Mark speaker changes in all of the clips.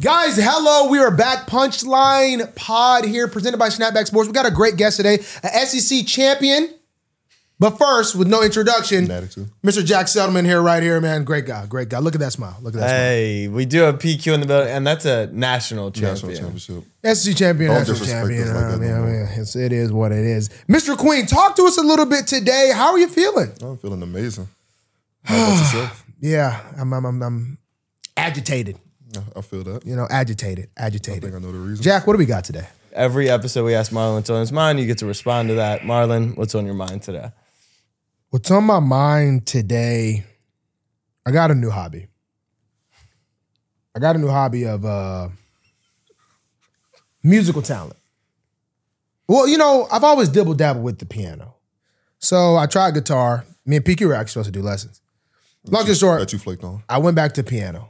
Speaker 1: Guys, hello. We are back. Punchline Pod here, presented by Snapback Sports. We got a great guest today, a SEC champion. But first, with no introduction,
Speaker 2: Attitude.
Speaker 1: Mr. Jack Settleman here, right here, man. Great guy, great guy. Look at that smile. Look at that
Speaker 3: Hey, we do have PQ in the building, and that's a national champion.
Speaker 2: National championship.
Speaker 1: smile. SEC E champion,
Speaker 2: Don't
Speaker 1: national
Speaker 2: disrespect
Speaker 1: champion.
Speaker 2: us like
Speaker 1: I
Speaker 2: that,
Speaker 1: mean,
Speaker 2: no
Speaker 1: I
Speaker 2: more.
Speaker 1: mean, it's, it is what it is. Mr. Queen, talk to us a little bit today. How are you feeling?
Speaker 2: I'm feeling amazing. How about yourself?
Speaker 1: Yeah, I'm, I'm, I'm, I'm agitated.
Speaker 2: No, I feel that.
Speaker 1: You know, agitated,
Speaker 2: I think I
Speaker 1: agitated.
Speaker 2: know the reason.
Speaker 1: Jack, what do we got today?
Speaker 3: Every episode we ask Marlon what's on his mind. You get to respond to that. Marlon, what's on your mind today?
Speaker 1: What's on my mind today? I got a new hobby. I got a new hobby of uh musical talent. Well, you know, I've always dibble dabble with the piano. So I tried guitar. Me and PQ were actually supposed to do lessons. Long story short,
Speaker 2: that you flaked on.
Speaker 1: I went back to piano.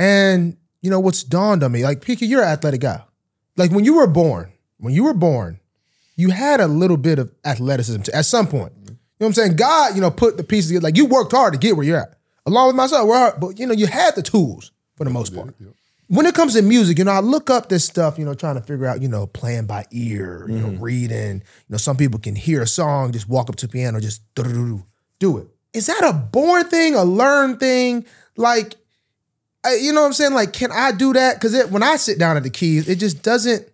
Speaker 1: And you know what's dawned on me? Like, Pika, you're an athletic guy. Like when you were born, when you were born, you had a little bit of athleticism to, at some point. You know what I'm saying? God, you know, put the pieces together. Like you worked hard to get where you're at. Along with myself, we're hard, but you know, you had the tools for the most part. When it comes to music, you know, I look up this stuff, you know, trying to figure out, you know, playing by ear, you know, reading. You know, some people can hear a song, just walk up to the piano, just do do it. Is that a born thing, a learned thing? Like, I- you know what I'm saying? Like, can I do that? Because when I sit down at the keys, it just doesn't.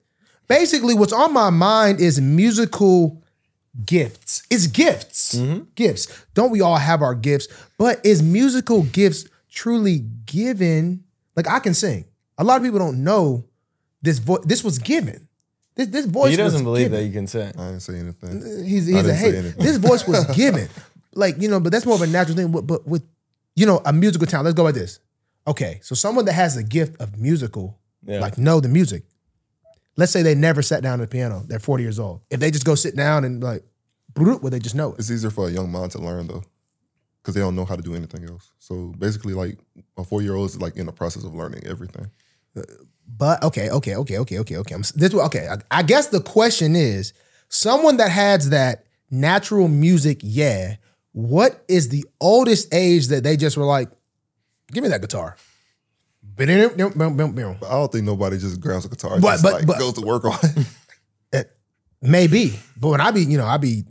Speaker 1: Basically, what's on my mind is musical gifts. It's gifts,
Speaker 3: Mm-hmm.
Speaker 1: gifts. Don't we all have our gifts? But is musical gifts truly given? Like, I can sing. A lot of people don't know this. Vo- this was given. This this voice.
Speaker 3: He
Speaker 1: was
Speaker 3: doesn't believe
Speaker 1: given
Speaker 3: that you can sing.
Speaker 2: I didn't say anything.
Speaker 1: he's he's a
Speaker 2: I didn't say
Speaker 1: hater.
Speaker 2: anything.
Speaker 1: This voice was given, like you know, but that's more of a natural thing. But, but with you know a musical talent, let's go like this. Okay, so someone that has a gift of musical,
Speaker 3: Yeah.
Speaker 1: like know the music. Let's say they never sat down at the piano. They're forty years old. If they just go sit down and like, would they just know it?
Speaker 2: It's easier for a young mind to learn though, because they don't know how to do anything else. So basically, like a four year old is like in the process of learning everything.
Speaker 1: But okay, okay, okay, okay, okay, okay. I'm, s- this wa- okay. I, I guess the question is, someone that has that natural music, yeah. What is the oldest age that they just were like, give me that guitar?
Speaker 2: But I don't think nobody just grabs a guitar and
Speaker 1: But-
Speaker 2: just
Speaker 1: but-
Speaker 2: like
Speaker 1: but-
Speaker 2: goes to work on it.
Speaker 1: Maybe, but when I be, you know, I be,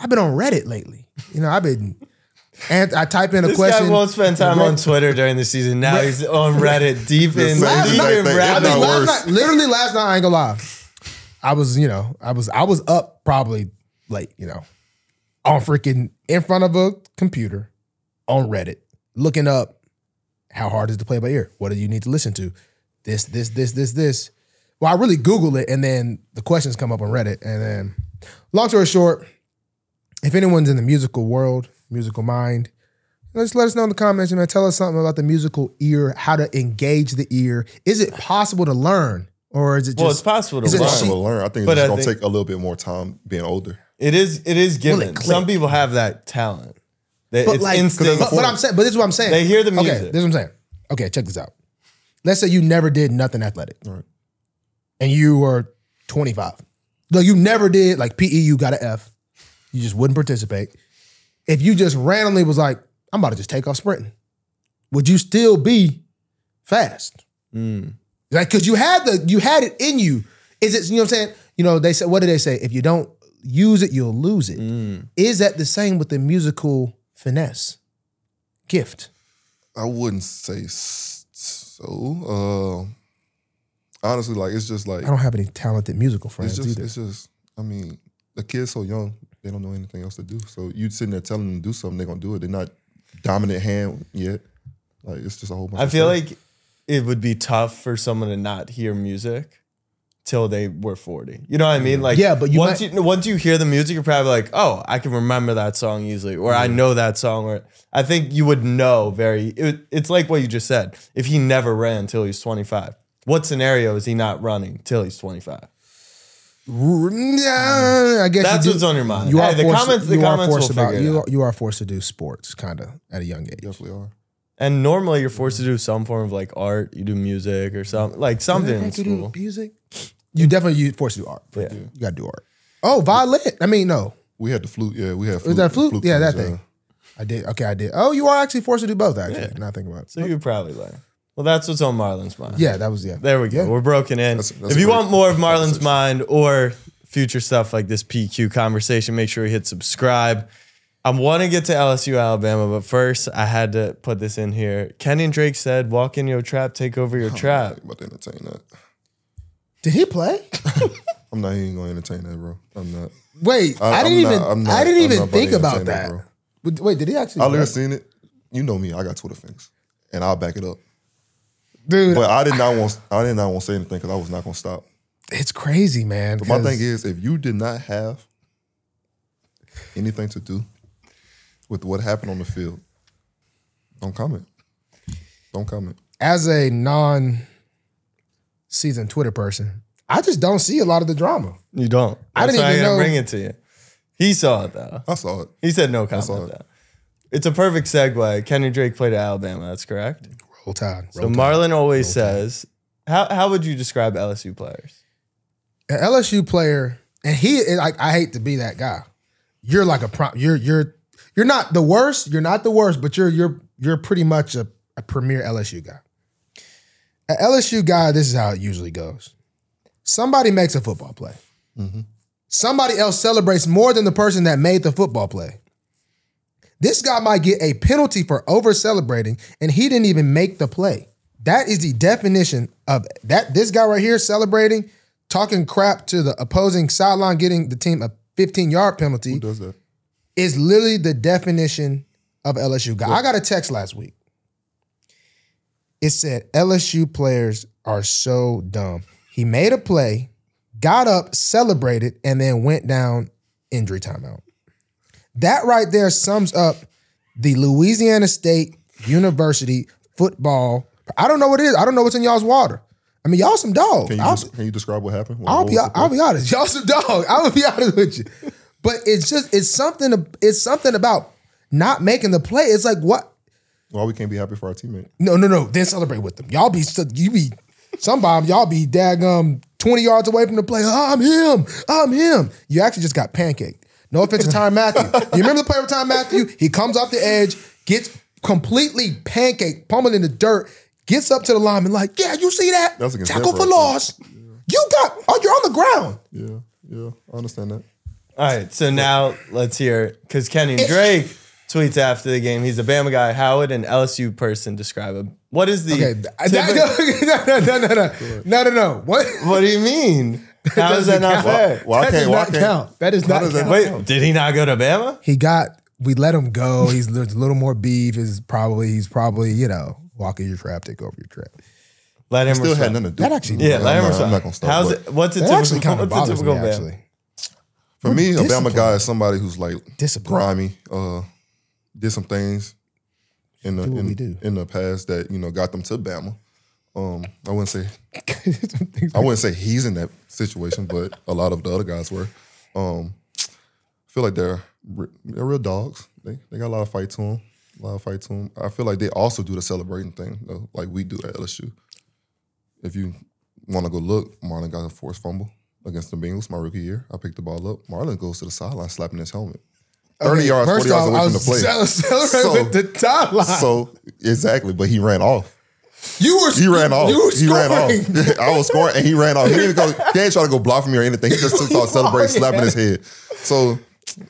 Speaker 1: I've been on Reddit lately. You know, I've been, and I type in a
Speaker 3: This
Speaker 1: question.
Speaker 3: guy won't spend time on Twitter during the season. Now he's on Reddit, deep in,
Speaker 2: Last
Speaker 3: deep
Speaker 2: night-
Speaker 3: in
Speaker 2: they- they-
Speaker 1: I
Speaker 3: rabbit
Speaker 1: mean,
Speaker 2: not
Speaker 3: hole.
Speaker 1: last
Speaker 2: worse.
Speaker 1: night, literally last night, I ain't gonna lie. I was, you know, I was, I was up probably like, you know, on freaking in front of a computer on Reddit, looking up how hard is to play by ear. What do you need to listen to? This, this, this, this, this. Well, I really Google it, and then the questions come up on Reddit, and then, long story short, if anyone's in the musical world, musical mind, just let us know in the comments, you know, tell us something about the musical ear, how to engage the ear. Is it possible to learn? Or is it just
Speaker 3: Well, it's possible
Speaker 1: is
Speaker 3: to
Speaker 1: it
Speaker 3: learn.
Speaker 1: she-
Speaker 2: Possible to learn. I think it's
Speaker 3: But
Speaker 2: just
Speaker 3: I
Speaker 2: gonna
Speaker 3: think-
Speaker 2: take a little bit more time being older.
Speaker 3: It is. It is
Speaker 1: it
Speaker 3: given.
Speaker 1: click?
Speaker 3: Some people have that talent. They,
Speaker 1: but
Speaker 3: it's
Speaker 1: like
Speaker 3: instinct. Mm.
Speaker 1: But, but I'm saying but this is what I'm saying.
Speaker 3: They hear the
Speaker 1: Okay,
Speaker 3: music.
Speaker 1: this is what I'm saying. Okay, check this out. Let's say you never did nothing athletic
Speaker 2: Right.
Speaker 1: and you were 25. No, you never did like PE, you got an F. You just wouldn't participate. If you just randomly was like, I'm about to just take off sprinting, would you still be fast?
Speaker 3: Mm.
Speaker 1: Like, cause you had the you had it in you. Is it you know what I'm saying? You know they said what do they say? If you don't use it, you'll lose it. Is
Speaker 3: Mm.
Speaker 1: that the same with the musical finesse gift?
Speaker 2: I wouldn't say s- so. Uh, honestly, like it's just like
Speaker 1: I don't have any talented musical
Speaker 2: it's
Speaker 1: friends
Speaker 2: just
Speaker 1: either.
Speaker 2: it's just I mean, the kid's so young, they don't know anything else to do. So you sitting there telling them to do something, they're gonna do it. They're not dominant hand yet. Like it's just a whole bunch
Speaker 3: I
Speaker 2: of
Speaker 3: feel
Speaker 2: stuff.
Speaker 3: like it would be tough for someone to not hear music till they were 40. You know what I mean? Like
Speaker 1: Mm. Yeah, but you
Speaker 3: once
Speaker 1: might-
Speaker 3: you once you hear the music, you're probably like, oh, I can remember that song easily, or I know that song, or I think you would know very it, it's like what you just said. If he never ran till he's 25, what scenario is he not running till he's 25?
Speaker 1: R- nah, I guess
Speaker 3: That's
Speaker 1: you do-
Speaker 3: what's on your mind.
Speaker 1: You
Speaker 3: Hey,
Speaker 1: are
Speaker 3: the
Speaker 1: forced,
Speaker 3: comments- the
Speaker 1: you are
Speaker 3: comments will
Speaker 1: forced about
Speaker 3: figure it
Speaker 1: you. Are,
Speaker 3: out.
Speaker 1: you are forced to do sports kind of at a young age.
Speaker 2: definitely are.
Speaker 3: And normally you're forced to do some form of like art, you do music or something like something in school.
Speaker 1: music. You definitely you forced to do art.
Speaker 3: Yeah.
Speaker 1: You got to do art. Oh, violin. I mean, no,
Speaker 2: We had the flute, yeah. We had flute,
Speaker 1: that flute? Yeah,
Speaker 2: things,
Speaker 1: that thing. I did. Okay, I did. Oh, you are actually forced to do both. Actually, now I think about it.
Speaker 3: So you could probably learn. Well, that's what's on Marlon's mind.
Speaker 1: Yeah, that was yeah.
Speaker 3: There we go.
Speaker 1: Yeah.
Speaker 3: We're broken in.
Speaker 2: That's- that's
Speaker 3: if you
Speaker 2: great.
Speaker 3: want more of Marlon's mind or future stuff like this PQ conversation, make sure you hit subscribe. I want to get to LSU Alabama, but first I had to put this in here. Kenyon Drake said, "Walk in your trap, take over
Speaker 1: Oh,
Speaker 3: your trap."
Speaker 2: I'm about to entertain that.
Speaker 1: Did he play?
Speaker 2: I'm not even gonna entertain that, bro. I'm not.
Speaker 1: Wait, I,
Speaker 2: I-
Speaker 1: didn't
Speaker 2: I'm
Speaker 1: even
Speaker 2: not- I'm not-
Speaker 1: I didn't
Speaker 2: I'm
Speaker 1: even
Speaker 2: not about
Speaker 1: think
Speaker 2: to
Speaker 1: about
Speaker 2: entertain
Speaker 1: that.
Speaker 2: it,
Speaker 1: But Wait, did he actually?
Speaker 2: I literally
Speaker 1: play?
Speaker 2: seen it. You know me. I got Twitter things, and I'll back it up.
Speaker 1: Dude,
Speaker 2: But I did not want. I did not want to say anything because I was not gonna stop.
Speaker 1: it's crazy, man.
Speaker 2: But my
Speaker 1: 'cause-
Speaker 2: thing is, if you did not have anything to do with what happened on the field, don't comment. Don't comment.
Speaker 1: as a non seasoned Twitter person, I just don't see a lot of the drama.
Speaker 3: You don't.
Speaker 1: I didn't
Speaker 3: That's why
Speaker 1: even
Speaker 3: gotta
Speaker 1: know-
Speaker 3: bring it to you. He saw it though.
Speaker 2: I saw it.
Speaker 3: He said no comment.
Speaker 2: it.
Speaker 3: Though. It's a perfect segue. Kenyon Drake played at Alabama. That's correct.
Speaker 1: Roll Tide.
Speaker 3: So Marlon always says, "How how would you describe LSU players?"
Speaker 1: an LSU player, and he and, like I hate to be that guy. You're like a prom. You're you're you're not the worst. You're not the worst, but you're you're you're pretty much a, a premier LSU guy. An LSU guy. This is how it usually goes. Somebody makes a football play. Somebody else celebrates more than the person that made the football play. This guy might get a penalty for over celebrating, and he didn't even make the play. That is the definition of that. This guy right here celebrating, talking crap to the opposing sideline, getting the team a 15 yard penalty
Speaker 2: Who does that?
Speaker 1: is literally the definition of LSU guy. I got a text last week. It said LSU players are so dumb. He made a play, got up, celebrated, and then went down injury timeout. That right there sums up the Louisiana State University football. I don't know what it is. I don't know what's in y'all's water. I mean, y'all some dogs.
Speaker 2: Can you,
Speaker 1: I'll-
Speaker 2: des- can you describe what happened? What-
Speaker 1: I'll
Speaker 2: what
Speaker 1: be
Speaker 2: was the
Speaker 1: I'll be honest. Y'all some dog. I'm gonna be honest with you. But it's just it's something it's something about not making the play. It's like what?
Speaker 2: play? Why we can't be happy for our teammate?
Speaker 1: No, no, no. Then celebrate with them. Y'all be so- you be somebody y'all be daggum 20 yards away from the play. Ah, I'm him. I'm him. You actually just got pancaked. No offense to Tyron Matthew. You remember the play with Tyron Matthew? He comes off the edge, gets completely pancaked, pummeled in the dirt, gets up to the lineman like, yeah, you see that?
Speaker 2: That's against
Speaker 1: Tackle
Speaker 2: Denver,
Speaker 1: for
Speaker 2: I think.
Speaker 1: loss. You got, oh, you're on the ground.
Speaker 2: Yeah, yeah. I understand that.
Speaker 3: All right, so now let's hear because Kenyon Drake tweets after the game. He's a Bama guy. How would an LSU person describe him? What is the?
Speaker 1: Okay. th- that- no, no, no, no, no, no, no. What?
Speaker 3: what do you mean? How is that
Speaker 1: doesn't
Speaker 3: not
Speaker 1: count.
Speaker 3: fair?
Speaker 2: Well,
Speaker 1: That
Speaker 2: I
Speaker 1: does
Speaker 2: can't. Why
Speaker 1: not
Speaker 2: can't?
Speaker 1: count. That does
Speaker 2: How
Speaker 1: not
Speaker 2: does that
Speaker 1: count.
Speaker 3: Wait, did he not go to Bama?
Speaker 1: He got. We let him go. He's there's a little more beef. Is probably he's probably you know walking your trap, take over your trap.
Speaker 3: Let him
Speaker 2: Still had
Speaker 3: respond.
Speaker 2: nothing to do.
Speaker 1: That actually-
Speaker 3: Yeah,
Speaker 2: I'm
Speaker 3: let him
Speaker 2: not-
Speaker 3: respond.
Speaker 2: I'm not gonna stop.
Speaker 3: How's
Speaker 2: but
Speaker 3: it? What's a
Speaker 1: That
Speaker 3: typical?
Speaker 1: actually kind of
Speaker 3: what's a
Speaker 1: bothers me.
Speaker 3: typical Bama?
Speaker 1: Actually,
Speaker 2: For me, a Bama
Speaker 1: disciplined.
Speaker 2: guy is somebody who's like
Speaker 1: Disciplined.
Speaker 2: grimy, uh, did some things in the
Speaker 1: Do what we
Speaker 2: in,
Speaker 1: do.
Speaker 2: in the past that you know got them to Bama. Um, I wouldn't say I wouldn't say he's in that situation, but a lot of the other guys were. Um, I feel like they're re- they're real dogs. They they got a lot of fight to them. A lot of fight to them. I feel like they also do the celebrating thing, though, like we do at LSU. If you want to go look, Marlon got a forced fumble against the Bengals my rookie year. I picked the ball up. Marlon goes to the sideline, slapping his helmet. 30 yards, 40 yards away from the play.
Speaker 1: Celebrate with
Speaker 2: So-
Speaker 1: the top line.
Speaker 2: So, exactly, but he ran off.
Speaker 1: you were
Speaker 2: He ran off.
Speaker 1: You were
Speaker 2: He ran
Speaker 1: scoring.
Speaker 2: off. I was scoring, and he ran off. He didn't go. He didn't try to go block for me or anything. He just started celebrating, slapping his head. So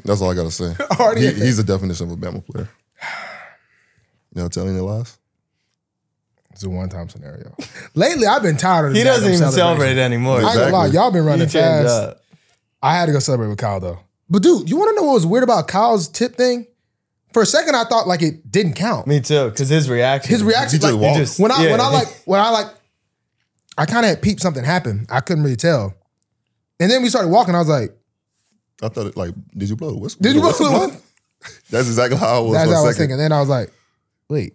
Speaker 2: that's all I gotta say.
Speaker 1: Already
Speaker 2: He-
Speaker 1: at that.
Speaker 2: he's the definition of a Bama player. You know, telling their lies.
Speaker 1: It's a one time scenario. Lately, I've been tired of.
Speaker 3: He
Speaker 1: the
Speaker 3: doesn't
Speaker 1: goddamn
Speaker 3: even celebrate
Speaker 1: celebration. I
Speaker 3: anymore.
Speaker 1: ain't gonna lie,
Speaker 2: Exactly.
Speaker 1: y'all been
Speaker 3: He
Speaker 1: running
Speaker 3: changed
Speaker 1: fast.
Speaker 3: up.
Speaker 1: I had to go celebrate with Kyle though. But dude, you want to know what was weird about Kyle's tip thing? For a second, I thought like it didn't count.
Speaker 3: Me too, because his reaction.
Speaker 1: His reaction,
Speaker 2: He just
Speaker 1: like
Speaker 2: walked.
Speaker 3: just-
Speaker 1: when I when
Speaker 3: yeah.
Speaker 1: I like when I like, I kind of had peeped something happen. I couldn't really tell. And then we started walking. I was like,
Speaker 2: I thought, it, like, did you blow the whistle?
Speaker 1: "Did you?"
Speaker 2: The whistle
Speaker 1: What?
Speaker 2: blow? That's exactly how I was.
Speaker 1: That's
Speaker 2: for a
Speaker 1: what I was
Speaker 2: second.
Speaker 1: thinking. Then I was like, "Wait,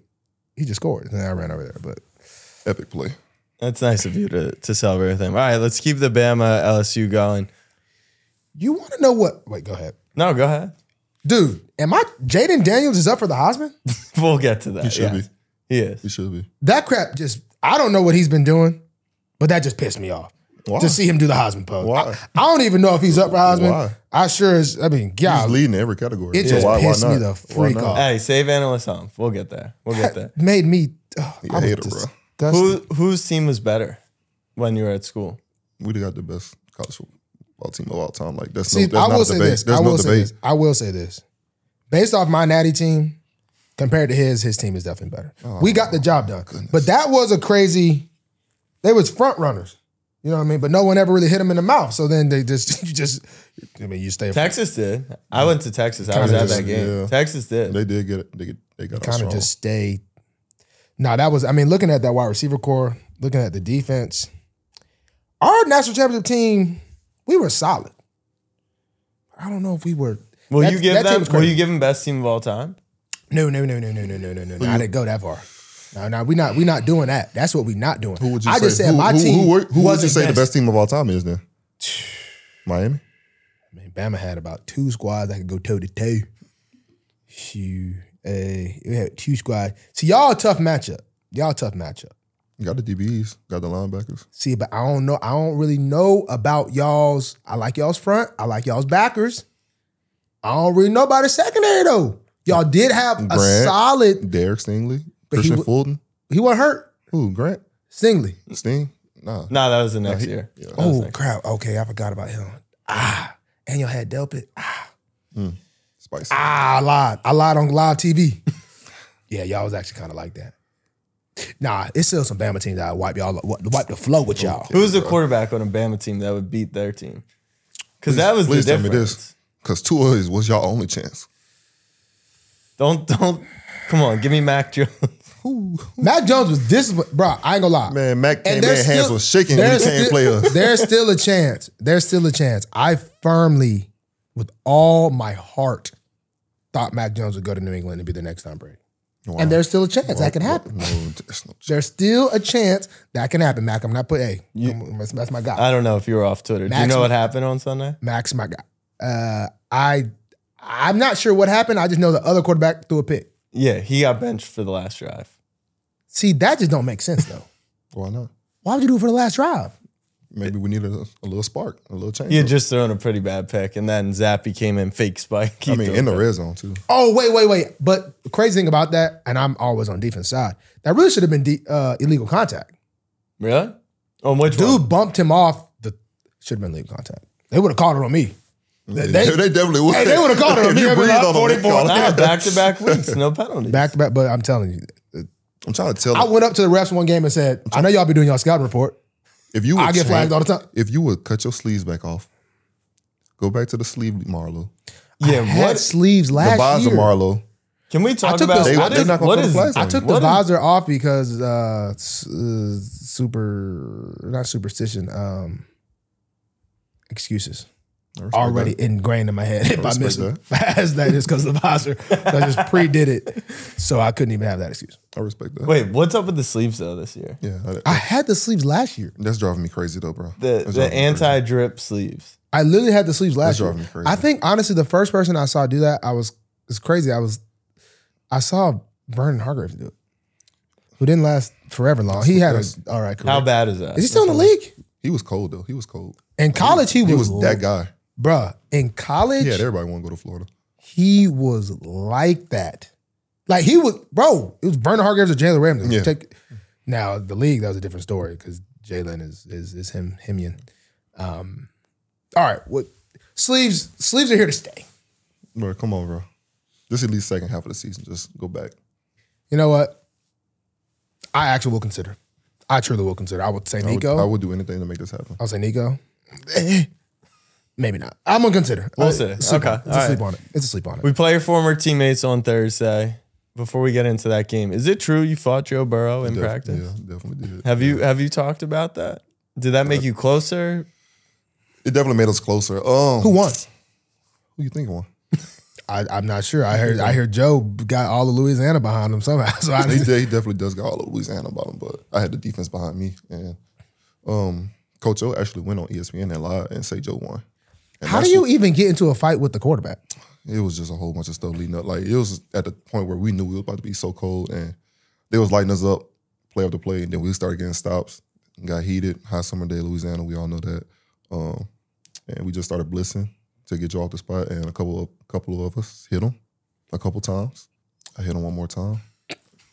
Speaker 1: he just scored." And then I ran over there. But
Speaker 2: Epic play.
Speaker 3: That's nice of you to, to celebrate with him. All right, let's keep the Bama LSU going.
Speaker 1: you want to know what? Wait, go ahead,
Speaker 3: No, go ahead.
Speaker 1: dude. Am I Jaden Daniels is up for the Heisman?
Speaker 3: We'll get to that.
Speaker 2: He should
Speaker 3: yeah.
Speaker 2: be.
Speaker 3: He is.
Speaker 2: He should be.
Speaker 1: That crap just I don't know what he's been doing, but that just pissed me off.
Speaker 2: Why?
Speaker 1: to see him do the Heisman pose.
Speaker 2: Why?
Speaker 1: I, I don't even know if he's up for Heisman.
Speaker 2: Why?
Speaker 1: I sure is. I mean,
Speaker 2: He's
Speaker 1: God,
Speaker 2: leading every category.
Speaker 1: Uh, It
Speaker 2: so
Speaker 1: just
Speaker 2: why, why
Speaker 1: pissed me
Speaker 2: not?
Speaker 1: the
Speaker 2: Why
Speaker 1: freak
Speaker 2: not?
Speaker 1: off.
Speaker 3: Hey, save analyst home. We'll get there. We'll get there.
Speaker 1: made me. ugh,
Speaker 2: He
Speaker 1: I
Speaker 2: a
Speaker 1: was
Speaker 2: hater, bro.
Speaker 1: That's
Speaker 3: Who whose team was better when you were at school?
Speaker 2: We got the best college football team of all time. Like that's
Speaker 1: See,
Speaker 2: no, that's
Speaker 1: I will
Speaker 2: not a
Speaker 1: say
Speaker 2: debate.
Speaker 1: this.
Speaker 2: There's
Speaker 1: I will
Speaker 2: no
Speaker 1: say
Speaker 2: debate.
Speaker 1: this. I will say this. Based off my natty team, compared to his, his team is definitely better.
Speaker 2: Oh,
Speaker 1: we got the job done. But that was a crazy. They was front runners. You know what I mean? But no one ever really hit them in the mouth. So then they just you just. I mean, you stay.
Speaker 3: Texas did. I went to Texas. I was
Speaker 1: Kinda
Speaker 3: at
Speaker 1: just-
Speaker 3: that game.
Speaker 2: yeah.
Speaker 3: Texas did.
Speaker 2: They did get it. They, get, they got us
Speaker 1: kind of
Speaker 2: strong.
Speaker 1: just stay. Nah, that was. I mean, looking at that wide receiver core, looking at the defense, our national championship team, we were solid. I don't know if we were.
Speaker 3: will
Speaker 1: that-
Speaker 3: you give
Speaker 1: that team
Speaker 3: them?
Speaker 1: was
Speaker 3: Will
Speaker 1: crazy.
Speaker 3: you give them best team of all time?
Speaker 1: No, no, no, no, no, no, no, no, no. no. I didn't go that far. No, no, we not we not doing that. That's what we not doing.
Speaker 2: Who would you
Speaker 1: I
Speaker 2: say?
Speaker 1: just said
Speaker 2: who,
Speaker 1: my
Speaker 2: who,
Speaker 1: team
Speaker 2: Who, were- who would you
Speaker 1: wasn't
Speaker 2: say the best team of all time is then? Miami.
Speaker 1: I mean, Bama had about two squads that could go toe to toe. Phew. Uh, we had two squads. See, y'all a tough matchup. Y'all a tough matchup.
Speaker 2: Got the DBs. Got the linebackers.
Speaker 1: See, but I don't know. I don't really know about y'all's. I like y'all's front. I like y'all's backers. I don't really know about the secondary though. Y'all did have a
Speaker 2: Grant.
Speaker 1: solid.
Speaker 2: Derek Stingley.
Speaker 1: But he
Speaker 2: Christian
Speaker 1: wa-
Speaker 2: Fulton.
Speaker 1: He wasn't hurt.
Speaker 2: Who? Grant.
Speaker 1: Stingley.
Speaker 2: Sting. Nah.
Speaker 3: No, that was the next year. That was
Speaker 1: Oh
Speaker 3: next-
Speaker 1: crap! Okay, I forgot about him. Ah, and you had Delpit. Ah,
Speaker 2: Spicy.
Speaker 1: ah, I lied. I lied on live TV. yeah, y'all was actually kind of like that. Nah, it's still some Bama teams that I wipe y'all, wipe the flow with y'all.
Speaker 3: Who's the quarterback on a Bama team that would beat their team? Because that was
Speaker 2: please
Speaker 3: the
Speaker 2: tell me this.
Speaker 3: difference.
Speaker 2: Because Tua is was y'all only chance.
Speaker 3: Don't don't. Come on, give me Mac Jones.
Speaker 1: Matt Jones was disciplined, bro. I ain't gonna lie.
Speaker 2: Man, Mac came in,
Speaker 1: there's
Speaker 2: hands
Speaker 1: still-
Speaker 2: was shaking when he
Speaker 1: there's
Speaker 2: came
Speaker 1: still-
Speaker 2: play us.
Speaker 1: There's still a chance. There's still a chance. I firmly, with all my heart, thought Matt Jones would go to New England and be the next Tom Brady.
Speaker 2: Wow.
Speaker 1: And there's still a chance that can happen.
Speaker 2: No, there's no chance.
Speaker 1: There's still a chance that can happen, Mac. I'm not putting. Hey, come on, that's, that's my guy.
Speaker 3: I don't know if you were off Twitter. Do you
Speaker 1: Max-
Speaker 3: know what happened on Sunday?
Speaker 1: Mac's my guy. Uh, I, I'm not sure what happened. I just know the other quarterback threw a pick.
Speaker 3: Yeah, he got benched for the last drive.
Speaker 1: See, that just don't make sense though.
Speaker 2: Why not?
Speaker 1: Why would you do it for the last drive?
Speaker 2: Maybe we need a, a little spark, a little change.
Speaker 3: He had just thrown a pretty bad pick, and then Zappy came in fake spike. He
Speaker 2: I mean,
Speaker 3: threw
Speaker 2: in the
Speaker 3: it.
Speaker 2: red zone too.
Speaker 1: Oh wait, wait, wait. But the crazy thing about that, and I'm always on defense side. That really should have been de- uh, illegal contact.
Speaker 3: really on which
Speaker 1: Dude
Speaker 3: one?
Speaker 1: bumped him off. The should have been legal contact. They would have called it on me. They,
Speaker 2: They, they definitely would.
Speaker 1: Hey, they would've caught him.
Speaker 2: If
Speaker 1: You
Speaker 2: you
Speaker 1: ever
Speaker 2: breathe
Speaker 1: got
Speaker 2: on them, they
Speaker 1: 44?
Speaker 2: call it.
Speaker 3: Nah, back to back weeks, no penalty.
Speaker 1: back to back. But I'm telling you,
Speaker 2: I'm trying to tell
Speaker 1: I
Speaker 2: you,
Speaker 1: went up to the refs one game and said, "I know y'all be doing y'all scouting report.
Speaker 2: if you would
Speaker 1: I get
Speaker 2: change-
Speaker 1: flagged all the time."
Speaker 2: If you would cut your sleeves back off, go back to the sleeve Marlo,
Speaker 1: I
Speaker 3: yeah,
Speaker 1: had
Speaker 3: what?
Speaker 1: sleeves
Speaker 2: the
Speaker 1: last
Speaker 2: visor
Speaker 1: year.
Speaker 2: Marlo.
Speaker 3: Can we talk
Speaker 1: took
Speaker 3: about
Speaker 1: the-
Speaker 2: They,
Speaker 1: I
Speaker 3: what
Speaker 2: they're
Speaker 3: is
Speaker 2: not
Speaker 3: what
Speaker 2: gonna put
Speaker 3: is
Speaker 2: the flags on
Speaker 1: I took
Speaker 2: you.
Speaker 1: the
Speaker 3: What is-
Speaker 1: visor off because uh, s- uh, super not superstition um, excuses
Speaker 2: I respect
Speaker 1: already
Speaker 2: that.
Speaker 1: ingrained in my head. If I
Speaker 2: respect
Speaker 1: miss it, as that is because the visor I just pre did it, so I couldn't even have that excuse.
Speaker 2: I respect that.
Speaker 3: Wait, what's up with the sleeves though this year?
Speaker 2: Yeah, I-
Speaker 1: I had the sleeves last year.
Speaker 2: that's driving me crazy though, bro.
Speaker 3: The
Speaker 2: That's
Speaker 3: the
Speaker 2: driving me crazy.
Speaker 3: anti drip sleeves.
Speaker 1: I literally had the sleeves last
Speaker 2: That's
Speaker 1: year.
Speaker 2: driving me crazy.
Speaker 1: I think honestly, the first person I saw do that, I was it's crazy. I was I saw Vernon Hargrave do it, who didn't last forever long. he had a
Speaker 2: that's-
Speaker 1: all right. Career.
Speaker 3: How bad is that?
Speaker 1: Is he still in the league?
Speaker 2: He was cold though. He was cold.
Speaker 1: In college, he was,
Speaker 2: He was that guy.
Speaker 1: bruh. In college,
Speaker 2: Yeah, everybody want to go to Florida.
Speaker 1: he was like that. Like he was, bro. It was Vernon Hargraves or Jalen Ramsey.
Speaker 2: Yeah.
Speaker 1: Take- now the league that was a different story because Jalen is is is him himian. Um, all right, what sleeves sleeves are here to stay.
Speaker 2: Bro, come on, bro. This at least second half of the season. Just go back.
Speaker 1: You know what? I actually will consider. I truly will consider. I would say
Speaker 2: I would,
Speaker 1: Nico.
Speaker 2: I would do anything to make this happen.
Speaker 1: I'll say Nico. Eh, Maybe not. I'm gonna consider.
Speaker 3: We'll
Speaker 1: I-
Speaker 3: see.
Speaker 1: sleep
Speaker 3: Okay,
Speaker 1: on it. It's
Speaker 3: all
Speaker 1: a sleep
Speaker 3: right.
Speaker 1: on it. It's a sleep on it.
Speaker 3: We play your former teammates on Thursday. Before we get into that game, is it true you fought Joe Burrow in
Speaker 2: Def-
Speaker 3: practice?
Speaker 2: Yeah, definitely did.
Speaker 3: Have you have you talked about that? Did that make you closer?
Speaker 2: It definitely made us closer. Um,
Speaker 1: Who won?
Speaker 2: Who you think won?
Speaker 1: I, I'm not sure. I heard. I heard Joe got all of Louisiana behind him somehow. So I
Speaker 2: he, de- he definitely does got all of Louisiana about him, but I had the defense behind me, and um, Coach O actually went on E ESPN and lied and say Joe won. And
Speaker 1: How do
Speaker 2: that's
Speaker 1: you even get into a fight with the quarterback?
Speaker 2: it was just a whole bunch of stuff leading up. Like it was at the point where we knew we was about to be so cold, and they was lighting us up play after play, and then we started getting stops. Got heated, hot summer day, Louisiana. We all know that, um, and we just started blitzing to get you off the spot. And a couple of couple of us hit him a couple times. I hit him one more time,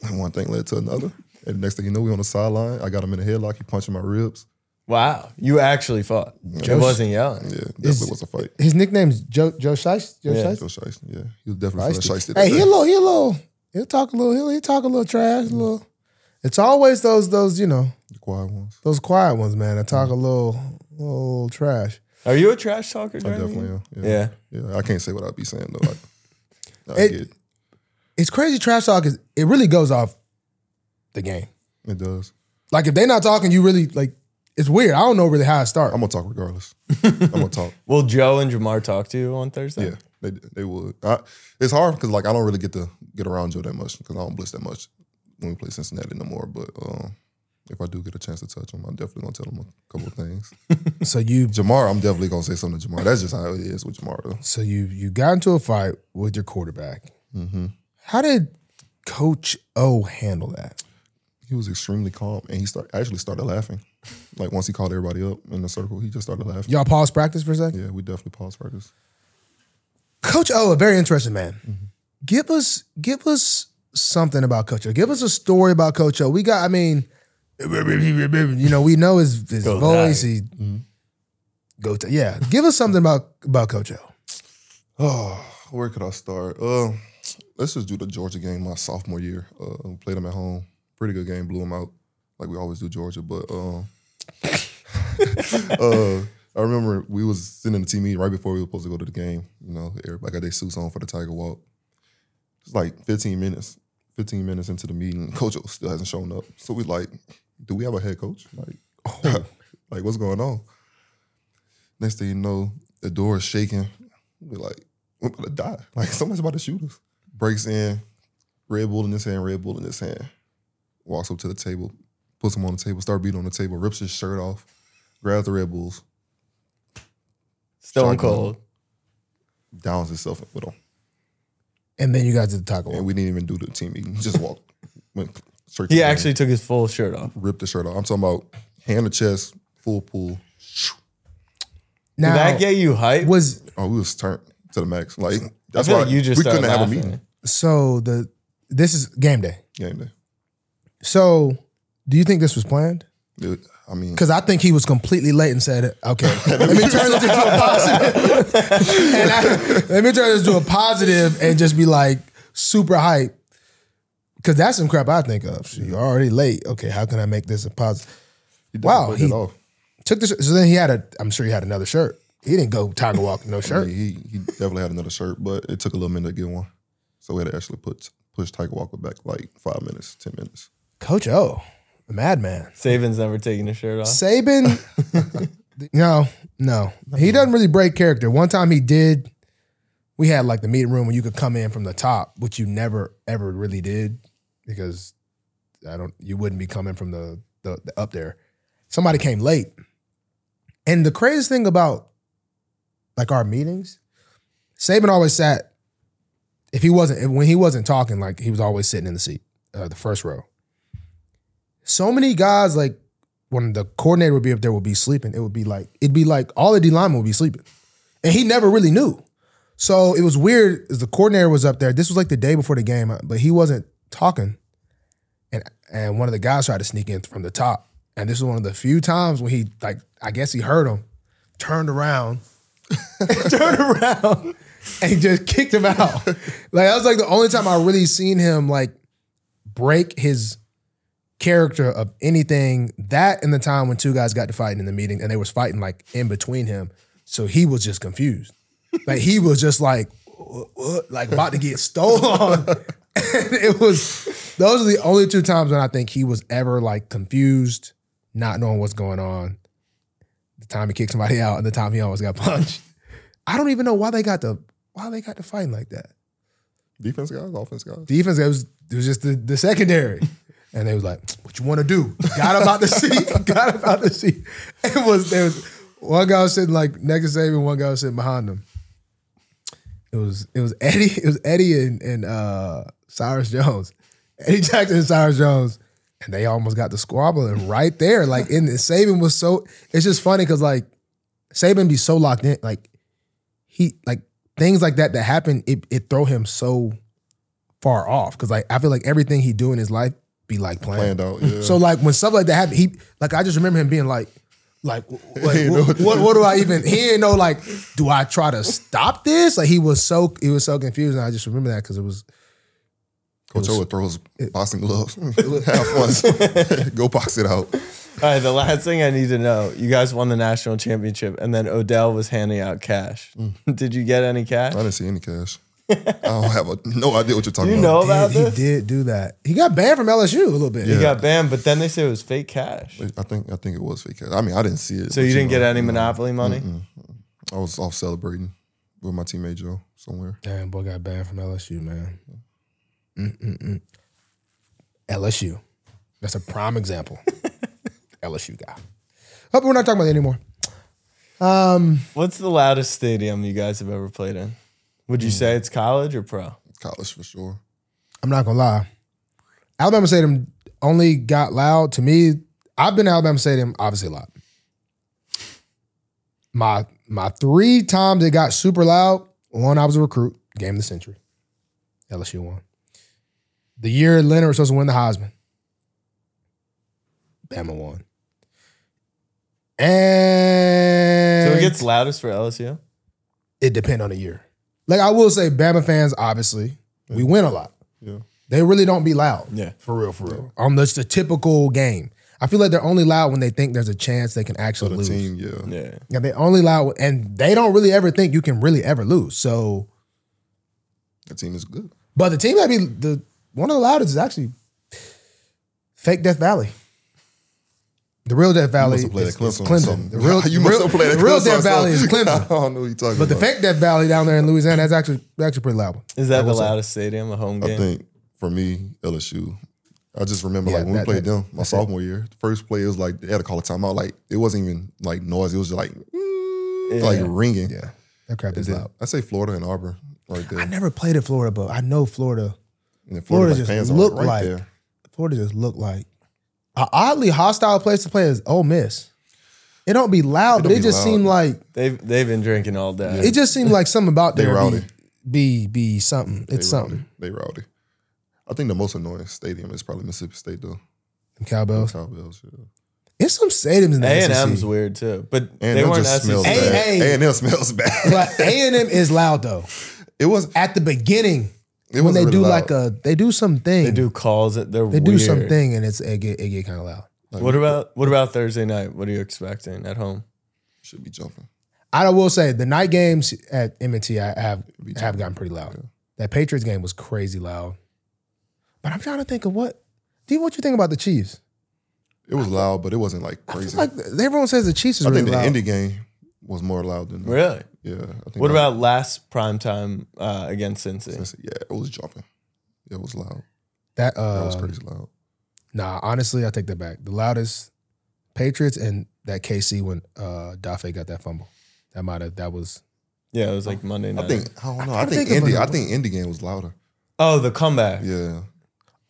Speaker 2: and one thing led to another. And next thing you know, we on the sideline. I got him in a headlock. He punching my ribs.
Speaker 3: Wow, you actually fought. It wasn't yelling.
Speaker 2: Yeah, definitely
Speaker 1: Is-
Speaker 2: was a fight.
Speaker 1: His nickname's Joe Joe Shice. Joe
Speaker 3: Yeah.
Speaker 1: Shice?
Speaker 2: Joe Shiesty, yeah, he was definitely
Speaker 1: Feisty.
Speaker 2: feeling Shiesty. that
Speaker 1: Hey, he
Speaker 2: day.
Speaker 1: a little, he a little, he'll talk a little, he'll, he'll talk a little trash,
Speaker 2: Mm.
Speaker 1: a little. It's always those, those, you know,
Speaker 2: the quiet ones.
Speaker 1: those quiet ones, man. That talk a
Speaker 2: Mm.
Speaker 1: little, little trash.
Speaker 3: Are you a trash talker?
Speaker 2: I
Speaker 3: Jeremy?
Speaker 2: definitely am. Yeah.
Speaker 3: Yeah.
Speaker 2: Yeah, I can't say what I'd be saying though. Like, I
Speaker 1: It-
Speaker 2: get it.
Speaker 1: It's crazy trash talk is it really goes off the game.
Speaker 2: It does.
Speaker 1: Like if they're not talking, you really like. It's weird. I don't know really how it starts.
Speaker 2: I'm gonna talk regardless. I'm gonna talk.
Speaker 3: Will Joe and Jamar talk to you on Thursday?
Speaker 2: Yeah, they they would. I, it's hard because like I don't really get to get around Joe that much because I don't blitz that much when we play Cincinnati no more. But um, if I do get a chance to touch him, I'm definitely gonna tell him a couple of things.
Speaker 1: So you,
Speaker 2: Jamar, I'm definitely gonna say something to Jamar. That's just how it is with Jamar though.
Speaker 1: so you, you got into a fight with your quarterback.
Speaker 2: Mm-hmm.
Speaker 1: How did Coach O handle that?
Speaker 2: He was extremely calm and he start actually started laughing. Like once he called everybody up in the circle, he just started laughing.
Speaker 1: Y'all pause practice for a second.
Speaker 2: Yeah, we definitely paused practice.
Speaker 1: Coach O, a very interesting man.
Speaker 3: Mm-hmm.
Speaker 1: Give us give us something about Coach O. Give us a story about Coach O. We got, I mean, you know, we know his, his
Speaker 3: Go Mm-hmm.
Speaker 1: voice.
Speaker 3: Tigers.
Speaker 1: He go to yeah. Give us something about about Coach O.
Speaker 2: Oh, where could I start? Uh, let's just do the Georgia game my sophomore year. Uh, played them at home. Pretty good game. Blew them out like we always do Georgia. But um, uh, I remember we was sitting in the team meeting right before we were supposed to go to the game. You know, everybody got their suits on for the Tiger Walk. It's like 15 minutes. 15 minutes into the meeting, Coach O still hasn't shown up. So we like, do we have a head coach? Like, like what's going on? Next thing you know, the door is shaking. We're like, we're about to die. Like somebody's about to shoot us. Breaks in, Red Bull in this hand, Red Bull in this hand. Walks up to the table, puts him on the table, start beating on the table, rips his shirt off, grabs the Red Bulls,
Speaker 3: Stone
Speaker 2: Shotgun.
Speaker 3: Cold.
Speaker 2: downs himself with them.
Speaker 1: And then you got to the taco.
Speaker 2: And
Speaker 1: Walk.
Speaker 2: we didn't even do the team meeting. Just walked. Went straight to
Speaker 3: He
Speaker 2: the game,
Speaker 3: actually took his full shirt off.
Speaker 2: ripped the shirt off. I'm talking about hand to chest, full pull.
Speaker 1: Now
Speaker 3: Did that get you hype?
Speaker 1: was
Speaker 2: Oh, we was turned to the max. Like
Speaker 3: I
Speaker 2: that's
Speaker 3: feel
Speaker 2: why
Speaker 3: like you just
Speaker 2: we couldn't
Speaker 3: started
Speaker 2: have a
Speaker 3: laughing.
Speaker 2: meeting.
Speaker 1: so the this is game day.
Speaker 2: Game day.
Speaker 1: So do you think this was planned?
Speaker 2: Dude, I mean,
Speaker 1: Because I think he was completely late and said, "Okay, let me turn this into a positive. and I- let me turn this into a positive and just be like super hype." Because that's some crap I think of. So you're already late. Okay, how can I make this a positive?
Speaker 2: he
Speaker 1: wow,
Speaker 2: played
Speaker 1: he-
Speaker 2: it off.
Speaker 1: Took this. So then he had a. I'm sure he had another shirt. He didn't go Tiger Walk no
Speaker 2: I mean,
Speaker 1: shirt.
Speaker 2: he he definitely had another shirt, but it took a little minute to get one. So we had to actually put push Tiger Walker back like five minutes, ten minutes.
Speaker 1: Coach O, a madman.
Speaker 3: Saban's never taking his shirt off.
Speaker 1: Saban. no, no, he doesn't really break character. One time he did. We had like the meeting room where you could come in from the top, which you never ever really did because I don't. You wouldn't be coming from the the, the up there. Somebody came late, and the craziest thing about like our meetings, Saban always sat. If he wasn't when he wasn't talking, like he was always sitting in the seat, uh, the first row. So many guys like when the coordinator would be up there would be sleeping. It would be like it'd be like all the D linemen would be sleeping, and he never really knew. So it was weird. As the coordinator was up there, this was like the day before the game, uh, but he wasn't talking, and and one of the guys tried to sneak in from the top, and this was one of the few times when he like I guess he heard him, turned around, turned around, and just kicked him out. Like that was like the only time I really seen him like break his character of anything. That and the time when two guys got to fighting in the meeting and they was fighting like in between him. So he was just confused. Like he was just like, "What- what?" like about to get stolen. and it was those are the only two times when I think he was ever like confused, not knowing what's going on. The time he kicked somebody out and the time he almost got punched. I don't even know why they got the why they got to fighting like that
Speaker 2: Defense guys, offense guys.
Speaker 1: defense. It was it was just the, the secondary, and they was like, "What you want to do?" Got about the seat. Got about the seat. It was there was one guy was sitting like next to Saban, one guy was sitting behind him. It was it was Eddie. It was Eddie and, and uh, Cyrus Jones, Eddie Jackson and Cyrus Jones, and they almost got the squabbling right there. Like in the Saban was so. It's just funny because like Saban be so locked in. Like he like things like that that happen. It it throw him so far off because like I feel like everything he do in his life be like playing.
Speaker 2: planned out. Yeah.
Speaker 1: So like when stuff like that happened, he like I just remember him being like, like, w- like,
Speaker 2: know
Speaker 1: what,
Speaker 2: what to
Speaker 1: what, do I even? He didn't know like, do I try to stop this? Like he was so he was so confused, and I just remember that because it was
Speaker 2: Coach Owen throws boxing gloves. Have fun. Go box it out.
Speaker 3: All right, the last thing I need to know you guys won the national championship, and then Odell was handing out cash. Did you get any cash?
Speaker 2: Mm. I didn't see any cash. I don't have a, no idea what you're talking
Speaker 3: You know
Speaker 2: about.
Speaker 3: about
Speaker 1: he, he
Speaker 3: this?
Speaker 1: did do that. He got banned from LSU a little bit.
Speaker 3: You got banned, but then they said it was fake cash.
Speaker 2: I think I think it was fake cash. I mean, I didn't see it.
Speaker 3: So
Speaker 2: but
Speaker 3: you didn't
Speaker 2: know,
Speaker 3: get any Monopoly money?
Speaker 2: I was off celebrating with my teammate Joe somewhere.
Speaker 1: Damn boy got banned from LSU, man. Mm-mm-mm. LSU, that's a prime example. LSU guy. Hope we're not talking about that anymore.
Speaker 3: What's the loudest stadium you guys have ever played in? Would you say it's college or pro?
Speaker 2: College for sure.
Speaker 1: I'm not gonna lie. Alabama Stadium only got loud to me. I've been to Alabama Stadium obviously a lot. My my three times it got super loud. One, I was a recruit, game of the century. LSU won. The year Leonard was supposed to win the Heisman. Bama won. And
Speaker 3: So it gets loudest for LSU?
Speaker 1: it depend on the year. Like I will say, Bama fans obviously we win a lot.
Speaker 2: Yeah.
Speaker 1: They really don't be loud.
Speaker 3: Yeah.
Speaker 1: for real, for real. Um, that's the typical game. I feel like they're only loud when they think there's a chance they can
Speaker 2: So
Speaker 1: actually
Speaker 2: the
Speaker 1: lose.
Speaker 2: team, yeah.
Speaker 3: Yeah.
Speaker 1: Yeah, they only loud, and they don't really ever think you can really ever lose. So,
Speaker 2: The team is good.
Speaker 1: but the team that be the one of the loudest is actually fake Death Valley. The real Death Valley
Speaker 2: must have played
Speaker 1: is,
Speaker 2: at Clemson.
Speaker 1: is
Speaker 2: or
Speaker 1: Clemson.
Speaker 2: something.
Speaker 1: The real,
Speaker 2: you
Speaker 1: the
Speaker 2: must
Speaker 1: real-
Speaker 2: have played at
Speaker 1: the real
Speaker 2: Clemson or
Speaker 1: Death Valley is
Speaker 2: something.
Speaker 1: Clemson.
Speaker 2: I don't know what you're talking
Speaker 1: But the
Speaker 2: about.
Speaker 1: fake Death Valley down there in Louisiana, that's actually that's actually pretty loud. one.
Speaker 3: Is that the loudest stadium, a home
Speaker 2: I
Speaker 3: game?
Speaker 2: think for me, LSU. I just remember
Speaker 1: Yeah,
Speaker 2: like when
Speaker 1: that-
Speaker 2: we played
Speaker 1: that-
Speaker 2: them my sophomore year. The first play it was like they had to call a timeout. Like it wasn't even like noise. It was just like
Speaker 3: Yeah.
Speaker 2: like ringing.
Speaker 1: Yeah, that crap
Speaker 2: And
Speaker 1: is
Speaker 2: then
Speaker 1: loud.
Speaker 2: I say Florida and Auburn right there.
Speaker 1: I never played at Florida, but I know Florida.
Speaker 2: And then
Speaker 1: Florida
Speaker 2: like,
Speaker 1: just
Speaker 2: fans are
Speaker 1: look
Speaker 2: right
Speaker 1: like-
Speaker 2: there.
Speaker 1: Florida just looked like a oddly hostile place to play is Ole Miss. It don't be loud,
Speaker 2: It
Speaker 1: but
Speaker 2: don't
Speaker 1: it
Speaker 2: be
Speaker 1: just
Speaker 2: loud.
Speaker 1: seemed like
Speaker 3: They've they've been drinking all day.
Speaker 1: it just seemed like something about
Speaker 2: They
Speaker 1: there be,
Speaker 2: rowdy.
Speaker 1: be be something. It's
Speaker 2: They
Speaker 1: something.
Speaker 2: rowdy. They rowdy. I think the most annoying stadium is probably Mississippi State though.
Speaker 1: Them Cowbells.
Speaker 2: Cowbells. Yeah.
Speaker 1: It's some stadiums in the E
Speaker 3: A
Speaker 1: SEC.
Speaker 3: and M's weird too, but
Speaker 2: And
Speaker 3: they
Speaker 2: it
Speaker 3: weren't
Speaker 2: just
Speaker 3: SEC.
Speaker 2: smells
Speaker 1: Hey,
Speaker 2: bad.
Speaker 1: hey.
Speaker 2: And it smells bad.
Speaker 1: But A and M is loud though.
Speaker 2: it was.
Speaker 1: At the beginning,
Speaker 2: It
Speaker 1: when
Speaker 2: was
Speaker 1: they do like a they do something,
Speaker 3: They do calls. It they're
Speaker 1: they do
Speaker 3: weird.
Speaker 1: something, and it's it get it get kind of loud.
Speaker 3: What about what about Thursday night? What are you expecting at home?
Speaker 2: should be jumping.
Speaker 1: I will say the night games at M&T I have have gotten pretty loud. That Patriots game was crazy loud. But I'm trying to think of what. Do what you think about the Chiefs?
Speaker 2: It was loud, but it wasn't like
Speaker 1: I feel
Speaker 2: crazy.
Speaker 1: like everyone says the Chiefs is
Speaker 2: I
Speaker 1: really
Speaker 2: think the
Speaker 1: loud.
Speaker 2: indie game was more loud than
Speaker 3: Really?
Speaker 2: yeah. Mm. I think
Speaker 3: What
Speaker 2: that-
Speaker 3: about last prime time uh, against Cincy?
Speaker 2: Yeah, it was jumping. It was loud.
Speaker 1: that uh,
Speaker 2: That was crazy loud.
Speaker 1: Nah, honestly, I take that back. The loudest Patriots and that KC when uh Dafe got that fumble. That might have that was
Speaker 3: Yeah, it was like Monday night.
Speaker 2: I think I don't know. I,
Speaker 1: I
Speaker 2: think,
Speaker 1: think it
Speaker 2: indie. I
Speaker 1: was-
Speaker 2: think indie game was louder.
Speaker 3: Oh, the comeback.
Speaker 2: Yeah,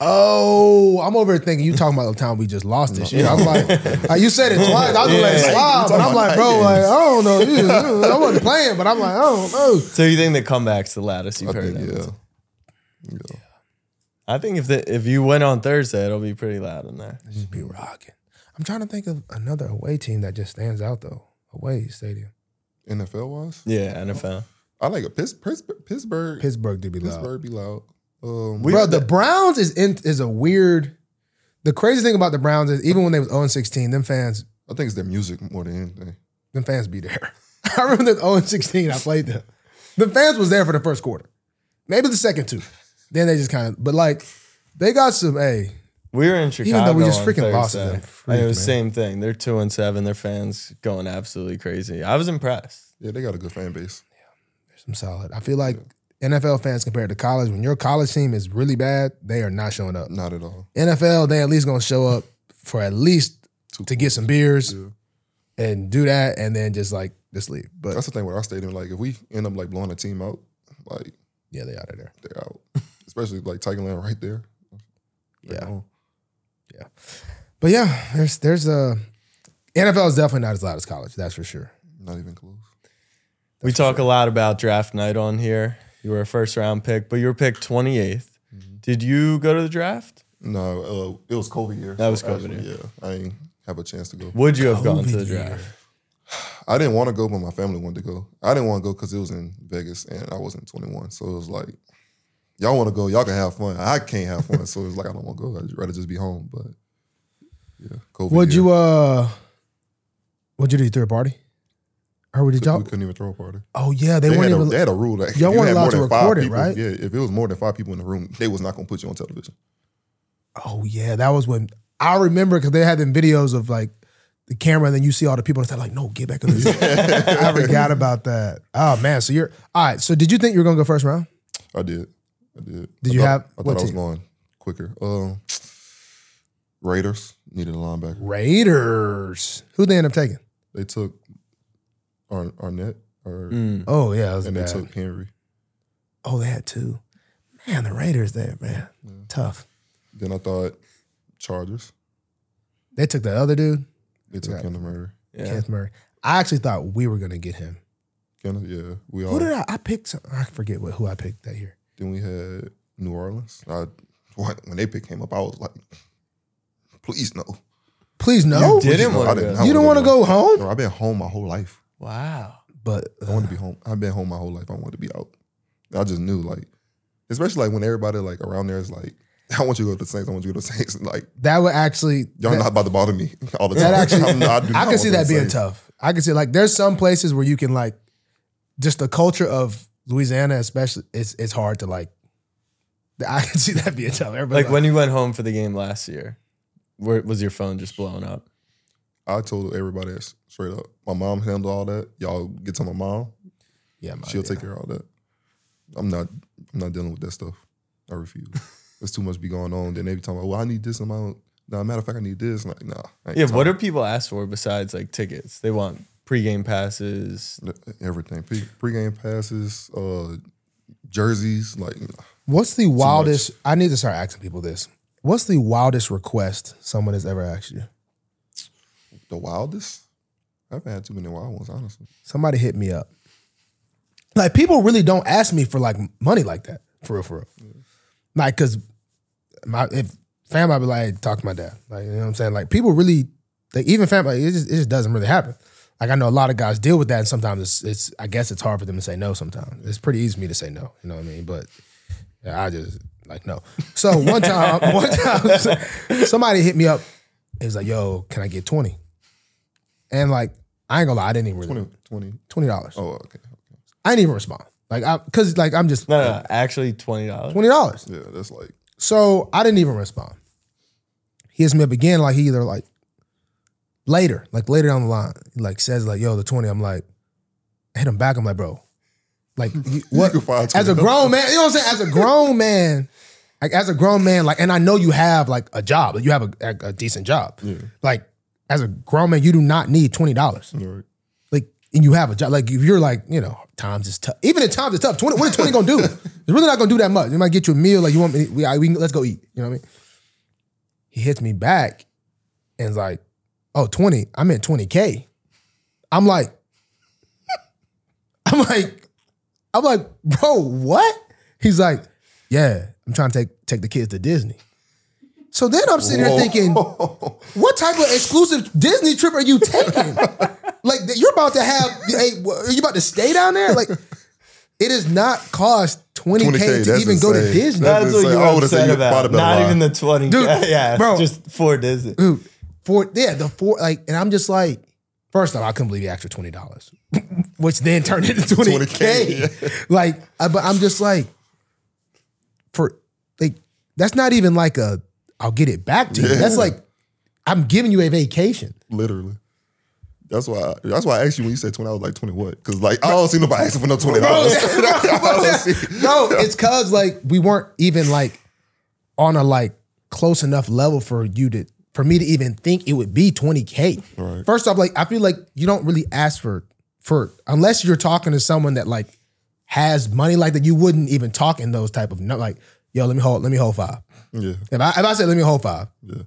Speaker 1: Oh, I'm over here thinking you talking about the time we just lost this year. I'm like, uh, you said it twice. I was gonna let it
Speaker 3: Yeah.
Speaker 1: slide,
Speaker 2: You
Speaker 1: but I'm
Speaker 2: talking
Speaker 1: like,
Speaker 2: about
Speaker 1: bro,
Speaker 2: night
Speaker 1: like, I don't
Speaker 2: games.
Speaker 1: know. You- you- I wasn't playing, but I'm like, I don't know.
Speaker 3: So you think the comeback's the loudest you've
Speaker 2: I
Speaker 3: heard?
Speaker 2: think
Speaker 3: of?
Speaker 2: yeah.
Speaker 3: I think if the, if you went on Thursday, it'll be pretty loud in there.
Speaker 1: Just be rocking. I'm trying to think of another away team that just stands out though. Away stadium.
Speaker 2: NFL wise,
Speaker 3: Yeah, NFL.
Speaker 2: I like a Pitts, Pitts, Pittsburgh.
Speaker 1: Pittsburgh do be loud.
Speaker 2: Pittsburgh be loud. Um,
Speaker 3: We-
Speaker 1: Bro, the Browns is in, is a weird. The crazy thing about the Browns is even when they was 0 16, them fans
Speaker 2: I think it's their music more than anything.
Speaker 1: them fans be there. I remember the 0 16 I played them. The fans was there for the first quarter, maybe the second two. Then they just kind of, but like they got some. Hey,
Speaker 3: We were in Chicago.
Speaker 1: though we just
Speaker 3: on
Speaker 1: freaking lost to
Speaker 3: Thursday,
Speaker 1: them.
Speaker 3: and it
Speaker 1: Freak,
Speaker 3: was
Speaker 1: man.
Speaker 3: same thing. They're two and seven. Their fans going absolutely crazy. I was impressed.
Speaker 2: Yeah, they got a good fan base.
Speaker 1: some solid. I feel like NFL fans compared to college, when your college team is really bad, they are not showing up.
Speaker 2: Not at all.
Speaker 1: NFL, they at least gonna show up for at least to get some beers and do that, and then just like just leave. But
Speaker 2: That's the thing with our stadium. Like, if we end up like blowing a team out, like
Speaker 1: yeah, they out of there.
Speaker 2: they're out. Especially like Tigerland right there. Like,
Speaker 1: Yeah.
Speaker 2: oh,
Speaker 1: But yeah, there's there's a NFL is definitely not as loud as college. That's for sure.
Speaker 2: not even close.
Speaker 3: we talk a lot about draft night
Speaker 1: Mm-hmm.
Speaker 3: on here. You were a first round pick, but you were picked 28th. Did you go to the draft?
Speaker 2: No, uh, it was COVID year.
Speaker 3: That was
Speaker 2: so
Speaker 3: COVID
Speaker 2: actually, Yeah, I didn't have a chance to go.
Speaker 3: Would you have gone to the
Speaker 1: COVID
Speaker 3: draft?
Speaker 2: I didn't want to go, but my family wanted to go. I didn't want to go because it was in Vegas and I wasn't 21. So it was like, y'all want to go, y'all can have fun. I can't have fun. so it was like, I don't want to go. I'd rather just be home. But yeah, COVID.
Speaker 1: Would
Speaker 2: year,
Speaker 1: you uh? Would you do? You threw a party? Or would you
Speaker 2: we
Speaker 1: talk?
Speaker 2: couldn't even throw a party.
Speaker 1: Oh yeah, they,
Speaker 2: They,
Speaker 1: weren't
Speaker 2: had, a,
Speaker 1: even.
Speaker 2: they had a rule that if
Speaker 1: Y'all
Speaker 2: you
Speaker 1: weren't
Speaker 2: had more
Speaker 1: allowed to
Speaker 2: than five
Speaker 1: record it,
Speaker 2: people,
Speaker 1: right?
Speaker 2: yeah, if it was more than five people in the room, they was not gonna put you on television.
Speaker 1: oh yeah, that was when I remember because they had them videos of like the camera, and then you see all the people and it's like, no, get back in the. I forgot about that. Oh man, so you're all right. So did you think you were gonna go first round?
Speaker 2: I did, I did.
Speaker 1: Did
Speaker 2: I
Speaker 1: you
Speaker 2: thought-
Speaker 1: have-
Speaker 2: I
Speaker 1: what
Speaker 2: thought I was
Speaker 1: team?
Speaker 2: going quicker. Um, Raiders needed a linebacker.
Speaker 1: Raiders. Who they end up taking?
Speaker 2: They took Ar- Arnett, or,
Speaker 3: Mm.
Speaker 1: Oh yeah, that was
Speaker 2: and they
Speaker 1: bad.
Speaker 2: took Henry.
Speaker 1: oh, they had two. Man, the Raiders there, man, tough.
Speaker 2: Then I thought Chargers.
Speaker 1: They took that other dude,
Speaker 2: They took
Speaker 1: Right.
Speaker 2: Kendall Murray.
Speaker 3: Yeah.
Speaker 1: Kenneth Murray. I actually thought we were gonna get him.
Speaker 2: Kendall, yeah. We all
Speaker 1: Who did I? I picked. some- I forget what, who I picked that year.
Speaker 2: then we had New Orleans. I when when they pick came up, I was like, please no.
Speaker 1: Please
Speaker 3: You
Speaker 1: no.
Speaker 3: didn't
Speaker 1: Would
Speaker 3: wanna
Speaker 2: I
Speaker 3: go.
Speaker 2: did
Speaker 1: you-
Speaker 2: not
Speaker 1: you don't want to go home.
Speaker 2: No, I've been home my whole life.
Speaker 3: Wow.
Speaker 1: But
Speaker 2: I want to be home. I've been home my whole life. I want to be out. I just knew like, especially like when everybody like around there is like, I want you to go to the Saints. I want you to go to the Saints. And, like
Speaker 1: uh, that would actually.
Speaker 2: y'all
Speaker 1: that-
Speaker 2: not about to bother me all the time.
Speaker 1: That actually-
Speaker 2: I'm not- do
Speaker 1: I
Speaker 2: not
Speaker 1: can see that
Speaker 2: want to go to
Speaker 1: being
Speaker 2: the Saints.
Speaker 1: tough. I can see like there's some places where you can like, just the culture of Louisiana, especially, it's it's hard to like. I can see that being tough. Everybody
Speaker 3: Like when you went home for the game last year, where was your phone just blown up?
Speaker 2: I told everybody that straight up. My mom handled all that. Y'all get to my mom.
Speaker 1: Oh, yeah, my-
Speaker 2: She'll take care of all that. I'm not. I'm not dealing with that stuff. I refuse. There's too much be going on. Then they be talking about, well, I need this amount. Now, matter of fact, I need this. Like, nah. I ain't
Speaker 3: Yeah, what
Speaker 2: talking
Speaker 3: do people ask for besides like tickets? They want pregame passes.
Speaker 2: about that. everything? Pre- Pre-game passes, uh, jerseys. Like,
Speaker 1: What's the wildest? I need to start asking people this. What's the wildest request someone has ever asked you?
Speaker 2: the wildest. I haven't had too many wild ones, honestly.
Speaker 1: Somebody hit me up. Like people really don't ask me for like money like that. For real, for real. Like, cause my if fam, I'd be like, hey, talk to my dad. Like, you know what I'm saying? Like people really like even fam, like, it just it just doesn't really happen. Like I know a lot of guys deal with that, and sometimes it's it's I guess it's hard for them to say no sometimes. It's pretty easy for me to say no, you know what I mean? But yeah, I just like no. So one time, one time somebody hit me up. It was like, yo, can I get 20? And like, I ain't gonna lie, I didn't even really
Speaker 2: 20, 20.
Speaker 1: twenty dollars.
Speaker 2: Oh, okay.
Speaker 1: I didn't even respond. Like I cause like I'm just
Speaker 3: No, no, no, actually twenty dollars.
Speaker 1: twenty dollars.
Speaker 2: Yeah, that's like
Speaker 1: So I didn't even respond. He hits me up again, like he either like later, like later down the line, like says like, yo, the 20. I'm like, I hit him back. I'm like, bro, like you- what
Speaker 2: can find
Speaker 1: as a
Speaker 2: 20.
Speaker 1: grown man, you know what I'm saying? As a grown man, like as a grown man, like, and I know you have like a job, like you have a, a, a decent job.
Speaker 2: Yeah.
Speaker 1: Like as a grown man, you do not need twenty dollars.
Speaker 2: all right.
Speaker 1: like and you have a job. Like if you're like, you know, times is tough. Even at times it's tough. Twenty, what is twenty gonna do? It's really not gonna do that much. It might get you a meal. Like you want me? We, I- we can, let's go eat. You know what I mean? He hits me back, and is like, oh, 20. I meant twenty k. I'm like, I'm like, I'm like, bro, what? He's like, yeah, I'm trying to take take the kids to Disney. So then I'm sitting here thinking, what type of exclusive Disney trip are you taking? like that you're about to have, hey, wha- are you about to stay down there? Like it does not cost 20K,
Speaker 2: 20K,
Speaker 1: to
Speaker 2: that's
Speaker 1: even go to
Speaker 2: insane.
Speaker 1: Disney.
Speaker 2: That-
Speaker 3: That's what
Speaker 2: Like,
Speaker 3: you
Speaker 2: I
Speaker 3: were
Speaker 2: would've said
Speaker 3: upset
Speaker 2: you
Speaker 3: about.
Speaker 2: thought about
Speaker 3: Not
Speaker 2: a lot.
Speaker 3: even the twenty.
Speaker 1: Dude,
Speaker 3: yeah, yeah,
Speaker 1: bro.
Speaker 3: just for Disney.
Speaker 1: Dude, for yeah, the four like, and I'm just like, first off, I couldn't believe the extra twenty dollars, which then turned into twenty
Speaker 2: 20K,
Speaker 1: k. Like, I- but I'm just like, for like, that's not even like a I'll get it back to you. That's
Speaker 2: Yeah.
Speaker 1: like I'm giving you a vacation.
Speaker 2: Literally. That's why. that's why I asked you when you said twenty. I was like twenty what? Because like I don't see nobody asking for no twenty dollars.
Speaker 1: no, it's cause like we weren't even like on a like close enough level for you to for me to even think it would be 20k.
Speaker 2: Right.
Speaker 1: First off, like I feel like you don't really ask for for unless you're talking to someone that like has money like that, you wouldn't even talk in those type of no like, yo, let me hold, let me hold five.
Speaker 2: yeah,
Speaker 1: If I if I said let me hold five,
Speaker 2: yeah,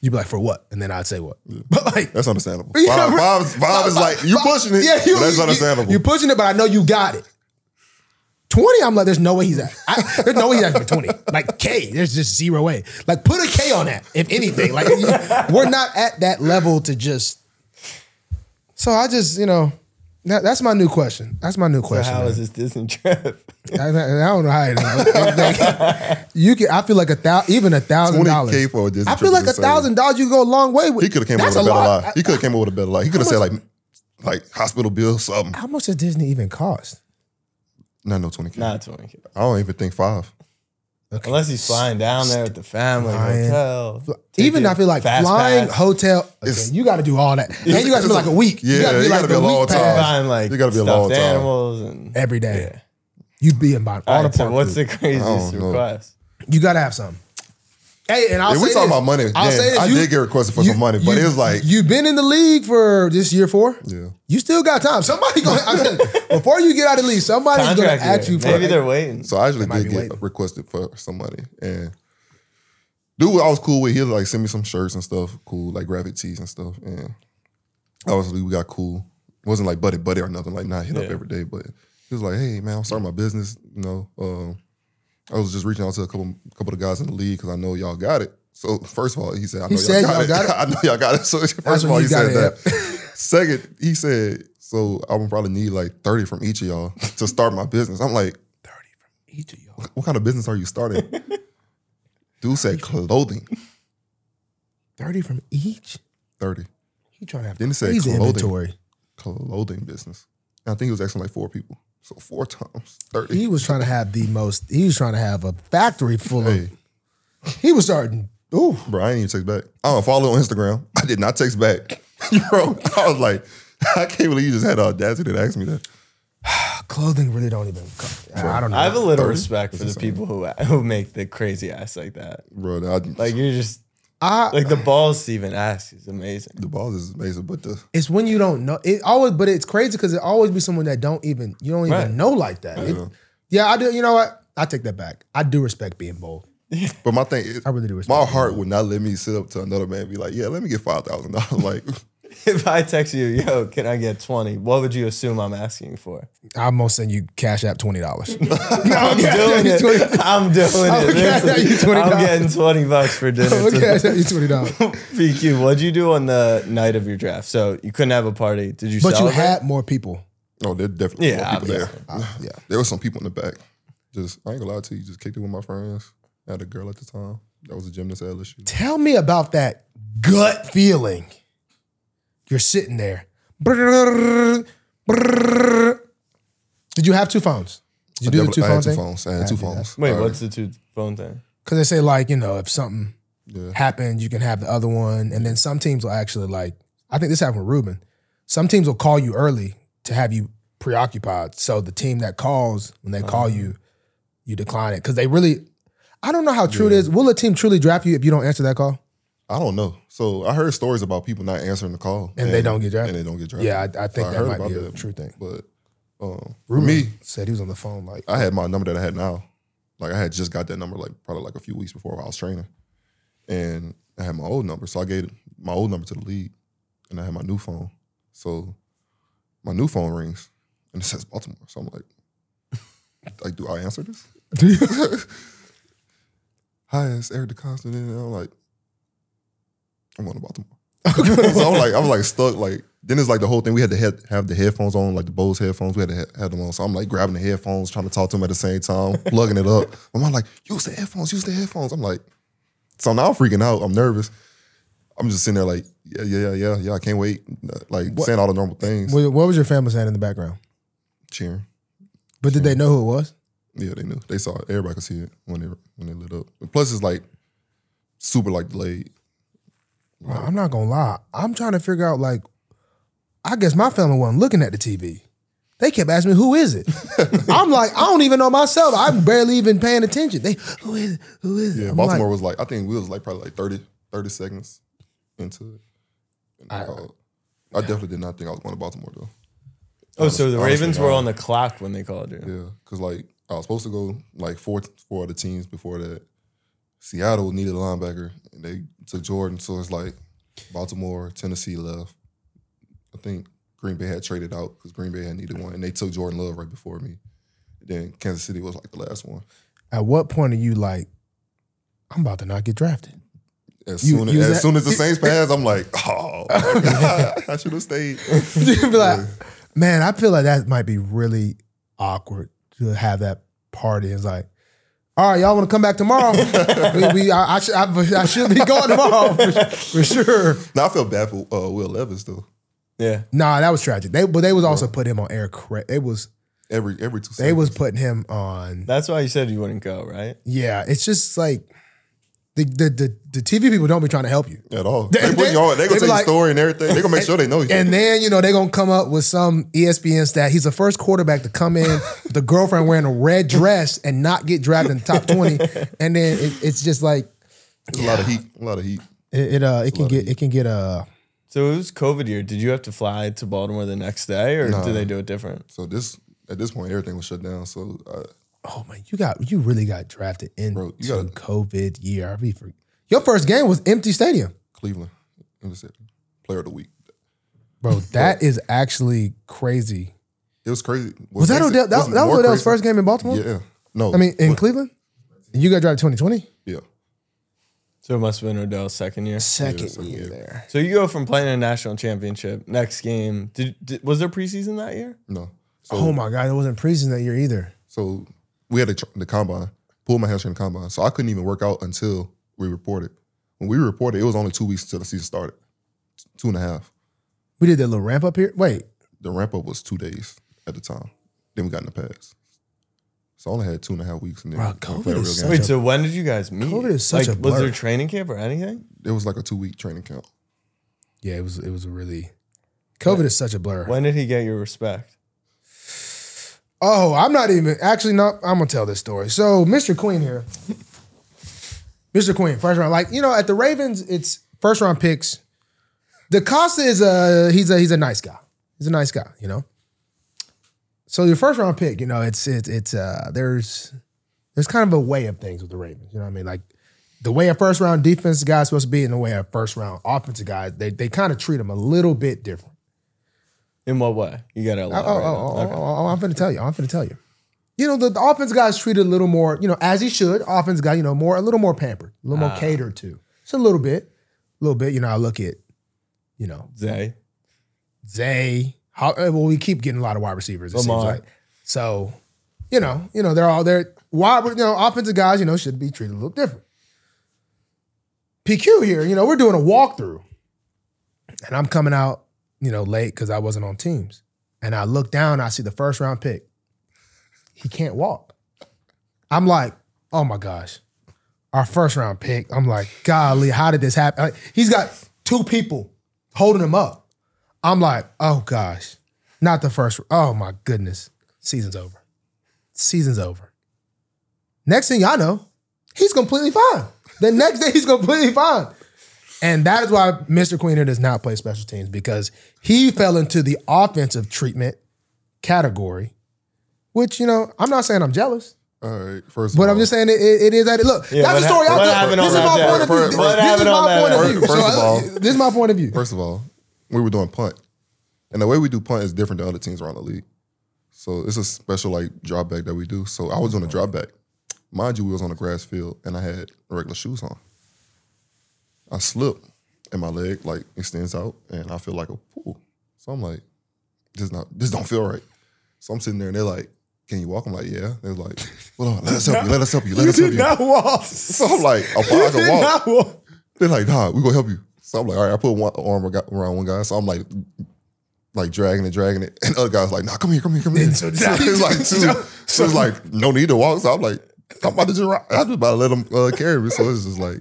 Speaker 1: you'd be like, for what? And then I'd say what? But like
Speaker 2: that's understandable.
Speaker 1: Yeah,
Speaker 2: Bob,
Speaker 1: bro.
Speaker 2: Bob's- Bob is like you pushing it.
Speaker 1: yeah, you,
Speaker 2: but that's
Speaker 1: you-
Speaker 2: understandable.
Speaker 1: You, are pushing it, but I know you got it. 20, I'm like, there's no way he's at. I, there's no way he's at 20. Like K, there's just zero way. Like put a K on that, if anything. Like you- we're not at that level to just. So I just, you know, that, that's my new question. That's my new question.
Speaker 3: How
Speaker 1: man.
Speaker 3: is this Disney trip?
Speaker 1: I, I- I don't know how it is. Like, you can. I feel like a thousand, even a thousand
Speaker 2: 20K
Speaker 1: dollars.
Speaker 2: for a Disney
Speaker 1: I feel
Speaker 2: trip
Speaker 1: like
Speaker 2: is
Speaker 1: a
Speaker 2: insane.
Speaker 1: thousand dollars. You can go a long way with.
Speaker 2: He could have came up
Speaker 1: That's
Speaker 2: with a better
Speaker 1: lot.
Speaker 2: lie. He could have came up with a better lie. He could have said like, like hospital bill, something.
Speaker 1: How much does Disney even cost?
Speaker 2: Not no twenty k. I
Speaker 3: Not 20K.
Speaker 2: don't even think five.
Speaker 1: Okay.
Speaker 3: Unless he's flying down there with the family
Speaker 1: Flying.
Speaker 3: hotel.
Speaker 1: Even
Speaker 3: ticket,
Speaker 1: I feel like
Speaker 3: fast
Speaker 1: flying
Speaker 3: pass.
Speaker 1: hotel. okay,
Speaker 2: It's-
Speaker 1: you got to do all that, and you got to
Speaker 2: it's
Speaker 1: be like
Speaker 2: a-
Speaker 1: a week.
Speaker 2: yeah,
Speaker 1: you got to
Speaker 2: you
Speaker 1: be like
Speaker 2: gotta be
Speaker 1: a
Speaker 2: a long
Speaker 1: week
Speaker 2: time.
Speaker 1: pass
Speaker 3: buying like
Speaker 2: You gotta be a long
Speaker 3: stuffed
Speaker 2: time.
Speaker 3: animals and
Speaker 1: every day.
Speaker 3: Yeah.
Speaker 1: You be in bottom. All
Speaker 3: All
Speaker 1: the
Speaker 3: right, so
Speaker 1: park.
Speaker 3: what's the craziest
Speaker 2: know.
Speaker 3: request?
Speaker 1: you got to have something. Hey, and I'll
Speaker 2: If
Speaker 1: say
Speaker 2: we talking
Speaker 1: this.
Speaker 2: about money,
Speaker 1: I'll say
Speaker 2: then
Speaker 1: this.
Speaker 2: I
Speaker 1: you-
Speaker 2: did get requested for
Speaker 1: you-
Speaker 2: some money, but
Speaker 1: you-
Speaker 2: it was like
Speaker 1: you've been in the league for this year four.
Speaker 2: Yeah.
Speaker 1: You still got time. Somebody going I'm telling you, before you get out of the league, somebody's
Speaker 3: Contract
Speaker 1: gonna at
Speaker 3: year.
Speaker 1: you for
Speaker 3: Maybe they're waiting.
Speaker 2: Mm-hmm. So I actually
Speaker 1: might
Speaker 2: did
Speaker 1: be
Speaker 2: get
Speaker 1: waiting.
Speaker 2: requested for some money, and dude, I was cool with. He like send me some shirts and stuff, cool, like graphic tees and stuff. And obviously, we got cool. wasn't like buddy buddy or nothing, like not hit up
Speaker 3: Yeah.
Speaker 2: every day. But he was like, "Hey man, I'm starting my business. You know, um, I was just reaching out to a couple couple of the guys in the league because I know y'all got it." So first of all, he said, "I know y'all,
Speaker 1: said
Speaker 2: got,
Speaker 1: y'all
Speaker 2: it.
Speaker 1: got it?
Speaker 2: I know y'all got it." So first
Speaker 1: That's
Speaker 2: of
Speaker 1: when
Speaker 2: all,
Speaker 1: you
Speaker 2: he said
Speaker 1: got
Speaker 2: that. Second, he said, "So I'm gonna probably need like 30 from each of y'all to start my business." I'm like.
Speaker 1: each of y'all.
Speaker 2: What kind of business are you starting? Dude said clothing.
Speaker 1: 30 from each?
Speaker 2: 30.
Speaker 1: He trying to have
Speaker 2: Then he said
Speaker 1: crazy
Speaker 2: clothing.
Speaker 1: inventory.
Speaker 2: Clothing business. And I think he was asking like four people. So four times. 30.
Speaker 1: He was trying to have the most, he was trying to have a factory full
Speaker 2: hey,
Speaker 1: of he was starting. Ooh.
Speaker 2: bro, I didn't even text back. I don't follow on Instagram. I did not text back. bro, I was like, I can't believe you just had the audacity to ask me that.
Speaker 1: Clothing really don't even come. I don't know.
Speaker 3: I have a little
Speaker 2: Thirty.
Speaker 3: respect for the people who who make the crazy ass like that.
Speaker 2: Bro, I,
Speaker 3: Like you're just
Speaker 1: I-
Speaker 3: like the balls to even ask is amazing.
Speaker 2: the balls is amazing, but the
Speaker 1: it's when you don't know. It always, but it's crazy because it always be someone that don't even you don't even
Speaker 3: Right.
Speaker 1: know like that. It- yeah, I do. You know what? I take that back. I do respect being bold.
Speaker 2: but my thing is
Speaker 1: I really do respect
Speaker 2: my
Speaker 1: you.
Speaker 2: heart would not let me sit up to another man and be like, yeah, let me get five thousand dollars. Like
Speaker 3: If I text you, yo, can I get twenty? What would you assume I'm asking for?
Speaker 1: I'm gonna send you Cash App twenty dollars. no,
Speaker 3: I'm doing it. I'm doing it.
Speaker 1: Okay, Oh, I got you
Speaker 3: Listen,
Speaker 1: $20.
Speaker 3: I'm getting twenty bucks for dinner.
Speaker 1: Okay,
Speaker 3: tonight.
Speaker 1: Cash App you twenty dollars.
Speaker 3: PQ, what'd you do on the night of your draft? So you couldn't have a party. Did you?
Speaker 1: But
Speaker 3: celebrate?
Speaker 1: you had more people.
Speaker 2: Oh, there definitely
Speaker 3: Yeah,
Speaker 2: more people there.
Speaker 1: obviously. Yeah.
Speaker 2: There was some people in the back. Just I ain't gonna lie to you, just kicked it with my friends. I had a girl at the time. That was a gymnast at LSU.
Speaker 1: Tell me about that gut feeling. You're sitting there. Brrr, brrr. Did you have two phones? Did you do the two
Speaker 2: I had
Speaker 1: phone
Speaker 2: two
Speaker 1: thing?
Speaker 2: phones. I had two phones.
Speaker 3: Wait,
Speaker 2: I-
Speaker 3: what's the two phone thing?
Speaker 1: Because they say like you know if something
Speaker 2: Yeah.
Speaker 1: happens, you can have the other one, and then some teams will actually like. I think this happened with Ruben. Some teams will call you early to have you preoccupied. So the team that calls when they
Speaker 2: Uh-huh.
Speaker 1: call you, you decline it because they really. I don't know how true it is. Will a team truly draft you if you don't answer that call?
Speaker 2: I don't know. So I heard stories about people not answering the call.
Speaker 1: And they don't get drafted?
Speaker 2: And they don't get drafted.
Speaker 1: Yeah, I, I think
Speaker 2: I
Speaker 1: that
Speaker 2: heard
Speaker 1: might
Speaker 2: about
Speaker 1: be a
Speaker 2: that.
Speaker 1: true thing.
Speaker 2: But um, for
Speaker 1: Ruben
Speaker 2: me,
Speaker 1: said he was on the phone like
Speaker 2: I had my number that I had now. Like I had just got that number like probably like a few weeks before I was training. And I had my old number. So I gave my old number to the league and I had my new phone. So my new phone rings and it says Baltimore. So I'm like, like, do I answer this? Hi, it's Eric DeCosta. And I'm like, I'm going to Baltimore. so I'm like, I'm like stuck. Like then it's like the whole thing. We had to head, have the headphones on, like the Bose headphones. We had to ha- have them on. So I'm like grabbing the headphones, trying to talk to him at the same time, plugging it up. My mom like, use the headphones, use the headphones. I'm like, so now I'm freaking out. I'm nervous. I'm just sitting there like, yeah, yeah, yeah, yeah, yeah. I can't wait. Like saying all the normal things,
Speaker 1: What, what was your family saying in the background?
Speaker 2: cheering.
Speaker 1: But did they know who it was?
Speaker 2: Yeah, they knew. They saw it. Everybody could see it when they when they lit up. Plus, it's like super like delayed.
Speaker 1: Bro, I'm not gonna lie. I'm trying to figure out like, I guess my family wasn't looking at the TV. They kept asking me, "Who is it?" I'm like, I don't even know myself. I'm barely even paying attention. They, who is it? Who is it?
Speaker 2: Yeah,
Speaker 1: I'm
Speaker 2: Baltimore
Speaker 1: like,
Speaker 2: was like, I think we was like probably like 30, 30 seconds into it. And I, called. I definitely did not think I was going to Baltimore though.
Speaker 3: Oh, so the
Speaker 2: honestly,
Speaker 3: Ravens were
Speaker 2: I-
Speaker 3: on the clock when they called you.
Speaker 2: Yeah, because like I was supposed to go like four four other teams before that. Seattle needed a linebacker, and they took Jordan. So it's like Baltimore, Tennessee left. I think Green Bay had traded out because Green Bay had needed one, and they took Jordan Love right before me. Then Kansas City was like the last one.
Speaker 1: At what point are you like, I'm about to not get drafted?
Speaker 2: As
Speaker 1: You-
Speaker 2: soon as,
Speaker 1: you was
Speaker 2: as
Speaker 1: at-
Speaker 2: soon as the Saints passed, I'm like, oh, my God, I should have stayed.
Speaker 1: You'd be like, man, I feel like that might be really awkward to have that party. It's like, all right, y'all want to come back tomorrow? we, we, I, I, should, I, I should be going tomorrow Oh, for, for sure.
Speaker 2: Now I feel bad for uh, Will Levis though.
Speaker 3: Yeah.
Speaker 1: Nah, that was tragic. They but they was also put him on air. Cra- it was
Speaker 2: Every every two
Speaker 1: they
Speaker 2: seconds.
Speaker 1: was putting him on
Speaker 3: That's why you said you wouldn't go, right?
Speaker 1: Yeah, it's just like the the the, the TV people don't be trying to help you.
Speaker 2: at all. They,
Speaker 1: They-
Speaker 2: put you on. They
Speaker 1: they
Speaker 2: gonna
Speaker 1: be
Speaker 2: tell your
Speaker 1: like-
Speaker 2: story and everything. They gonna make sure they know you.
Speaker 1: And then, you know, they're gonna come up with some E ESPN stat. He's the first quarterback to come in, with the girlfriend wearing a red dress and not get drafted in the top 20. And then it, it's just like
Speaker 2: There's a lot of heat. A lot of heat.
Speaker 1: it, it uh it can get it can get uh
Speaker 3: So it was COVID year. Did you have to fly to Baltimore the next day, or did they do it different?
Speaker 2: So this at this point, everything was shut down. So uh,
Speaker 1: oh man, you got you really got drafted into
Speaker 2: Bro, you gotta-
Speaker 1: COVID year. I be for your first game was empty stadium.
Speaker 2: Cleveland, intercepted player of the week.
Speaker 1: Bro, that is actually crazy.
Speaker 2: It was crazy. What
Speaker 1: Was that
Speaker 2: makes it-
Speaker 1: Odell? That,
Speaker 2: what's
Speaker 1: that was
Speaker 2: more
Speaker 1: Odell's
Speaker 2: crazy-
Speaker 1: first game in Baltimore?
Speaker 2: Yeah. No.
Speaker 1: I mean, in Cleveland? You got drafted 2020?
Speaker 2: yeah.
Speaker 3: So it must have been Odell's second year.
Speaker 1: Second
Speaker 2: second year.
Speaker 1: there.
Speaker 3: So you go from playing in a national championship next game. Did, did was there preseason that year?
Speaker 2: No. So
Speaker 1: Oh my God, it wasn't preseason that year either.
Speaker 2: So we had the, tr- the combine, pulled my hamstring in the combine. So I couldn't even work out until we reported. When we reported, it was only two weeks till the season started, two and a half.
Speaker 1: We did that little ramp up here. Wait,
Speaker 2: The ramp up was two days at the time. Then we got in the pass. So I only had two and a half weeks. And then
Speaker 1: Bro,
Speaker 2: we
Speaker 1: COVID
Speaker 2: played a
Speaker 1: is
Speaker 2: real game.
Speaker 3: Wait, so when did you guys meet?
Speaker 1: COVID is such
Speaker 3: like,
Speaker 1: a
Speaker 3: was there
Speaker 1: blur.
Speaker 3: training camp or anything?
Speaker 2: It was like a two week training camp.
Speaker 1: yeah, it was it was a really COVID is such a blur.
Speaker 3: When did he get your respect?
Speaker 1: Oh, I'm not even actually no, I'm gonna tell this story. So Mr. Queen here. Mr. Queen, first round. Like, you know, at the Ravens, it's first round picks. DaCosta is a he's a he's a nice guy. He's a nice guy, you know. So your first round pick, you know, it's it's it's uh there's there's kind of a way of things with the Ravens. You know what I mean? Like the way a first round defensive guy is supposed to be and the way a first round offensive guy, they they kind of treat them a little bit different.
Speaker 3: In what way? You got to
Speaker 1: Oh, oh,
Speaker 3: elaborate.
Speaker 1: oh,
Speaker 3: on-
Speaker 1: oh,
Speaker 3: okay.
Speaker 1: oh, oh, I'm finna tell you. I'm finna tell you. You know, the, the offense guy's treated a little more, you know, as he should. Offense guy, you know, more a little more pampered, a little more catered to. Just a little bit. A little bit. You know, I look at, you know,
Speaker 3: Zay.
Speaker 1: Zay. How, uh, well, we keep getting a lot of wide receivers, it
Speaker 3: Lamar.
Speaker 1: seems like. So, you know, you know, they're all they're wide, you know, offensive guys, you know, should be treated a little different. PQ here, you know, we're doing a walkthrough. And I'm coming out, you know, late because I wasn't on teams. And I look down, I see the first round pick. He can't walk. I'm like, oh my gosh. Our first round pick. I'm like, golly, how did this happen? Like, he's got two people holding him up. I'm like, oh gosh, not the first. Oh my goodness, season's over. Season's over. Next thing y'all know, he's completely fine. The next day, he's completely fine. And that is why Mr. Queener does not play special teams because he fell into the offensive treatment category, which, you know, I'm not saying I'm jealous,
Speaker 2: All right. First of
Speaker 1: but
Speaker 2: all,
Speaker 1: I'm just saying it, it, it is that it. Look,
Speaker 3: Yeah,
Speaker 1: that's
Speaker 3: what
Speaker 1: the story
Speaker 3: hap- what
Speaker 1: I
Speaker 3: happened
Speaker 1: This is
Speaker 3: on that
Speaker 1: my
Speaker 3: day?
Speaker 1: point of view.
Speaker 2: First-
Speaker 1: This
Speaker 2: what
Speaker 1: is
Speaker 3: happened on
Speaker 1: my
Speaker 3: that
Speaker 1: point of
Speaker 2: day?
Speaker 1: view.
Speaker 2: First of
Speaker 1: So, uh,
Speaker 2: all-
Speaker 1: This is my point of view.
Speaker 2: First of all, we were doing punt, and the way we do punt is different than other teams around the league. So it's a special like drop back that we do. So I was on a drop back. Mind you, we was on a grass field, and I had regular shoes on. I slipped, and my leg like extends out, and I feel like a pool. So I'm like, this not this don't feel right. So I'm sitting there, and they're like, "Can you walk?" I'm like, "Yeah." They're like, "Well, let us help you. Let us help you. Let us help you."
Speaker 1: walk.
Speaker 2: So I'm like, "I I can walk."
Speaker 1: walk.
Speaker 2: They're like, nah, we're gonna help you. So I'm like, all right, I put one arm aga- around one guy. So I'm like, like dragging it, dragging it. And the other guy's like, nah, come here, come here, come here. So it's like two. So it's like, no need to walk. So I'm like, I'm about to just ride. I just about to let him uh, carry me. So it's just like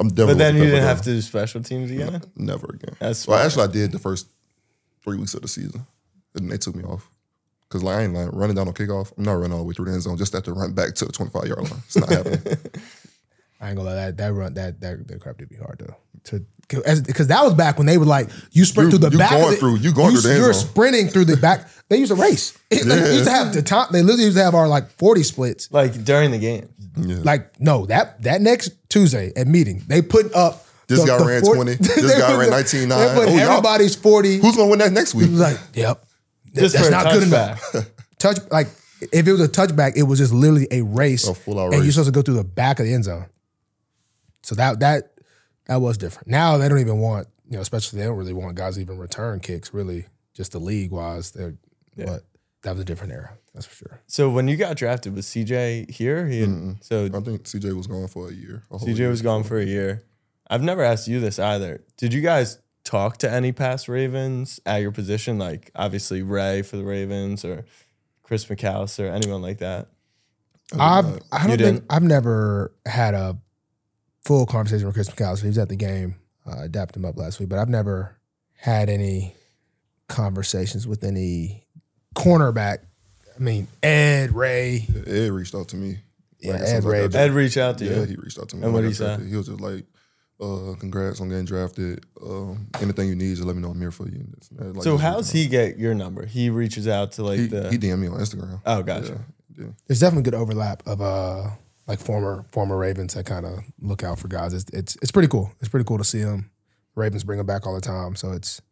Speaker 2: I'm definitely.
Speaker 3: But then you didn't have to do special teams again.
Speaker 2: never again.
Speaker 3: That's
Speaker 2: well,
Speaker 3: smart.
Speaker 2: actually I did the first three weeks of the season. And they took me off. Cause like I ain't like running down on kickoff. I'm not running all the way through the end zone just at the run back to the 25 yard line. It's not happening.
Speaker 1: I ain't gonna lie, that that run that that, that crap did be hard though. To because that was back when they were like you sprint
Speaker 2: You-
Speaker 1: through the
Speaker 2: you
Speaker 1: back. of
Speaker 2: going
Speaker 1: the-
Speaker 2: through- you going through the end
Speaker 1: You're
Speaker 2: zone.
Speaker 1: sprinting through the back. They used to race. It- like, they used to have the time. They literally used to have our like forty splits.
Speaker 3: Like during the game.
Speaker 1: Like no, that that next Tuesday at meeting they put up.
Speaker 2: This
Speaker 1: the-
Speaker 2: guy
Speaker 1: the
Speaker 2: ran 20. This
Speaker 1: they
Speaker 2: guy
Speaker 1: put
Speaker 2: ran
Speaker 1: the-
Speaker 2: 19.9.
Speaker 1: They
Speaker 2: Oh,
Speaker 1: put
Speaker 2: y'all-
Speaker 1: everybody's forty.
Speaker 2: Who's gonna win that next week?
Speaker 1: like yep,
Speaker 3: Just
Speaker 1: that's
Speaker 3: for a
Speaker 1: not good enough.
Speaker 3: touchback.
Speaker 1: Touch like If it was a touchback, it was just literally a race,
Speaker 2: A full-out
Speaker 1: and you're
Speaker 2: race.
Speaker 1: supposed to go through the back of the end zone. So that that that was different. Now they don't even want you know, especially they don't really want guys to even return kicks. Really, just the league wise, they're but that was a different era. That's for sure.
Speaker 3: So when you got drafted, was CJ here? He had, so
Speaker 2: I think CJ was gone for a year. a whole
Speaker 3: CJ
Speaker 2: year.
Speaker 3: was gone for a year. I've never asked you this either. Did you guys talk to any past Ravens at your position? Like obviously Ray for the Ravens or Chris McAllister, anyone like that?
Speaker 2: uh,
Speaker 1: I've I
Speaker 3: You
Speaker 1: don't
Speaker 3: didn't?
Speaker 1: think I've never had a full conversation with Chris McAllister. He was at the game. Uh, I dapped him up last week, but I've never had any conversations with any cornerback. I mean, Ed Ray.
Speaker 2: Ed reached out to me.
Speaker 1: Yeah,
Speaker 2: Like, it
Speaker 1: Ed
Speaker 2: sounds like
Speaker 1: Ray.
Speaker 2: I just-
Speaker 3: Ed reached out to
Speaker 2: Yeah,
Speaker 3: you.
Speaker 2: he reached out to me.
Speaker 3: And
Speaker 2: when
Speaker 3: what'd
Speaker 2: I got
Speaker 3: he say?
Speaker 2: drafted. He was just like, uh, congrats on getting drafted. Um, anything you need, just let me know. I'm here for you. And this and that. Like,
Speaker 3: So
Speaker 2: just-
Speaker 3: how's he get your number? He reaches out to like
Speaker 2: He,
Speaker 3: the
Speaker 2: he DM'd me on Instagram.
Speaker 3: Oh gotcha.
Speaker 2: Yeah, yeah.
Speaker 1: There's definitely good overlap of uh like former former Ravens that kind of look out for guys. It's, it's it's pretty cool. It's pretty cool to see them. Ravens bring them back all the time, so it's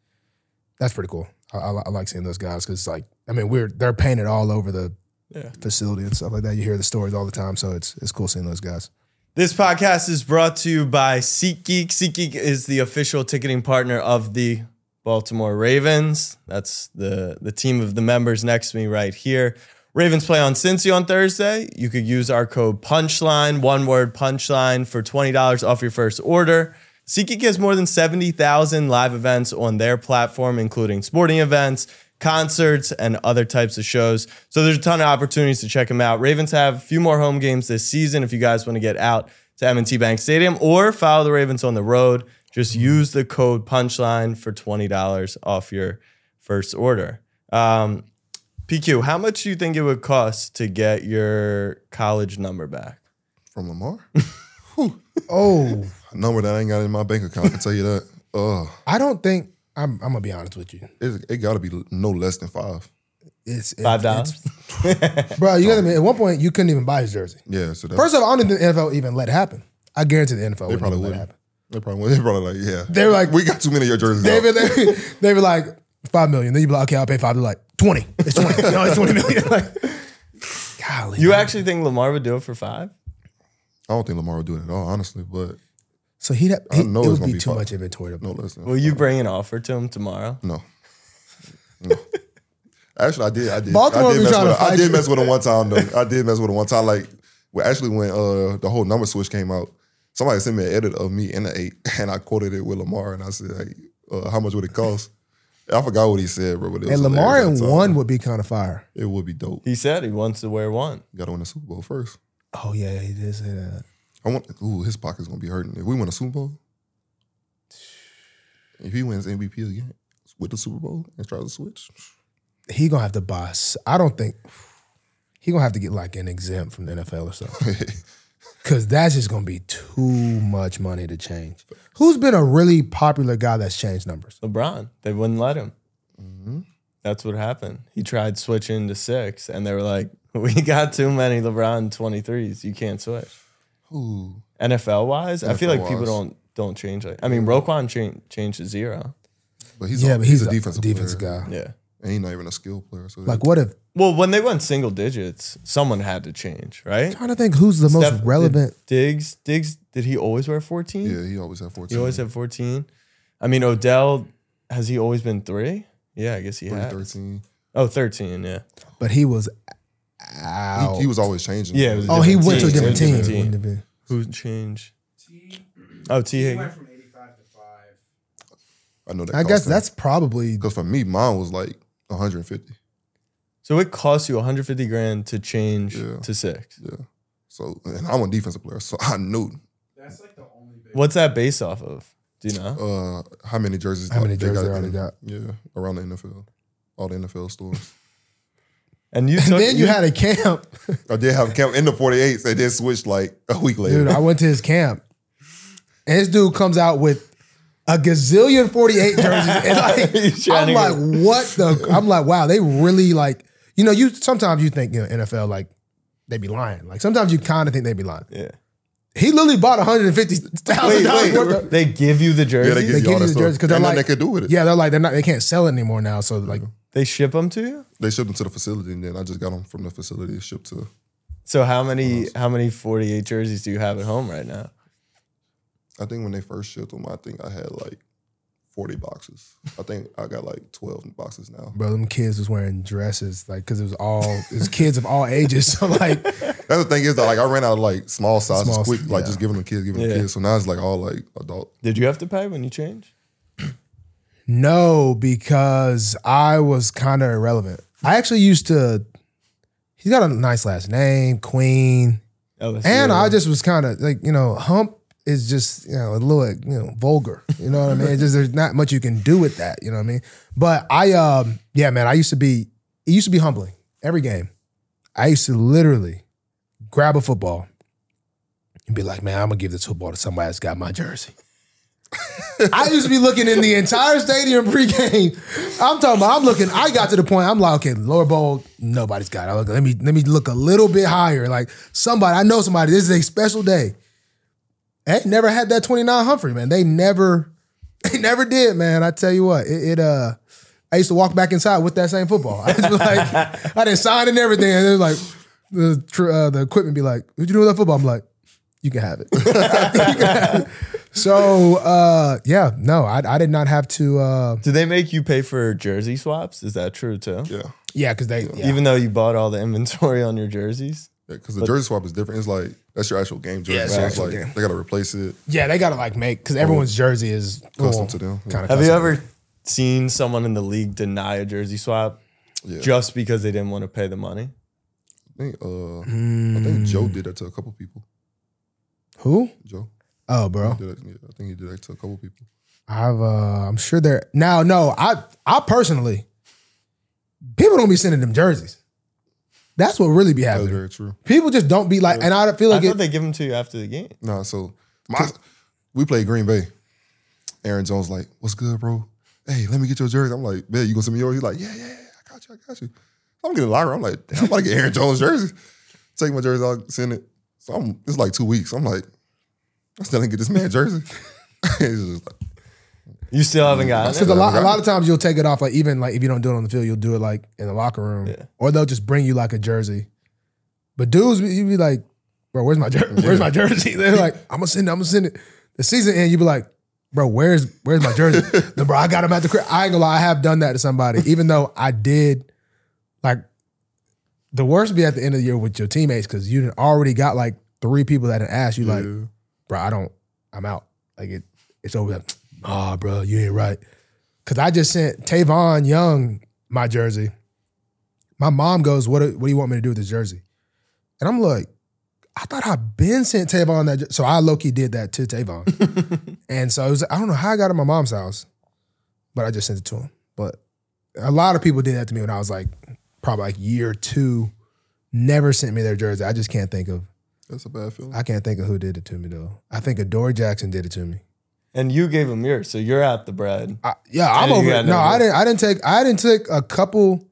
Speaker 1: that's pretty cool. I, I, li- I like seeing those guys because like I mean we're they're painted all over the
Speaker 3: Yeah.
Speaker 1: facility and stuff like that. You hear the stories all the time, so it's it's cool seeing those guys.
Speaker 3: This podcast is brought to you by SeatGeek. SeatGeek is the official ticketing partner of the Baltimore Ravens. That's the, the team of the members next to me right here. Ravens play on Cincy on Thursday. You could use our code PUNCHLINE, one word PUNCHLINE, for $20 off your first order. SeatGeek has more than 70,000 live events on their platform, including sporting events, concerts, and other types of shows. So there's a ton of opportunities to check them out. Ravens have a few more home games this season if you guys want to get out to M&T Bank Stadium or follow the Ravens on the road. Just use the code PUNCHLINE for $20 off your first order. Um, PQ, how much do you think it would cost to get your college number back?
Speaker 2: From Lamar?
Speaker 1: Oh,
Speaker 2: A number that I ain't got in my bank account, I can tell you that. Uh,
Speaker 1: I don't think I'm. I'm gonna be honest with you.
Speaker 2: it, it got to be no less than five.
Speaker 1: It's it-
Speaker 3: Five dollars.
Speaker 1: it's- bro. You got to at one point you couldn't even buy his jersey.
Speaker 2: Yeah, so that,
Speaker 1: First of all, I don't think the NFL even let it happen. I guarantee the NFL would
Speaker 2: probably
Speaker 1: probably let it
Speaker 2: wouldn't.
Speaker 1: happen.
Speaker 2: they probably they probably like yeah.
Speaker 1: They were like-
Speaker 2: we got too many of your jerseys.
Speaker 1: They
Speaker 2: out.
Speaker 1: were, they, they were like five million. Then you'd be like, okay, I'll pay five. They're like twenty. It's twenty. no, it's twenty million. Like, golly,
Speaker 3: You actually think Lamar would do it for five?
Speaker 2: I don't think Lamar would do it at all, honestly. But
Speaker 1: so he'd have, he,
Speaker 2: know
Speaker 1: it
Speaker 2: it's
Speaker 1: would
Speaker 2: gonna
Speaker 1: be,
Speaker 2: be
Speaker 1: too
Speaker 2: five.
Speaker 1: much inventory to
Speaker 2: no less than
Speaker 3: Will you bring an offer to him tomorrow?
Speaker 2: No. No. Actually, I did. I did.
Speaker 1: Baltimore
Speaker 2: I did
Speaker 1: be
Speaker 2: mess
Speaker 1: trying
Speaker 2: with
Speaker 1: to
Speaker 2: him. I
Speaker 1: fight
Speaker 2: did
Speaker 1: you.
Speaker 2: mess with him one time though. I did mess with him one time. Like, well, actually, when uh the whole number switch came out, somebody sent me an edit of me in the eight, and I quoted it with Lamar, and I said, hey, uh, "How much would it cost?" I forgot what he said, bro. But it was
Speaker 1: And Lamar
Speaker 2: hilarious
Speaker 1: in
Speaker 2: at the time.
Speaker 1: one would be kind of fire.
Speaker 2: it would be dope.
Speaker 3: He said he wants to wear one.
Speaker 2: You got to win the Super Bowl first.
Speaker 1: Oh yeah, he did say that.
Speaker 2: I want. Ooh, his pocket's gonna be hurting if we win a Super Bowl. If he wins MVP again with the Super Bowl and tries to switch,
Speaker 1: He gonna have to buy. s- I don't think he gonna have to get like an exempt from the NFL or something. Cause that's just gonna be too much money to change. Who's been a really popular guy that's changed
Speaker 2: Oh,
Speaker 1: numbers?
Speaker 3: LeBron, they wouldn't let him. Mm-hmm. That's what happened. He tried switching to six, and they were like, "We got too many LeBron 23s. You can't switch."
Speaker 2: ooh.
Speaker 3: NFL wise, I feel like people
Speaker 2: NFL-wise.
Speaker 3: don't don't change. Like, I mean, Roquan cha- changed to zero.
Speaker 2: But he's
Speaker 1: yeah,
Speaker 2: a,
Speaker 1: but he's,
Speaker 2: a defensive
Speaker 1: defensive
Speaker 2: player.
Speaker 1: guy.
Speaker 3: Yeah.
Speaker 2: And he's not even a skill player. So
Speaker 1: Like, what if?
Speaker 3: Well, when they went single digits, someone had to change, right?
Speaker 1: trying to think who's the most
Speaker 3: Steph- did
Speaker 1: relevant.
Speaker 3: Diggs, Diggs, did he always wear 14?
Speaker 2: yeah, he always had fourteen.
Speaker 3: He always had 14. I mean, Odell, has he always been three? Yeah, I guess he
Speaker 2: Three,
Speaker 3: had.
Speaker 2: 13.
Speaker 3: Oh, 13, yeah.
Speaker 1: But he was
Speaker 2: He,
Speaker 1: out.
Speaker 2: he was always changing.
Speaker 3: Yeah, it was a
Speaker 1: oh, he
Speaker 3: different
Speaker 1: went to a
Speaker 3: team.
Speaker 1: different
Speaker 3: He
Speaker 1: team.
Speaker 3: was a
Speaker 1: Wouldn't
Speaker 3: different
Speaker 1: it be?
Speaker 3: Who changed?
Speaker 4: T.
Speaker 3: Oh, T.
Speaker 4: He
Speaker 3: Higgins.
Speaker 4: went from 85 to 5.
Speaker 2: I know that.
Speaker 1: I guess that's probably
Speaker 2: because for me, mine was like 150.
Speaker 3: So it costs you 150 grand to change
Speaker 2: Yeah.
Speaker 3: to six.
Speaker 2: Yeah. So and I'm a defensive player, so I knew
Speaker 4: That's like the only big
Speaker 3: What's that based off of? Do you know?
Speaker 2: uh, how many jerseys.
Speaker 1: How many
Speaker 2: they
Speaker 1: jerseys they
Speaker 2: in-
Speaker 1: already got.
Speaker 2: Yeah, around the NFL, all the NFL stores.
Speaker 3: And you
Speaker 1: And
Speaker 3: took,
Speaker 1: then you had a camp.
Speaker 2: I did have Cam in the 48s. They did switch like a week later.
Speaker 1: Dude, I went to his camp. And this dude comes out with a gazillion 48 jerseys. And
Speaker 3: He's
Speaker 1: like,
Speaker 3: trying
Speaker 1: I'm
Speaker 3: to
Speaker 1: like,
Speaker 3: go-
Speaker 1: what the I'm like, wow, they really like, you know, you sometimes you think, you know, NFL like they be lying. Like sometimes you kind of think they be lying.
Speaker 3: Yeah.
Speaker 1: He literally bought $150,000 worth of
Speaker 3: They give you the jersey.
Speaker 2: yeah, they give
Speaker 1: they
Speaker 2: you
Speaker 1: give
Speaker 2: all
Speaker 1: you
Speaker 2: that
Speaker 1: the
Speaker 2: stuff.
Speaker 1: jerseys 'cause they're
Speaker 2: And
Speaker 1: like-
Speaker 2: they could do with it.
Speaker 1: Yeah, they're like they're not they can't sell it anymore now. So like
Speaker 3: They ship them to you.
Speaker 2: They shipped them to the facility, and then I just got them from the facility shipped to
Speaker 3: So how many how many 48 jerseys do you have at home right now?
Speaker 2: I think when they first shipped them, I think I had like 40 boxes. I think I got like 12 boxes now.
Speaker 1: Bro, them kids was wearing dresses, like, because it was all, it was kids of all ages. So, like,
Speaker 2: That's the thing is that like I ran out of like small sizes
Speaker 1: Small-
Speaker 2: quick, like just giving them kids, giving
Speaker 3: Yeah.
Speaker 2: them kids. So now it's like all like adult.
Speaker 3: Did you have to pay when you changed?
Speaker 1: no, because I was kind of irrelevant. I actually used to, he's got a nice last name, Queen.
Speaker 3: Oh, that's the
Speaker 1: And
Speaker 3: other
Speaker 1: I
Speaker 3: one.
Speaker 1: just was kind of like, you know, hump is just, you know, a little, you know, vulgar. You know what I mean? Just there's not much you can do with that. You know what I mean? But I, um, yeah, man, I used to be, it used to be humbling every game. I used to literally grab a football and be like, man, I'm gonna give this football to somebody that's got my jersey. I used to be looking in the entire stadium pregame. I'm talking about. I'm looking. I got to the point. I'm like, okay, lower bowl, nobody's got it. Look, let me let me look a little bit higher. Like somebody, I know somebody. This is a special day. They never had that 29 Humphrey, man. They never, they never did, man. I tell you what, it, it uh, I used to walk back inside with that same football. I just was like, I didn't sign and everything. And it was like the tr- uh, the equipment be like, "What you doing with that football?" I'm like, "You can have it." So uh, yeah, no, I, I did not have to. Uh,
Speaker 3: do they make you pay for jersey swaps? Is that true too?
Speaker 2: Yeah.
Speaker 1: yeah, because they yeah.
Speaker 3: Even though you bought all the inventory on your jerseys,
Speaker 2: Because the jersey swap is different. It's like that's your actual game jersey.
Speaker 1: Yeah, it's
Speaker 2: so
Speaker 1: your
Speaker 2: it's
Speaker 1: actual
Speaker 2: like
Speaker 1: game.
Speaker 2: they gotta replace it.
Speaker 1: yeah, they gotta like make
Speaker 3: Oh,
Speaker 1: because everyone's jersey is
Speaker 2: Custom to them, yeah.
Speaker 1: Kind of
Speaker 3: have you ever seen someone in the league deny a jersey swap
Speaker 2: Yeah.
Speaker 3: just because they didn't want to pay the money?
Speaker 2: I think, uh, I think
Speaker 1: Hmm.
Speaker 2: Joe did that to a couple people.
Speaker 1: who?
Speaker 2: Joe
Speaker 1: Oh, bro,
Speaker 2: did that, yeah, I think he did that to a couple people.
Speaker 1: I've uh, I'm sure they're now. No, I I personally, people don't be sending them jerseys. That's what really be
Speaker 2: That's
Speaker 1: happening.
Speaker 2: very true.
Speaker 1: People just don't be like, and I feel
Speaker 3: I
Speaker 1: like
Speaker 3: thought
Speaker 1: it,
Speaker 3: they give them to you after the game.
Speaker 2: Nah, so my we played Green Bay. Aaron Jones like, what's good, bro? Hey, let me get your jersey. I'm like, man, you gonna send me yours? He's like, yeah, yeah, yeah, I got you, I got you. I'm getting liar. I'm like, damn, I'm about to get Aaron Jones jersey. Take my jersey, I'll send it. So I'm it's like two weeks. I'm like, I still didn't get this man jersey. He's just like,
Speaker 3: You still haven't gotten
Speaker 1: because
Speaker 3: it.
Speaker 1: a lot a
Speaker 2: Right.
Speaker 1: lot of times you'll take it off. Like even like if you don't do it on the field, you'll do it like in the locker room,
Speaker 3: Yeah.
Speaker 1: or they'll just bring you like a jersey. But dudes, you be like, bro, where's my jersey? Where's my jersey? They're like, I'm gonna send it. I'm gonna send it. The season end, you be like, bro, where's where's my jersey? no, bro, I got him at the crib. I ain't gonna lie, I have done that to somebody, even though I did like the worst be at the end of the year with your teammates because you done already got like three people that had asked you like,
Speaker 2: yeah.
Speaker 1: bro, I don't, I'm out. Like it, it's over. Like, Nah, bro, you ain't right. Cause I just sent Tavon Young my jersey. My mom goes, what do, what do you want me to do with this jersey? And I'm like, I thought I'd been sent Tavon that. jer- So I low key did that to Tavon. and so it was, I don't know how I got it at my mom's house, but I just sent it to him. But a lot of people did that to me when I was like, probably like year two, never sent me their jersey. I just can't think of
Speaker 2: That's a bad feeling.
Speaker 1: I can't think of who did it to me though. I think Adore Jackson did it to me.
Speaker 3: And you gave them yours, so you're at the bread.
Speaker 1: I, yeah, I'm
Speaker 3: you
Speaker 1: over.
Speaker 3: got
Speaker 1: It. No,
Speaker 3: no
Speaker 1: I
Speaker 3: idea.
Speaker 1: didn't. I didn't take. I didn't take a couple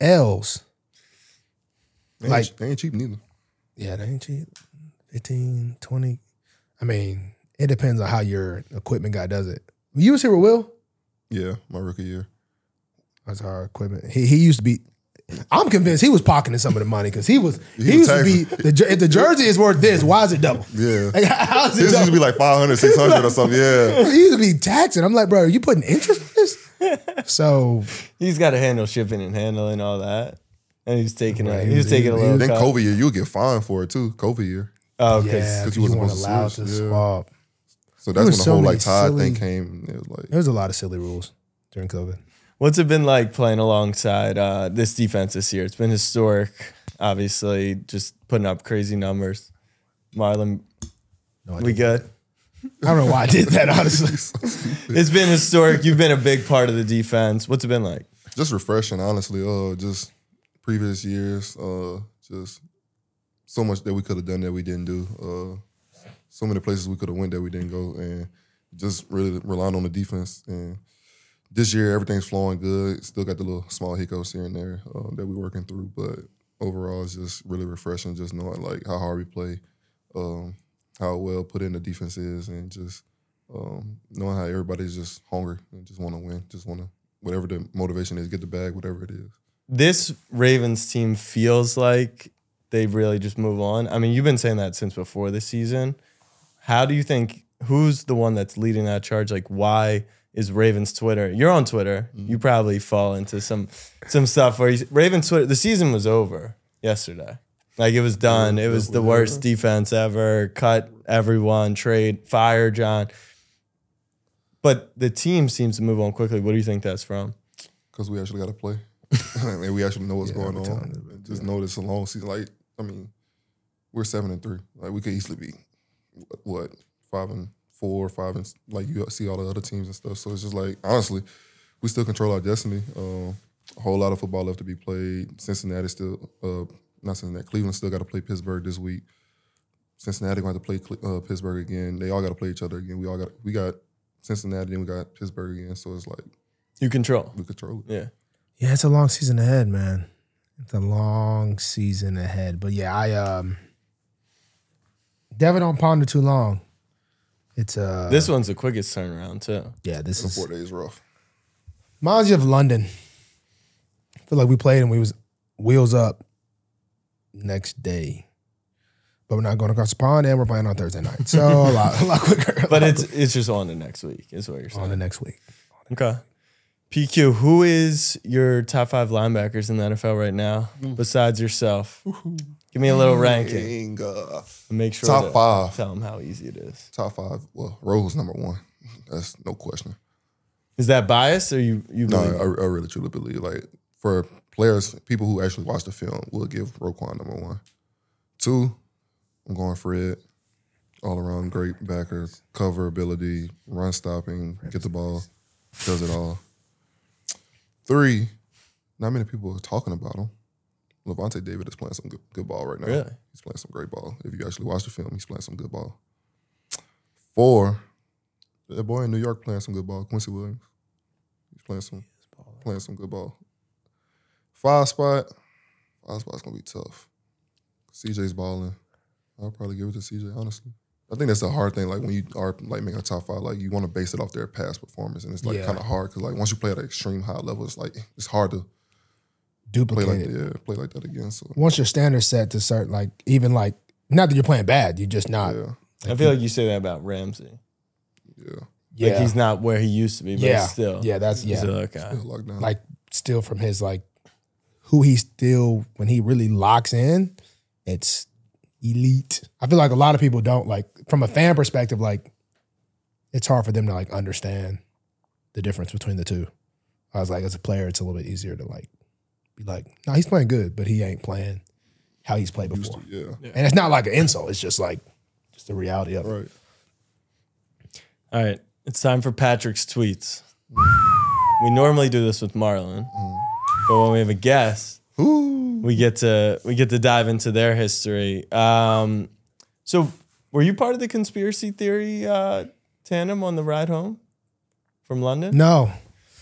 Speaker 1: L's.
Speaker 2: They ain't-
Speaker 1: like-
Speaker 2: they ain't cheap neither.
Speaker 1: Yeah, they ain't cheap. 15, 20. I mean, it depends on how your equipment guy does it. You was here with Will.
Speaker 2: Yeah, my rookie year.
Speaker 1: That's our equipment. He he used to be. I'm convinced he was pocketing some of the money because he was he,
Speaker 2: was
Speaker 1: used to be
Speaker 2: taxing.
Speaker 1: the jer- if the jersey is worth this, why is it double?
Speaker 2: Yeah.
Speaker 1: Like, how is it
Speaker 2: This used
Speaker 1: double?
Speaker 2: to be like 500, 600 or something. Yeah.
Speaker 1: he used to be taxing. I'm like, bro, are you putting interest in this? So
Speaker 3: He's got to handle shipping and handling all that, and he's taking a,
Speaker 1: Right,
Speaker 3: he was
Speaker 1: he-
Speaker 3: taking a
Speaker 1: he-
Speaker 3: little.
Speaker 2: Then
Speaker 3: cut.
Speaker 2: COVID year, you'll get fined for it too. COVID year.
Speaker 3: Oh, okay.
Speaker 1: yeah,
Speaker 2: 'cause
Speaker 1: you,
Speaker 2: you wasn't
Speaker 1: weren't
Speaker 2: supposed to
Speaker 1: allowed to,
Speaker 2: switch, yeah.
Speaker 1: swap.
Speaker 2: So that's
Speaker 1: was
Speaker 2: when the
Speaker 1: so
Speaker 2: whole
Speaker 1: many
Speaker 2: like Todd
Speaker 1: silly-
Speaker 2: thing came. It was like
Speaker 1: There was a lot of silly rules during COVID.
Speaker 3: What's it been like playing alongside uh, this defense this year? It's been historic, obviously, just putting up crazy numbers. Marlon,
Speaker 1: No, I,
Speaker 3: we
Speaker 1: didn't.
Speaker 3: good?
Speaker 1: I don't know why I did that. Honestly,
Speaker 3: It's been historic. You've been a big part of the defense. What's it been like?
Speaker 2: just refreshing, honestly. Uh, just previous years, uh, just so much that we could have done that we didn't do. Uh, so many places we could have went that we didn't go, and just really relying on the defense. And this year, everything's flowing good. Still got the little small hiccups here and there uh, that we're working through, but overall, it's just really refreshing. Just knowing like how hard we play, um, how well put in the defense is, and just um, knowing how everybody's just hungry and just want to win, just want to whatever the motivation is, get the bag, whatever it is.
Speaker 3: this Ravens team feels like they really just move on. I mean, you've been saying that since before the season. How do you think who's the one that's leading that charge? Like, why is Ravens Twitter? You're on Twitter. You probably fall into some some stuff where you, Ravens Twitter. The season was over yesterday. Like it was done. It was the worst defense ever. Cut everyone. Trade. Fire John. But the team seems to move on quickly. What do you think that's from?
Speaker 2: because we actually got to play and we actually know what's going
Speaker 1: every
Speaker 2: on.
Speaker 1: time, every
Speaker 2: And Just know this is a long season. Like I mean, we're seven and three. Like we could easily be wh- what five and four, five and s- like you see all the other teams and stuff. So it's just like honestly, we still control our destiny. Um, a whole lot of football left to be played. Cincinnati still uh, not Cincinnati. Cleveland still got to play Pittsburgh this week. Cincinnati gonna have to play Cle- uh, Pittsburgh again. They all got to play each other again. We all got we got Cincinnati, then we got Pittsburgh again. So it's like
Speaker 3: You control.
Speaker 2: we control it.
Speaker 3: Yeah.
Speaker 1: Yeah, it's a long season ahead, man. It's a long season ahead. But yeah, I um Devin don't ponder too long. It's uh
Speaker 3: This one's the quickest turnaround too.
Speaker 1: yeah, this
Speaker 2: The
Speaker 1: is
Speaker 2: four days rough.
Speaker 1: reminds you of London. I feel like we played and we was wheels up next day. But we're not going across the pond and we're playing on Thursday night. So a lot a lot quicker. a lot
Speaker 3: But it's it's just on to next week, is what you're
Speaker 1: quicker on the
Speaker 3: saying.
Speaker 1: next week.
Speaker 3: Okay. PQ, who is your top five linebackers in the NFL right now,
Speaker 1: Mm.
Speaker 3: besides yourself? Give me a little ranking.
Speaker 2: Dang, uh,
Speaker 3: And make sure
Speaker 2: Top
Speaker 3: to
Speaker 2: five.
Speaker 3: Tell them how easy it is.
Speaker 2: Top five. Well, Rose number one. That's no question.
Speaker 3: Is that biased or you you
Speaker 2: No,
Speaker 3: believe?
Speaker 2: I, I really truly believe like for players, people who actually watch the film will give Roquan number one. Two, I'm going Fred. All around great backer, cover ability, run stopping, get the ball, does it all. Three, not many people are talking about him. Levante David is playing some good, good ball right now.
Speaker 3: Really?
Speaker 2: He's playing some great ball. If you actually watch the film, he's playing some good ball. Four, that boy in New York playing some good ball, Quincy Williams. He's playing some playing some good ball. Five spot, five spot's gonna be tough. CJ's balling. I'll probably give it to CJ, honestly. I think that's the hard thing. Like when you are like making a top five, like you want to base it off their past performance, and it's like
Speaker 1: Yeah.
Speaker 2: kind of hard because like once you play at an extreme high level, it's like it's hard to play
Speaker 1: Duplicate
Speaker 2: like
Speaker 1: it.
Speaker 2: yeah, play like that again. So
Speaker 1: Once your standards set to certain like even like not that you're playing bad, you're just not
Speaker 2: yeah,
Speaker 3: I feel like you say that about Ramsey.
Speaker 2: yeah,
Speaker 1: yeah.
Speaker 3: Like he's not where he used to be, but
Speaker 1: yeah,
Speaker 3: he's still.
Speaker 1: yeah, that's
Speaker 3: He's
Speaker 1: yeah.
Speaker 3: a good guy.
Speaker 2: yeah, lockdown.
Speaker 1: like still from his like who he still when he really locks in, it's elite. I feel like a lot of people don't like from a fan perspective, like it's hard for them to like understand the difference between the two. I was like, as a player, it's a little bit easier to like be like, no, he's playing good, but he ain't playing how he's played
Speaker 2: used
Speaker 1: before.
Speaker 2: to, yeah,
Speaker 1: And it's not like an insult. It's just like just the reality of it.
Speaker 2: right.
Speaker 3: All right. It's time for Patrick's tweets. we normally do this with Marlon, but when we have a guest, we get to we get to dive into their history. Um, so, were you part of the conspiracy theory uh, tandem on the ride home from London?
Speaker 1: No.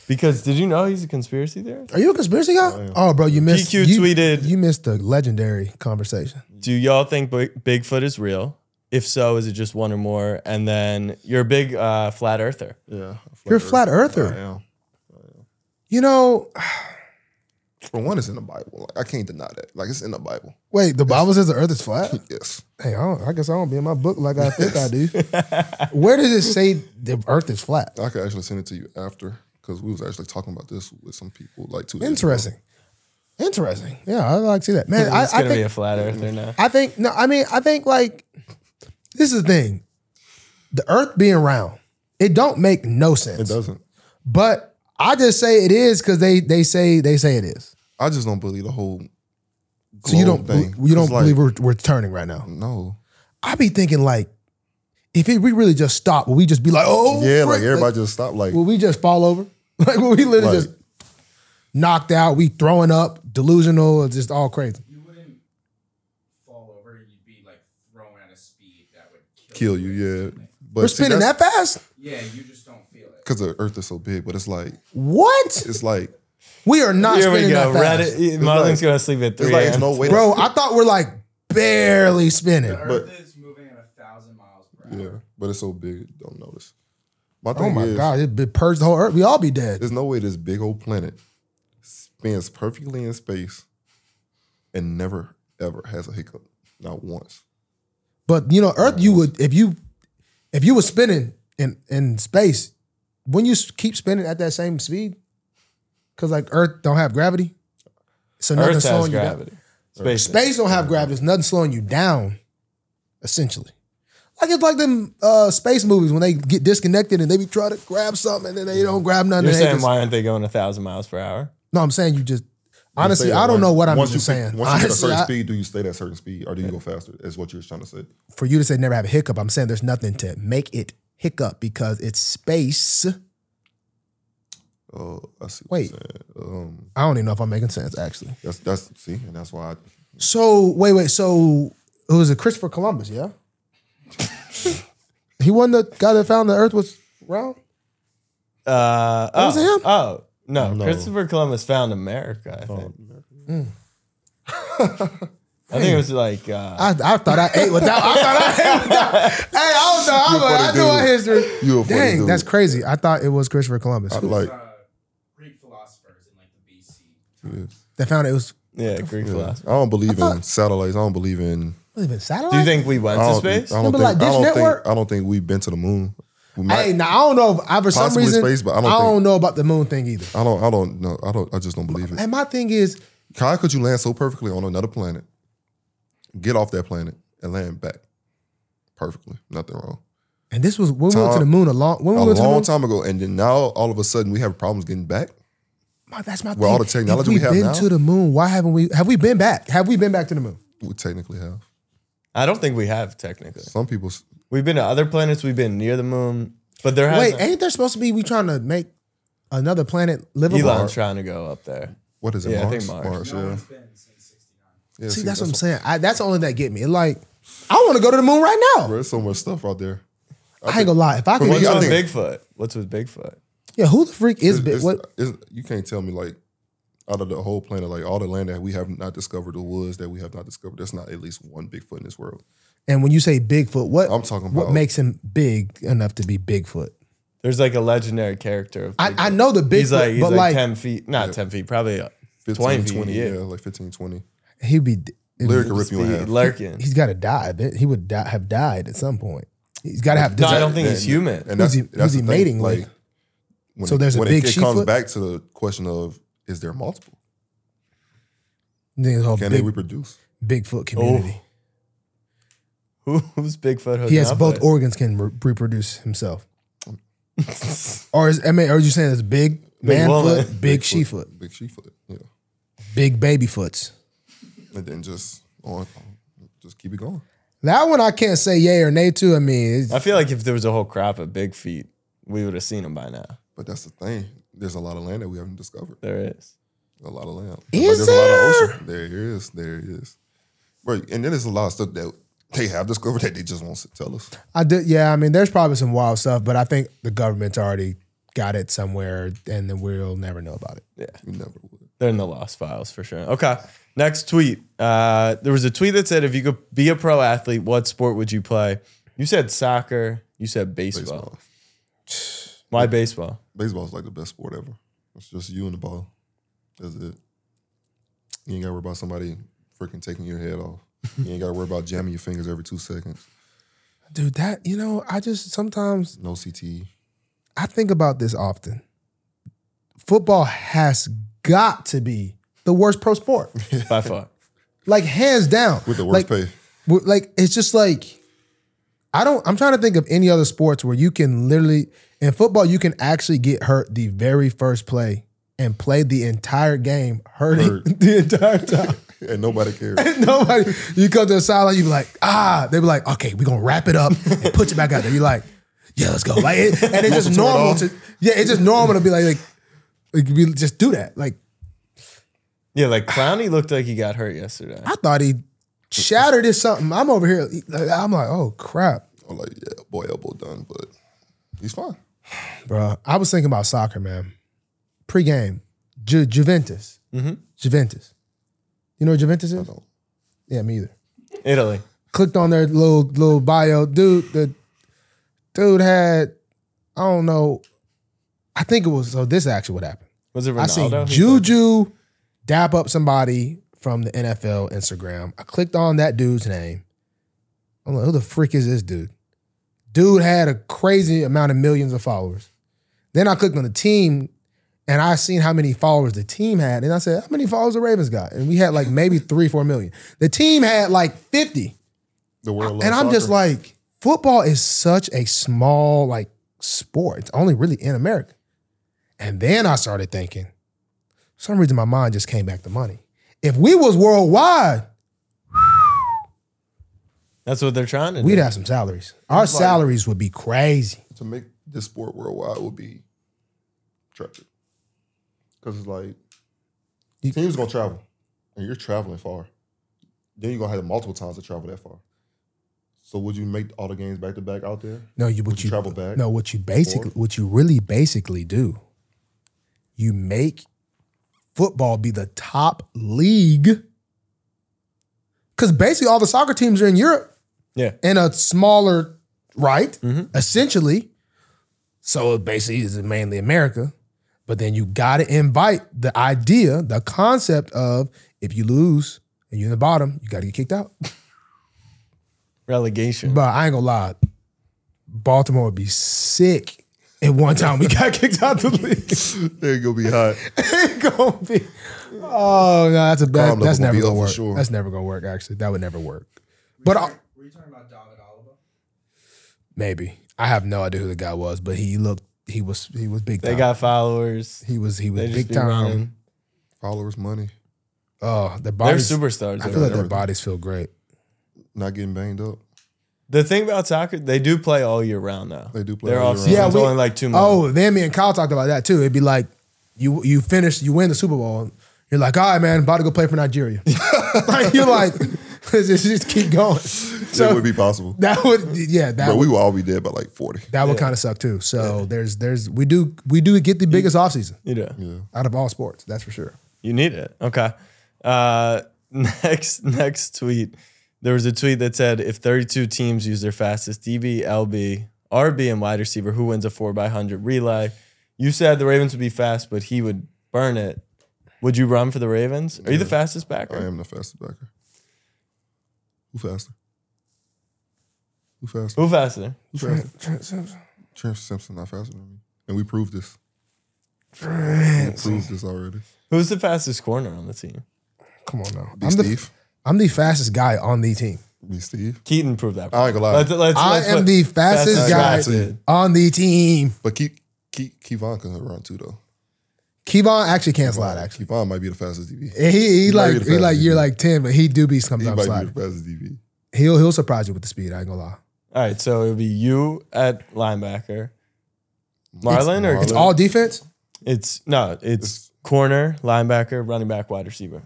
Speaker 3: Because did you know he's a conspiracy theorist?
Speaker 1: Are you a conspiracy guy? Oh, bro, you missed.
Speaker 3: PQ
Speaker 1: you,
Speaker 3: tweeted-
Speaker 1: You missed the legendary conversation.
Speaker 3: Do y'all think Bi- Bigfoot is real? If so, is it just one or more? And then you're a big uh, flat earther.
Speaker 2: Yeah,
Speaker 1: You're a flat earther.
Speaker 2: I am.
Speaker 1: You know,
Speaker 2: For one, it's in the Bible. Like, I can't deny that. Like it's in the Bible.
Speaker 1: wait, the Bible says the earth is flat?
Speaker 2: Yes.
Speaker 1: hey, I, don't, I guess I don't be in my book like I think I do. Where does it say the earth is flat?
Speaker 2: I could actually send it to you after because we was actually talking about this with some people like two days ago.
Speaker 1: Interesting. Interesting. Yeah, I like to see that. Man, I,
Speaker 3: It's
Speaker 1: I
Speaker 3: gonna be
Speaker 1: think
Speaker 3: a flat earther now.
Speaker 1: I think no, I mean, I think like this is the thing. The earth being round, it don't make no sense.
Speaker 2: It doesn't.
Speaker 1: But I just say it is because they they say they say it is.
Speaker 2: I just don't believe the whole.
Speaker 1: So you
Speaker 2: globe
Speaker 1: don't
Speaker 2: thing.
Speaker 1: you don't
Speaker 2: 'Cause, like,
Speaker 1: believe we're, we're turning right now.
Speaker 2: no.
Speaker 1: I be thinking like, if it, we really just stop, will we just be like, oh
Speaker 2: Yeah, like
Speaker 1: frick,
Speaker 2: everybody just stopped. Like
Speaker 1: will we just fall over? Like will we literally
Speaker 2: Right.
Speaker 1: just knocked out? We throwing up, delusional, it's just all crazy.
Speaker 4: You wouldn't fall over. You'd be like thrown at a speed that would kill,
Speaker 2: kill you. Yeah, but
Speaker 1: We're spinning that fast.
Speaker 4: Yeah, you just don't feel it.
Speaker 2: because the Earth is so big. But it's like
Speaker 1: What?
Speaker 2: it's like
Speaker 1: We are not
Speaker 3: Here we
Speaker 1: spinning
Speaker 3: go.
Speaker 1: that fast,
Speaker 3: Reddit. Marlon's
Speaker 2: like-
Speaker 3: gonna sleep at three.
Speaker 2: it's like it's
Speaker 3: a.m.
Speaker 2: no way. to-
Speaker 1: bro. I thought we're like barely spinning.
Speaker 4: The Earth is moving at a thousand miles per hour.
Speaker 2: yeah, but it's so big. Don't notice. My
Speaker 1: Oh
Speaker 2: thing
Speaker 1: my
Speaker 2: is,
Speaker 1: God, it'd be purge the whole earth. We all be dead.
Speaker 2: there's no way this big old planet spins perfectly in space and never ever has a hiccup. Not once.
Speaker 1: But you know, Earth, you would if you if you were spinning in in space, wouldn't you s- keep spinning at that same speed? Because like Earth don't have gravity, so nothing's
Speaker 3: Earth has
Speaker 1: slowing you
Speaker 3: gravity. Space.
Speaker 1: down. Space don't have gravity. There's nothing slowing you down, essentially. Like it's like them uh, space movies when they get disconnected and they be trying to grab something and then they don't grab nothing.
Speaker 3: You're
Speaker 1: and they
Speaker 3: saying
Speaker 1: just-
Speaker 3: why aren't they going a thousand miles per hour?
Speaker 1: no, I'm saying you just honestly,
Speaker 2: You stay
Speaker 1: I
Speaker 2: at
Speaker 1: don't
Speaker 2: one-
Speaker 1: know what I'm
Speaker 2: once
Speaker 1: even
Speaker 2: you pick-
Speaker 1: saying.
Speaker 2: Once you hit a
Speaker 1: Honestly,
Speaker 2: certain
Speaker 1: I-
Speaker 2: speed, do you stay that certain speed or do you go faster? Is what you're trying to say.
Speaker 1: for you to say never have a hiccup, I'm saying there's nothing to make it hiccup because it's space. Uh,
Speaker 2: Oh, I see. what
Speaker 1: Wait.
Speaker 2: you're saying. Um,
Speaker 1: I don't even know if I'm making sense actually.
Speaker 2: that's that's see, and that's why. I,
Speaker 1: So wait, wait. So it was a Christopher Columbus, yeah. he wasn't the guy that found the Earth was round.
Speaker 3: Uh, oh,
Speaker 1: was it him?
Speaker 3: Oh no,
Speaker 2: No.
Speaker 3: Christopher Columbus found America. I think. I think it was like uh,
Speaker 1: I, I thought I ate without. I thought I ate without. Hey, I do I, was- I
Speaker 2: You a funny
Speaker 1: knew my
Speaker 2: dude.
Speaker 1: history.
Speaker 2: You a funny
Speaker 1: Dang,
Speaker 2: dude.
Speaker 1: that's crazy. I thought it was Christopher Columbus
Speaker 2: I
Speaker 1: who-
Speaker 2: like.
Speaker 4: Uh, Greek philosophers in like the BC.
Speaker 2: yeah,
Speaker 1: that found it was.
Speaker 3: yeah Greek
Speaker 2: yeah.
Speaker 3: philosophy.
Speaker 2: I don't believe in satellites. I don't believe in.
Speaker 1: Was it even satellite?
Speaker 3: Do you think we went
Speaker 2: I
Speaker 3: to
Speaker 2: don't,
Speaker 3: space?
Speaker 2: I
Speaker 1: No,
Speaker 2: don't,
Speaker 1: but
Speaker 2: think,
Speaker 1: like Dish
Speaker 2: I don't
Speaker 1: Network?
Speaker 2: think. I don't think we've been to the moon. We might-
Speaker 1: Hey, now I don't know. If, I, for some
Speaker 2: Possibly
Speaker 1: reason,
Speaker 2: space, but
Speaker 1: I
Speaker 2: I
Speaker 1: don't,
Speaker 2: don't think-
Speaker 1: know about the moon thing either.
Speaker 2: I don't. I don't know. I don't. I just don't believe it.
Speaker 1: And my thing is,
Speaker 2: How could you land so perfectly on another planet, get off that planet, and land back perfectly? Nothing wrong.
Speaker 1: and this was when we went to
Speaker 2: Tom-
Speaker 1: the moon a long when we
Speaker 2: A
Speaker 1: went to the
Speaker 2: long
Speaker 1: moon.
Speaker 2: time ago, and then now all of a sudden we have problems getting back.
Speaker 1: My- that's my
Speaker 2: With
Speaker 1: thing.
Speaker 2: all the technology we
Speaker 1: we've
Speaker 2: have
Speaker 1: been
Speaker 2: now?
Speaker 1: to the moon, why haven't we? Have we been back? Have we been back to the moon?
Speaker 2: We technically have.
Speaker 3: I don't think we have technically.
Speaker 2: Some people. s-
Speaker 3: We've been to other planets. We've been near the moon, but there
Speaker 1: Wait,
Speaker 3: hasn't.
Speaker 1: ain't there supposed to be we trying to make another planet livable?
Speaker 3: Elon's trying to go up there.
Speaker 2: What is it?
Speaker 3: Yeah, I
Speaker 2: Mars?
Speaker 3: think Mars.
Speaker 2: yeah.
Speaker 4: No one's been since 69.
Speaker 2: Yeah,
Speaker 1: See, that's, what I'm saying. I, that's the only that get me. Like, I want to go to the moon right now.
Speaker 2: Bro, there's so much stuff out there.
Speaker 1: I ain't gonna lie. If I could,
Speaker 2: Well,
Speaker 3: What's
Speaker 2: yeah, I
Speaker 3: with
Speaker 2: think-
Speaker 3: Bigfoot? What's with Bigfoot?
Speaker 1: yeah, who the freak is
Speaker 2: It's-
Speaker 1: big?
Speaker 2: it's-
Speaker 1: What?
Speaker 2: it's- you can't tell me like out of the whole planet, like all the land that we have not discovered, the woods that we have not discovered. There's not at least one Bigfoot in this world.
Speaker 1: And when you say Bigfoot, what
Speaker 2: I'm talking
Speaker 1: what
Speaker 2: about-
Speaker 1: makes him big enough to be Bigfoot?
Speaker 3: There's like a legendary character. Of
Speaker 1: I, I
Speaker 3: Bigfoot.
Speaker 1: know the Bigfoot,
Speaker 3: he's like he's
Speaker 1: but
Speaker 3: like,
Speaker 1: like,
Speaker 3: ten feet, not ten feet, probably
Speaker 2: 15,
Speaker 3: twenty
Speaker 2: 20,
Speaker 3: feet.
Speaker 2: yeah.
Speaker 3: yeah,
Speaker 2: like 15, 20.
Speaker 1: he'd be
Speaker 2: Lyric will rip you in
Speaker 3: Be
Speaker 2: half.
Speaker 3: lurking.
Speaker 1: He's got to die. That- He would die, have died at some point. He's got to have.
Speaker 3: No, I
Speaker 1: disease.
Speaker 3: don't think he's
Speaker 2: And-
Speaker 3: human.
Speaker 2: And that's,
Speaker 1: Who's he-
Speaker 2: that's
Speaker 1: who's he
Speaker 2: the thing,
Speaker 1: mating
Speaker 2: like,
Speaker 1: with?
Speaker 2: When
Speaker 1: So
Speaker 2: it,
Speaker 1: there's a
Speaker 2: when
Speaker 1: big
Speaker 2: it comes
Speaker 1: she-foot?
Speaker 2: back to the question of is there multiple?
Speaker 1: Then it's all
Speaker 2: Can they
Speaker 1: big,
Speaker 2: reproduce?
Speaker 1: Bigfoot community.
Speaker 3: Who, who's Bigfoot? hooking
Speaker 1: he has
Speaker 3: up
Speaker 1: both
Speaker 3: with?
Speaker 1: organs can re- reproduce himself. or is I mean, are you saying it's big man
Speaker 3: woman.
Speaker 1: foot, big she foot,
Speaker 2: Big she foot. Yeah.
Speaker 1: big baby foots?
Speaker 2: And then just on, just keep it going.
Speaker 1: That one I can't say yay or nay to. I mean, it's,
Speaker 3: I feel like if there was a whole crop of big feet, we would have seen them by now.
Speaker 2: But that's the thing. There's a lot of land that we haven't discovered.
Speaker 3: There is.
Speaker 2: A lot of land. Like,
Speaker 1: Is
Speaker 2: there's a lot of ocean. There it is. There it is. Right. And then there's a lot of stuff that they have discovered that they just won't tell us.
Speaker 1: I did. Yeah, I mean, there's probably some wild stuff, but I think the government's already got it somewhere, and then we'll never know about it.
Speaker 2: You never would.
Speaker 3: They're in the lost files for sure. Okay. Next tweet. Uh, there was a tweet that said, if you could be a pro athlete, what sport would you play? You said soccer. You said baseball.
Speaker 2: Baseball.
Speaker 3: Why baseball?
Speaker 2: Baseball's like the best sport ever. It's just you and the ball. That's it. You ain't gotta worry about somebody freaking taking your head off. You ain't gotta worry about jamming your fingers every two seconds.
Speaker 1: Dude, that you know, I just sometimes
Speaker 2: No E. CTE.
Speaker 1: I think about this often. Football has got to be the worst pro sport,
Speaker 3: By far.
Speaker 1: like hands down.
Speaker 2: With the worst
Speaker 1: like,
Speaker 2: pay.
Speaker 1: we're- like it's just like I don't. I'm trying to think of any other sports where you can literally in football you can actually get hurt the very first play and play the entire game hurting
Speaker 2: Hurt.
Speaker 1: the entire time.
Speaker 2: And nobody cares.
Speaker 1: Nobody. You come to the sideline, you be like, ah. They be like, okay, we're gonna wrap it up and put you back out there. You like, yeah, let's go. Like, it, and it's just
Speaker 2: Muscle tore it
Speaker 1: normal
Speaker 2: off.
Speaker 1: to, yeah, it's just normal to be like, like, like we just do that. Like,
Speaker 3: Yeah, like Clowney looked like he got hurt yesterday.
Speaker 1: I thought he shattered his something. I'm over here. like, I'm like, oh crap,
Speaker 2: I'm like, yeah, boy, elbow done, but he's fine.
Speaker 1: bro. I was thinking about soccer, man. Pre-game, Ju- Juventus, Juventus. You know what Juventus is?
Speaker 2: don't.
Speaker 1: Yeah, me either.
Speaker 3: Italy.
Speaker 1: clicked on their little little bio, dude. The dude had I don't know. I think it was so. This actually what happened.
Speaker 3: Was it Ronaldo?
Speaker 1: I seen
Speaker 3: He played-
Speaker 1: Juju dap up somebody from the NFL Instagram. I clicked on that dude's name. I'm like, who the freak is this dude? Dude had a crazy amount of millions of followers. Then I clicked on the team and I seen how many followers the team had. And I said, how many followers the Ravens got? And we had like maybe three, four million. The team had like 50.
Speaker 2: The world loves
Speaker 1: And I'm just
Speaker 2: soccer.
Speaker 1: like, football is such a small like sport. It's only really in America. And then I started thinking, for some reason my mind just came back to money. If we was worldwide,
Speaker 3: That's what they're trying to
Speaker 1: we'd
Speaker 3: do.
Speaker 1: have some salaries. Our salaries would be crazy.
Speaker 2: to make this sport worldwide would be tragic. Because it's like teams gonna travel, and you're traveling far. Then you're gonna have multiple times to travel that far. So would you make all the games back to back out there?
Speaker 1: No, you what
Speaker 2: Would you
Speaker 1: you
Speaker 2: travel back?
Speaker 1: No, what you basically what you really basically do, you make football be the top league. Cause basically all the soccer teams are in Europe.
Speaker 3: Yeah.
Speaker 1: in a smaller right,
Speaker 2: Mm-hmm.
Speaker 1: essentially. So it basically is mainly America. But then you gotta invite the idea, the concept of if you lose and you're in the bottom, you gotta get kicked out.
Speaker 3: Relegation.
Speaker 1: But I ain't gonna lie, Baltimore would be sick. At one time we got kicked out the league.
Speaker 2: They're gonna be hot.
Speaker 1: It gonna be. Oh no, that's a
Speaker 2: Calm
Speaker 1: bad.
Speaker 2: level
Speaker 1: That's
Speaker 2: gonna
Speaker 1: never
Speaker 2: be
Speaker 1: gonna
Speaker 2: up for
Speaker 1: work.
Speaker 2: sure.
Speaker 1: That's never gonna work. Actually, that would never work. But uh, I,
Speaker 4: Were you talking about David Oliva?
Speaker 1: Maybe I have no idea who the guy was, but he looked. He was. He was big time.
Speaker 3: They got followers.
Speaker 1: he was. He was
Speaker 3: They just
Speaker 1: big
Speaker 3: be
Speaker 1: time.
Speaker 3: running.
Speaker 2: Followers, money,
Speaker 1: Oh, their
Speaker 3: They're
Speaker 1: bodies.
Speaker 3: superstars.
Speaker 1: I
Speaker 3: though.
Speaker 1: feel like their
Speaker 2: everything.
Speaker 1: bodies feel great.
Speaker 2: not getting banged up.
Speaker 3: The thing about soccer, they do play all year round now.
Speaker 2: They do play
Speaker 3: They're
Speaker 2: all
Speaker 3: all
Speaker 2: year
Speaker 3: seasons,
Speaker 1: round. Yeah, we-
Speaker 3: only like two months.
Speaker 1: Oh, then me and Kyle talked about that too. It'd be like you. You finish. You win the Super Bowl. You're like, all right, man, about to go play for Nigeria. like you're like, just, just keep going. So
Speaker 2: it would be possible.
Speaker 1: that would, yeah, that
Speaker 2: But
Speaker 1: would,
Speaker 2: we will all be dead by like forty.
Speaker 1: that would kind of suck too. So there's, there's, we do, we do get the biggest offseason
Speaker 3: You do.
Speaker 1: out of all sports. That's for sure.
Speaker 3: You need it. Okay. Uh, next next tweet. There was a tweet that said if 32 teams use their fastest DB, LB, RB, and wide receiver, who wins a 4x100 relay? You said the Ravens would be fast, but he would burn it. Would you run for the Ravens? Are you the fastest
Speaker 2: I
Speaker 3: backer?
Speaker 2: am the fastest backer. Who faster? Who faster?
Speaker 3: Who faster?
Speaker 2: Who faster? Trent Simpson not faster than me, and we proved this. We proved this already.
Speaker 3: Who's the fastest corner on the team?
Speaker 1: Come on now.
Speaker 2: Be
Speaker 1: I'm the,
Speaker 2: Steve.
Speaker 1: I'm the fastest guy on the team.
Speaker 2: Be Steve.
Speaker 3: Keaton proved that.
Speaker 2: I ain't gonna lie.
Speaker 3: Let's- let's-
Speaker 1: I
Speaker 3: let's
Speaker 1: am
Speaker 3: put-
Speaker 1: the fastest
Speaker 2: guy.
Speaker 3: drafted.
Speaker 1: on the team.
Speaker 2: But keep keep Kevon can run too though.
Speaker 1: Kevon actually can't slide. Actually,
Speaker 2: Kevon might be the fastest DB.
Speaker 1: And he, he
Speaker 2: He might be
Speaker 1: like
Speaker 2: the
Speaker 1: he like
Speaker 2: fastest
Speaker 1: you're
Speaker 2: dude.
Speaker 1: like ten, but he do be
Speaker 2: He
Speaker 1: sometimes
Speaker 2: might
Speaker 1: sliding.
Speaker 2: be the fastest DB.
Speaker 1: He'll he'll surprise you with the speed. I ain't gonna lie.
Speaker 3: All right, so it would be you at linebacker. Marlon or
Speaker 1: It's all defense.
Speaker 3: It's no, it's, corner, linebacker, running back, wide receiver.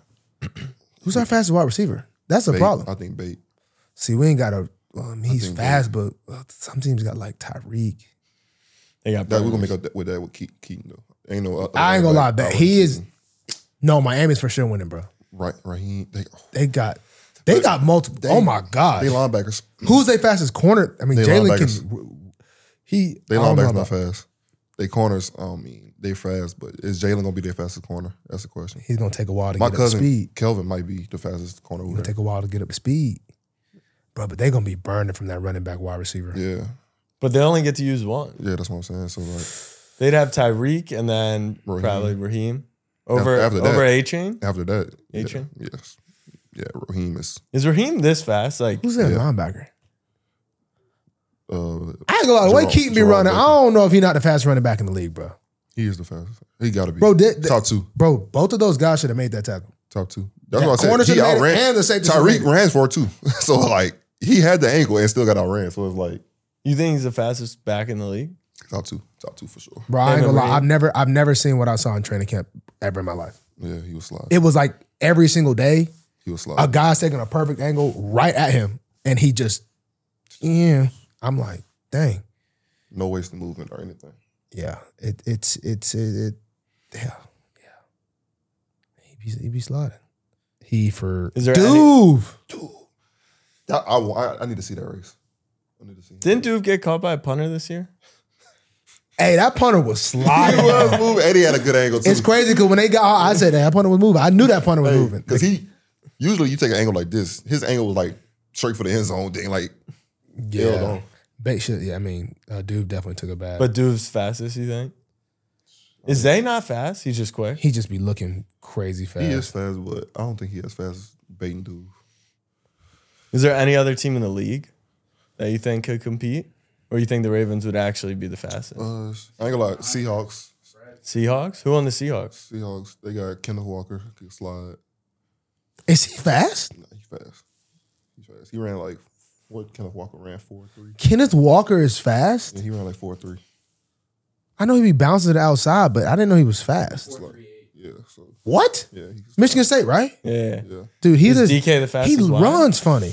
Speaker 1: Who's our fastest wide receiver? That's the
Speaker 2: Bate.
Speaker 1: problem.
Speaker 2: I think Bate.
Speaker 1: See, we ain't got a. Um, he's
Speaker 2: think
Speaker 1: fast, but uh, some teams got like Tyreek.
Speaker 3: They got
Speaker 2: That we're gonna
Speaker 3: burners.
Speaker 2: make up that with that with Ke- Keaton though. Ain't no. other
Speaker 1: I ain't gonna lie,
Speaker 2: running back.
Speaker 1: but
Speaker 2: Oh, I
Speaker 1: he
Speaker 2: would-
Speaker 1: is. No, Miami's for sure winning, bro.
Speaker 2: right. Raheem. They, oh,
Speaker 1: They got they got multiple. oh my god,
Speaker 2: they linebackers.
Speaker 1: who's their fastest corner? I mean,
Speaker 2: They
Speaker 1: Jalen
Speaker 2: linebackers.
Speaker 1: can. He
Speaker 2: They
Speaker 1: I don't know
Speaker 2: linebackers
Speaker 1: about-
Speaker 2: not fast. They corners. I don't mean they fast, but is Jalen gonna be their fastest corner? That's the question.
Speaker 1: He's gonna take a while to
Speaker 2: My
Speaker 1: get
Speaker 2: cousin
Speaker 1: up to speed.
Speaker 2: Kelvin might be the fastest corner over
Speaker 1: It'll
Speaker 2: there.
Speaker 1: take a while to get up to speed. Bro, but they're gonna be burning from that running back wide receiver.
Speaker 2: Yeah,
Speaker 3: but they only get to use one.
Speaker 2: yeah, that's what I'm saying. So like
Speaker 3: They'd have Tyreek and then
Speaker 2: Raheem.
Speaker 3: probably Raheem over
Speaker 2: After that-
Speaker 3: over A Chain.
Speaker 2: after that, yeah,
Speaker 3: Achane?
Speaker 2: yes, yeah, Raheem is
Speaker 3: Is Raheem this fast? Like
Speaker 1: Who's that
Speaker 2: Yeah.
Speaker 1: linebacker?
Speaker 2: uh
Speaker 1: I ain't gonna lie, the way
Speaker 2: Jerome-
Speaker 1: Keaton be
Speaker 2: Jerome
Speaker 1: running, I
Speaker 2: Baker.
Speaker 1: don't know if he's not the fastest running back in the league, bro.
Speaker 2: He is the fastest. He got to be.
Speaker 1: Bro, that- that-
Speaker 2: top two,
Speaker 1: Bro, both of those guys should have made that tackle.
Speaker 2: top two. That's
Speaker 1: That
Speaker 2: what I
Speaker 1: corner
Speaker 2: said. He
Speaker 1: should've made it,
Speaker 2: outran
Speaker 1: and the safety should've
Speaker 2: Tyreek
Speaker 1: made it.
Speaker 2: ran for it too. so like he had the ankle and still got outran. So it's like
Speaker 3: you think he's the fastest back in the league?
Speaker 2: top two, top two for sure.
Speaker 1: Bro, I ain't
Speaker 3: Damon
Speaker 1: gonna lie.
Speaker 3: Reed.
Speaker 1: I've never I've never seen what I saw in training camp ever in my life.
Speaker 2: Yeah, he was sliding.
Speaker 1: It was like every single day,
Speaker 2: He was sliding.
Speaker 1: a guy's taking a perfect angle right at him, and he just yeah. I'm like, dang.
Speaker 2: no wasted movement or anything.
Speaker 1: Yeah. It it's it's it, it yeah. Yeah. He be he be sliding. He for
Speaker 3: Is there any-
Speaker 1: Dude.
Speaker 2: That, I, I I need to see that race. I need to see. him.
Speaker 3: Didn't Duve get caught by a punter this year?
Speaker 1: Hey, that punter was
Speaker 2: He
Speaker 1: sliding.
Speaker 2: was moving. And he had a good angle too.
Speaker 1: it's crazy because when they got, out, I said that punter was moving. I knew that punter was moving.
Speaker 2: Because he usually you take an angle like this. His angle was like straight for the end zone. Then like held on.
Speaker 1: Ba- shit, yeah, I mean, uh, dude definitely took a bad.
Speaker 3: But Duve's fastest, you think?
Speaker 1: Oh,
Speaker 3: Is Zay not fast? He's just quick.
Speaker 1: he just be looking crazy fast.
Speaker 2: He is fast, but I don't think he as fast as Baton dude.
Speaker 3: Is there any other team in the league that you think could compete? Or you think the Ravens would actually be the fastest?
Speaker 2: Uh, I ain't gonna lie. Seahawks.
Speaker 3: Seahawks? Who on the Seahawks?
Speaker 2: Seahawks. They got Kendall Walker. He can slide.
Speaker 1: Is he fast?
Speaker 2: Nah, he fast. He fast. He ran like what Kenneth Walker ran four three.
Speaker 1: Kenneth Walker is fast.
Speaker 2: Yeah, he ran like four three.
Speaker 1: I know he be bouncing to the outside, but I didn't know he was fast.
Speaker 2: Like, yeah. So
Speaker 1: What?
Speaker 2: yeah. He's,
Speaker 1: Michigan State, right?
Speaker 3: Yeah.
Speaker 2: yeah.
Speaker 1: Dude, he
Speaker 3: Is
Speaker 1: just
Speaker 3: DK the fastest
Speaker 1: he
Speaker 3: wide?
Speaker 1: runs funny.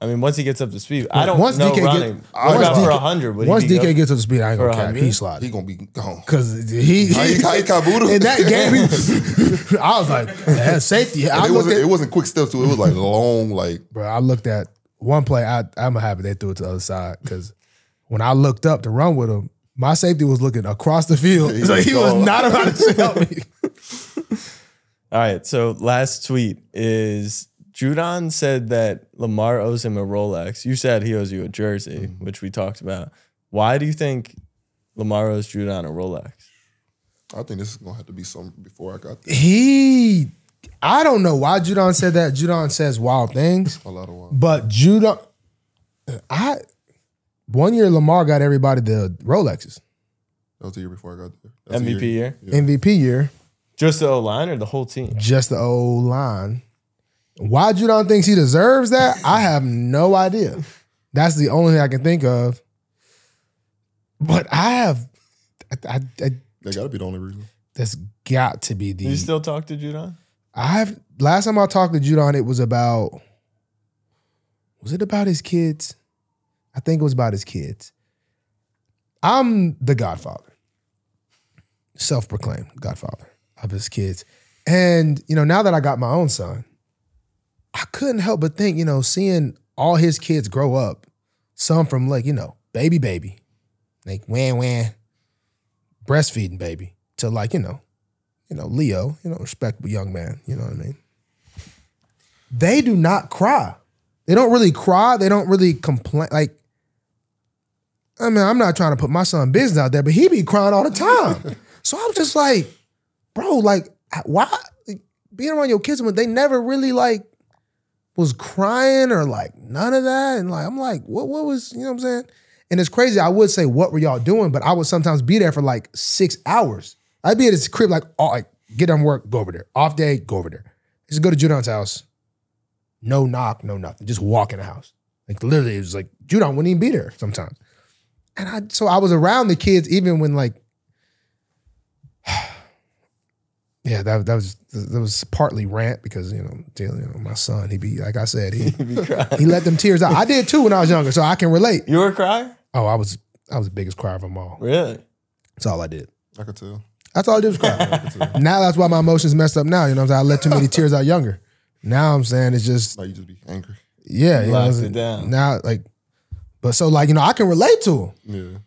Speaker 3: I mean, once he gets up to speed, I don't
Speaker 1: Once
Speaker 3: know
Speaker 1: DK get-
Speaker 3: running. what
Speaker 1: once
Speaker 3: about for
Speaker 1: DK
Speaker 3: 100? Would
Speaker 1: Once
Speaker 3: he be
Speaker 1: DK
Speaker 3: good?
Speaker 1: gets up to speed, I ain't
Speaker 3: For
Speaker 1: gonna
Speaker 3: a
Speaker 1: cap.
Speaker 3: hundred?
Speaker 1: He
Speaker 2: He
Speaker 1: sliding
Speaker 2: gonna be gone.
Speaker 1: because he,
Speaker 2: How he, how he caboodled?
Speaker 1: in that game. He, I was like, that's safety. I
Speaker 2: And it
Speaker 1: looked
Speaker 2: wasn't.
Speaker 1: at,
Speaker 2: it wasn't quick steps too. It was like long. Like
Speaker 1: bro. I looked at one play. I, I'm happy they threw it to the other side because when I looked up to run with him, my safety was looking across the field.
Speaker 2: He
Speaker 1: so
Speaker 2: was
Speaker 1: he was
Speaker 2: gone.
Speaker 1: not about to help me.
Speaker 3: All right. So last tweet is Judon said that Lamar owes him a Rolex. You said he owes you a jersey,
Speaker 1: Mm-hmm.
Speaker 3: which we talked about. Why do you think Lamar owes Judon a Rolex?
Speaker 2: I think this is gonna have to be something before I got there.
Speaker 1: He, I don't know why Judon said that. Judon says wild things,
Speaker 2: A lot of while.
Speaker 1: but Judon, I, one year Lamar got everybody the Rolexes
Speaker 2: That was the year before I got there. That's the
Speaker 3: MVP
Speaker 2: year.
Speaker 3: year?
Speaker 2: Yeah.
Speaker 1: MVP year,
Speaker 3: Just the O line or the whole team?
Speaker 1: just the old line. Why Judon thinks he deserves that, I have no idea. That's the only thing I can think of. But I have, I, I, I
Speaker 2: That gotta be the only reason.
Speaker 1: that's got to be the.
Speaker 3: Do you still talk to Judon?
Speaker 1: I've last time I talked to Judon, it was about was it about his kids? I think it was about his kids. I'm the godfather. Self-proclaimed godfather of his kids. And, you know, now that I got my own son, I couldn't help but think, you know, seeing all his kids grow up, some from like, you know, baby baby, like wah wah, breastfeeding baby, to like, you know, you know, Leo, you know, respectable young man, you know what I mean? They do not cry. They don't really cry. They don't really complain. Like, I mean, I'm not trying to put my son business out there, but he be crying all the time. so I'm just like, bro, like, why like, being around your kids when they never really like was crying or like none of that? And like, I'm like, what what was, you know what I'm saying? And it's crazy. I would say, what were y'all doing? But I would sometimes be there for like six hours. I'd be at his crib, like, all, like get done work, go over there. Off day, go over there. Just go to Judon's house. No knock, no nothing. Just walk in the house. Like literally, it was like Judon wouldn't even be there sometimes. And I so I was around the kids even when like, yeah, that that was that was partly rant because you know, dealing you know, my son, he be like I said, he
Speaker 3: You cry.
Speaker 1: he let them tears out. I did too when I was younger, so I can relate.
Speaker 3: You were a crier?
Speaker 1: Oh, I was I was the biggest crier of them all.
Speaker 3: Really?
Speaker 1: That's all I did.
Speaker 2: I could tell.
Speaker 1: That's all I did was cry.
Speaker 2: I could tell.
Speaker 1: now that's why my emotions messed up now. You know what I'm saying? I let too many tears out younger. Now I'm saying it's just
Speaker 2: Now you just be angry.
Speaker 1: yeah, you know what I'm
Speaker 3: Locked
Speaker 1: saying?
Speaker 3: it down.
Speaker 1: Now like but so like, you know, I can relate to him.
Speaker 2: Yeah.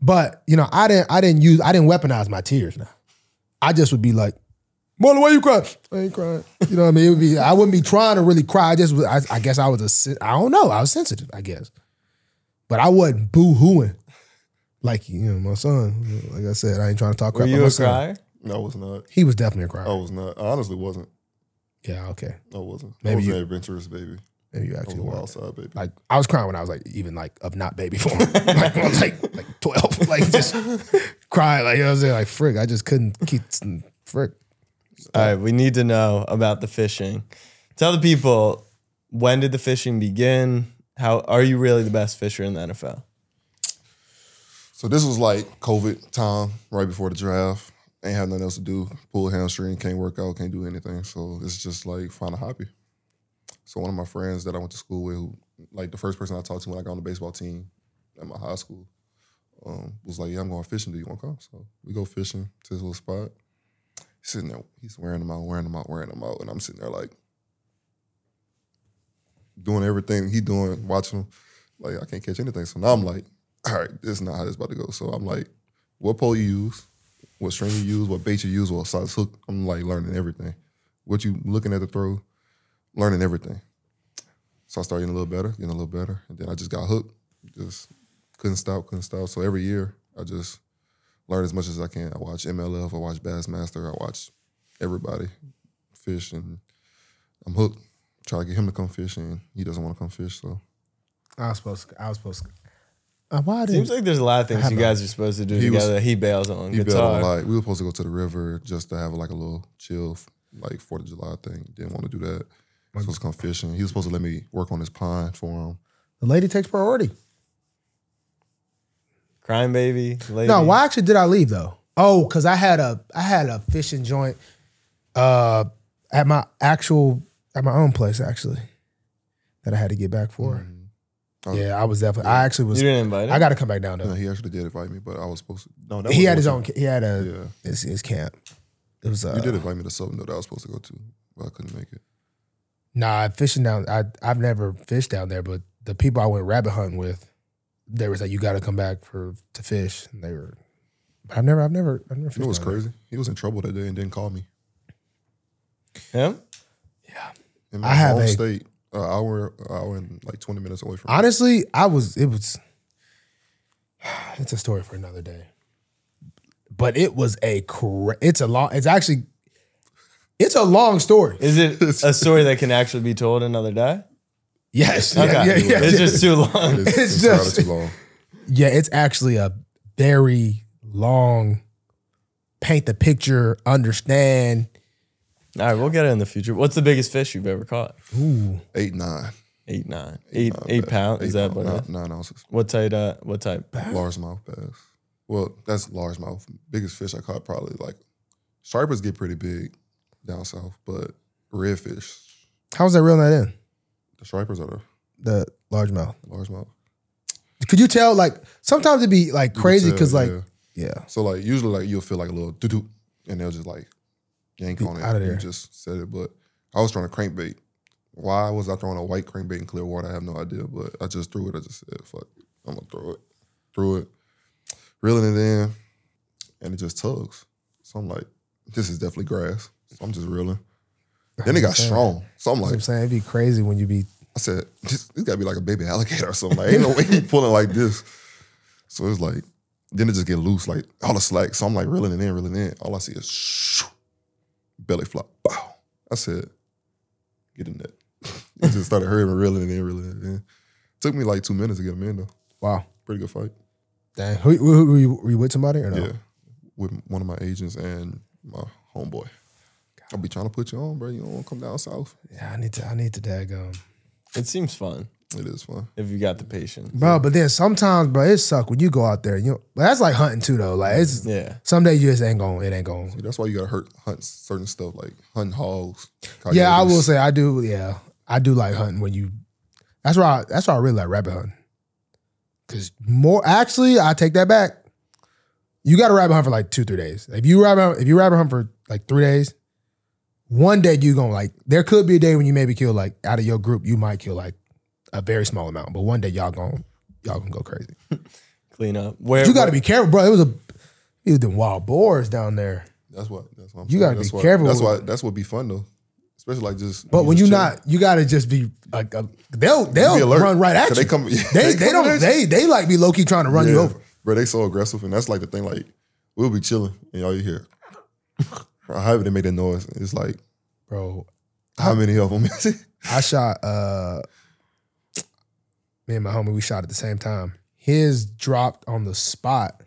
Speaker 1: But, you know, I didn't I didn't use I didn't weaponize my tears now. I just would be like, Marlon, why you crying? I ain't crying. You know what I mean? It would be I wouldn't be trying to really cry. I just was I, I guess I was a sen- I don't know. I was sensitive, I guess. But I wasn't boo-hooing. Like, you know, my son. Like I said, I ain't trying to talk
Speaker 3: Were
Speaker 1: crap about
Speaker 3: you
Speaker 1: my
Speaker 3: a
Speaker 1: son.
Speaker 3: crier?
Speaker 2: No, I was not.
Speaker 1: He was definitely a crier.
Speaker 2: I was not. I honestly wasn't.
Speaker 1: Yeah, okay.
Speaker 2: I wasn't.
Speaker 1: Maybe
Speaker 2: I was
Speaker 1: you-
Speaker 2: an adventurous baby.
Speaker 1: Maybe you
Speaker 2: I was
Speaker 1: actually
Speaker 2: a
Speaker 1: were.
Speaker 2: wild side baby.
Speaker 1: Like I was crying when I was like even like of not baby form. like, when I was, like like twelve. Like just crying. Like you know what I'm saying? Like frick. I just couldn't keep frick.
Speaker 3: All right, we need to know about the fishing. Tell the people when did the fishing begin? How are you really the best fisher in the NFL?
Speaker 2: So this was like COVID time, right before the draft. Ain't have nothing else to do. Pull hamstring, can't work out, can't do anything. So it's just like find a hobby. So one of my friends that I went to school with, who, like the first person I talked to when I got on the baseball team at my high school, um, was like, "Yeah, I'm going fishing. Do you want to come?" So we go fishing to this little spot. He's sitting there, he's wearing them out, wearing them out, wearing them out, and I'm sitting there like doing everything he doing, watching him. Like I can't catch anything. So now I'm like, all right, this is not how this is about to go. So I'm like, what pole you use, what string you use, what bait you use, what size hook. I'm like learning everything. What you looking at the throw, learning everything. So I started getting a little better, getting a little better, and then I just got hooked. Just couldn't stop, couldn't stop. So every year I just learn as much as I can. I watch MLF, I watch Bassmaster, I watch everybody fish, and I'm hooked. Try to get him to come fish, and he doesn't want to come fish. So
Speaker 1: I was supposed. To, I was supposed. To, uh, why did
Speaker 3: Seems like there's a lot of things you guys are supposed to do
Speaker 2: He was-
Speaker 3: together. he bails on
Speaker 2: He bailed
Speaker 3: guitar.
Speaker 2: on like we were supposed to go to the river just to have like a little chill, like Fourth of July thing. Didn't want to do that. Was supposed to come fishing. He was supposed to let me work on his pond for him.
Speaker 1: the lady takes priority?
Speaker 3: Crime baby. Lady.
Speaker 1: No, why actually did I leave though? Oh, because I had a I had a fishing joint uh at my actual at my own place actually that I had to get back for. Yeah, I was definitely. I actually
Speaker 3: You
Speaker 1: was.
Speaker 3: didn't invite him.
Speaker 1: I got to come back down
Speaker 2: No,
Speaker 1: though.
Speaker 2: he actually did invite me, but I was supposed to. No, that
Speaker 1: He
Speaker 2: was-
Speaker 1: had his own. He had
Speaker 2: Yeah,
Speaker 1: a his, his camp. It was. Uh,
Speaker 2: you did invite me to something though that I was supposed to go to, but I couldn't make it.
Speaker 1: Nah, fishing down. I I've never fished down there, but the people I went rabbit hunting with, they was like, "You got to come back for to fish." And they were, but I've never, I've never, I've never.
Speaker 2: You know what's
Speaker 1: fished down
Speaker 2: crazy? He was in trouble that day and didn't call me.
Speaker 3: him.
Speaker 2: In my
Speaker 1: I have
Speaker 2: home
Speaker 1: a-
Speaker 2: state, an hour, an hour and like twenty minutes away from.
Speaker 1: there. Honestly, I was. It was. It's a story for another day. But it was a. Cra- it's a long. It's actually. It's a long story.
Speaker 3: Is it a story that can actually be told another day?
Speaker 1: Yes.
Speaker 3: Okay.
Speaker 1: Yeah, yeah, yeah,
Speaker 3: it's
Speaker 1: yeah.
Speaker 3: just too long.
Speaker 2: it's,
Speaker 1: it's
Speaker 2: it's
Speaker 1: just-
Speaker 2: rather too long.
Speaker 1: Yeah, it's actually a very long paint the picture, understand.
Speaker 3: All right, we'll get it in the future. What's the biggest fish you've ever caught?
Speaker 1: Ooh.
Speaker 2: Eight nine.
Speaker 3: Eight, nine, eight, eight pound. Is
Speaker 2: Eight
Speaker 3: that
Speaker 2: pound-
Speaker 3: what? it
Speaker 2: nine,
Speaker 3: is?
Speaker 2: nine ounces?
Speaker 3: What type? Uh, what type?
Speaker 2: Largemouth bass. Well, that's largemouth. Biggest fish I caught probably like stripers get pretty big down south, but redfish,
Speaker 1: How was that reeling that in?
Speaker 2: the stripers are
Speaker 1: The largemouth.
Speaker 2: the largemouth.
Speaker 1: Could you tell? Like sometimes it'd be like
Speaker 2: You can
Speaker 1: crazy
Speaker 2: tell,
Speaker 1: because like
Speaker 2: yeah.
Speaker 1: yeah.
Speaker 2: so like usually like you'll feel like a little doo doo, and they'll just like yank
Speaker 1: Be
Speaker 2: on it.
Speaker 1: outta
Speaker 2: You
Speaker 1: there.
Speaker 2: just said it, but I was throwing a crankbait. Why was I throwing a white crankbait in clear water? I have no idea, but I just threw it. I just said, "Fuck, I'm gonna throw it." Threw it, reeling it in, and it just tugs. So I'm like, "This is definitely grass." So I'm just reeling. Then it got
Speaker 1: Understand.
Speaker 2: strong. So I'm
Speaker 1: That's what I'm
Speaker 2: like,
Speaker 1: saying it'd be crazy when you be
Speaker 2: I said, this, this gotta be like a baby alligator or something. Like, ain't no way he pulling like this. So it's like, then it just get loose, like all the slack. So I'm like reeling it in, reeling it in. All I see is shoo, belly flop. Bow. I said, get in that. it just started hurting, reeling it in, reeling it in. Took me like two minutes to get him in though.
Speaker 1: wow.
Speaker 2: Pretty good fight.
Speaker 1: Dang, who, who, who- were, you, were you with somebody or no?
Speaker 2: Yeah. With one of my agents and my homeboy. I'll be trying to put you on, bro. You don't want to come down south.
Speaker 1: Yeah, I need to. I need to um, daggum.
Speaker 3: It seems fun
Speaker 2: It is fun.
Speaker 3: if you got the patience.
Speaker 1: Bro, but then sometimes, bro, it suck when you go out there. You know, but that's like hunting too, though. Like it's
Speaker 3: Yeah.
Speaker 1: someday you just ain't going. It ain't going.
Speaker 2: See, That's why you gotta hurt hunt certain stuff like hunt hogs.
Speaker 1: Yeah, I will
Speaker 2: coyotes.
Speaker 1: say I do. Yeah, I do like hunting when you. That's why. I, that's why I really like rabbit hunting. Cause more actually, I take that back. You got to rabbit hunt for like two, three days. If you rabbit, hunt- if you rabbit hunt for like three days, one day you gonna like. There could be a day when you maybe kill like out of your group, you might kill like a very small amount, but one day y'all gonna y'all gonna go crazy.
Speaker 3: Clean up. Where
Speaker 1: You got to be careful, bro. It was a it was them wild boars down there.
Speaker 2: That's what. That's what I'm
Speaker 1: You
Speaker 2: saying.
Speaker 1: gotta
Speaker 2: that's
Speaker 1: be
Speaker 2: why,
Speaker 1: careful
Speaker 2: That's why.
Speaker 1: with-
Speaker 2: That's what be fun though, especially like just.
Speaker 1: But when
Speaker 2: just
Speaker 1: you
Speaker 2: chill.
Speaker 1: not, you got to just be like a, they'll
Speaker 2: Be
Speaker 1: they'll
Speaker 2: alert.
Speaker 1: run right at
Speaker 2: 'Cause
Speaker 1: you.
Speaker 2: They come.
Speaker 1: they they
Speaker 2: come
Speaker 1: don't
Speaker 2: at
Speaker 1: they they like be low key trying to run you
Speaker 2: Yeah.
Speaker 1: over.
Speaker 2: Bro, they so aggressive, and that's like the thing. Like we'll be chilling, and all you hear, or however they make that noise, it's like
Speaker 1: Bro,
Speaker 2: how many of them is it?
Speaker 1: I shot uh me and my homie we shot at the same time. His dropped on the spot.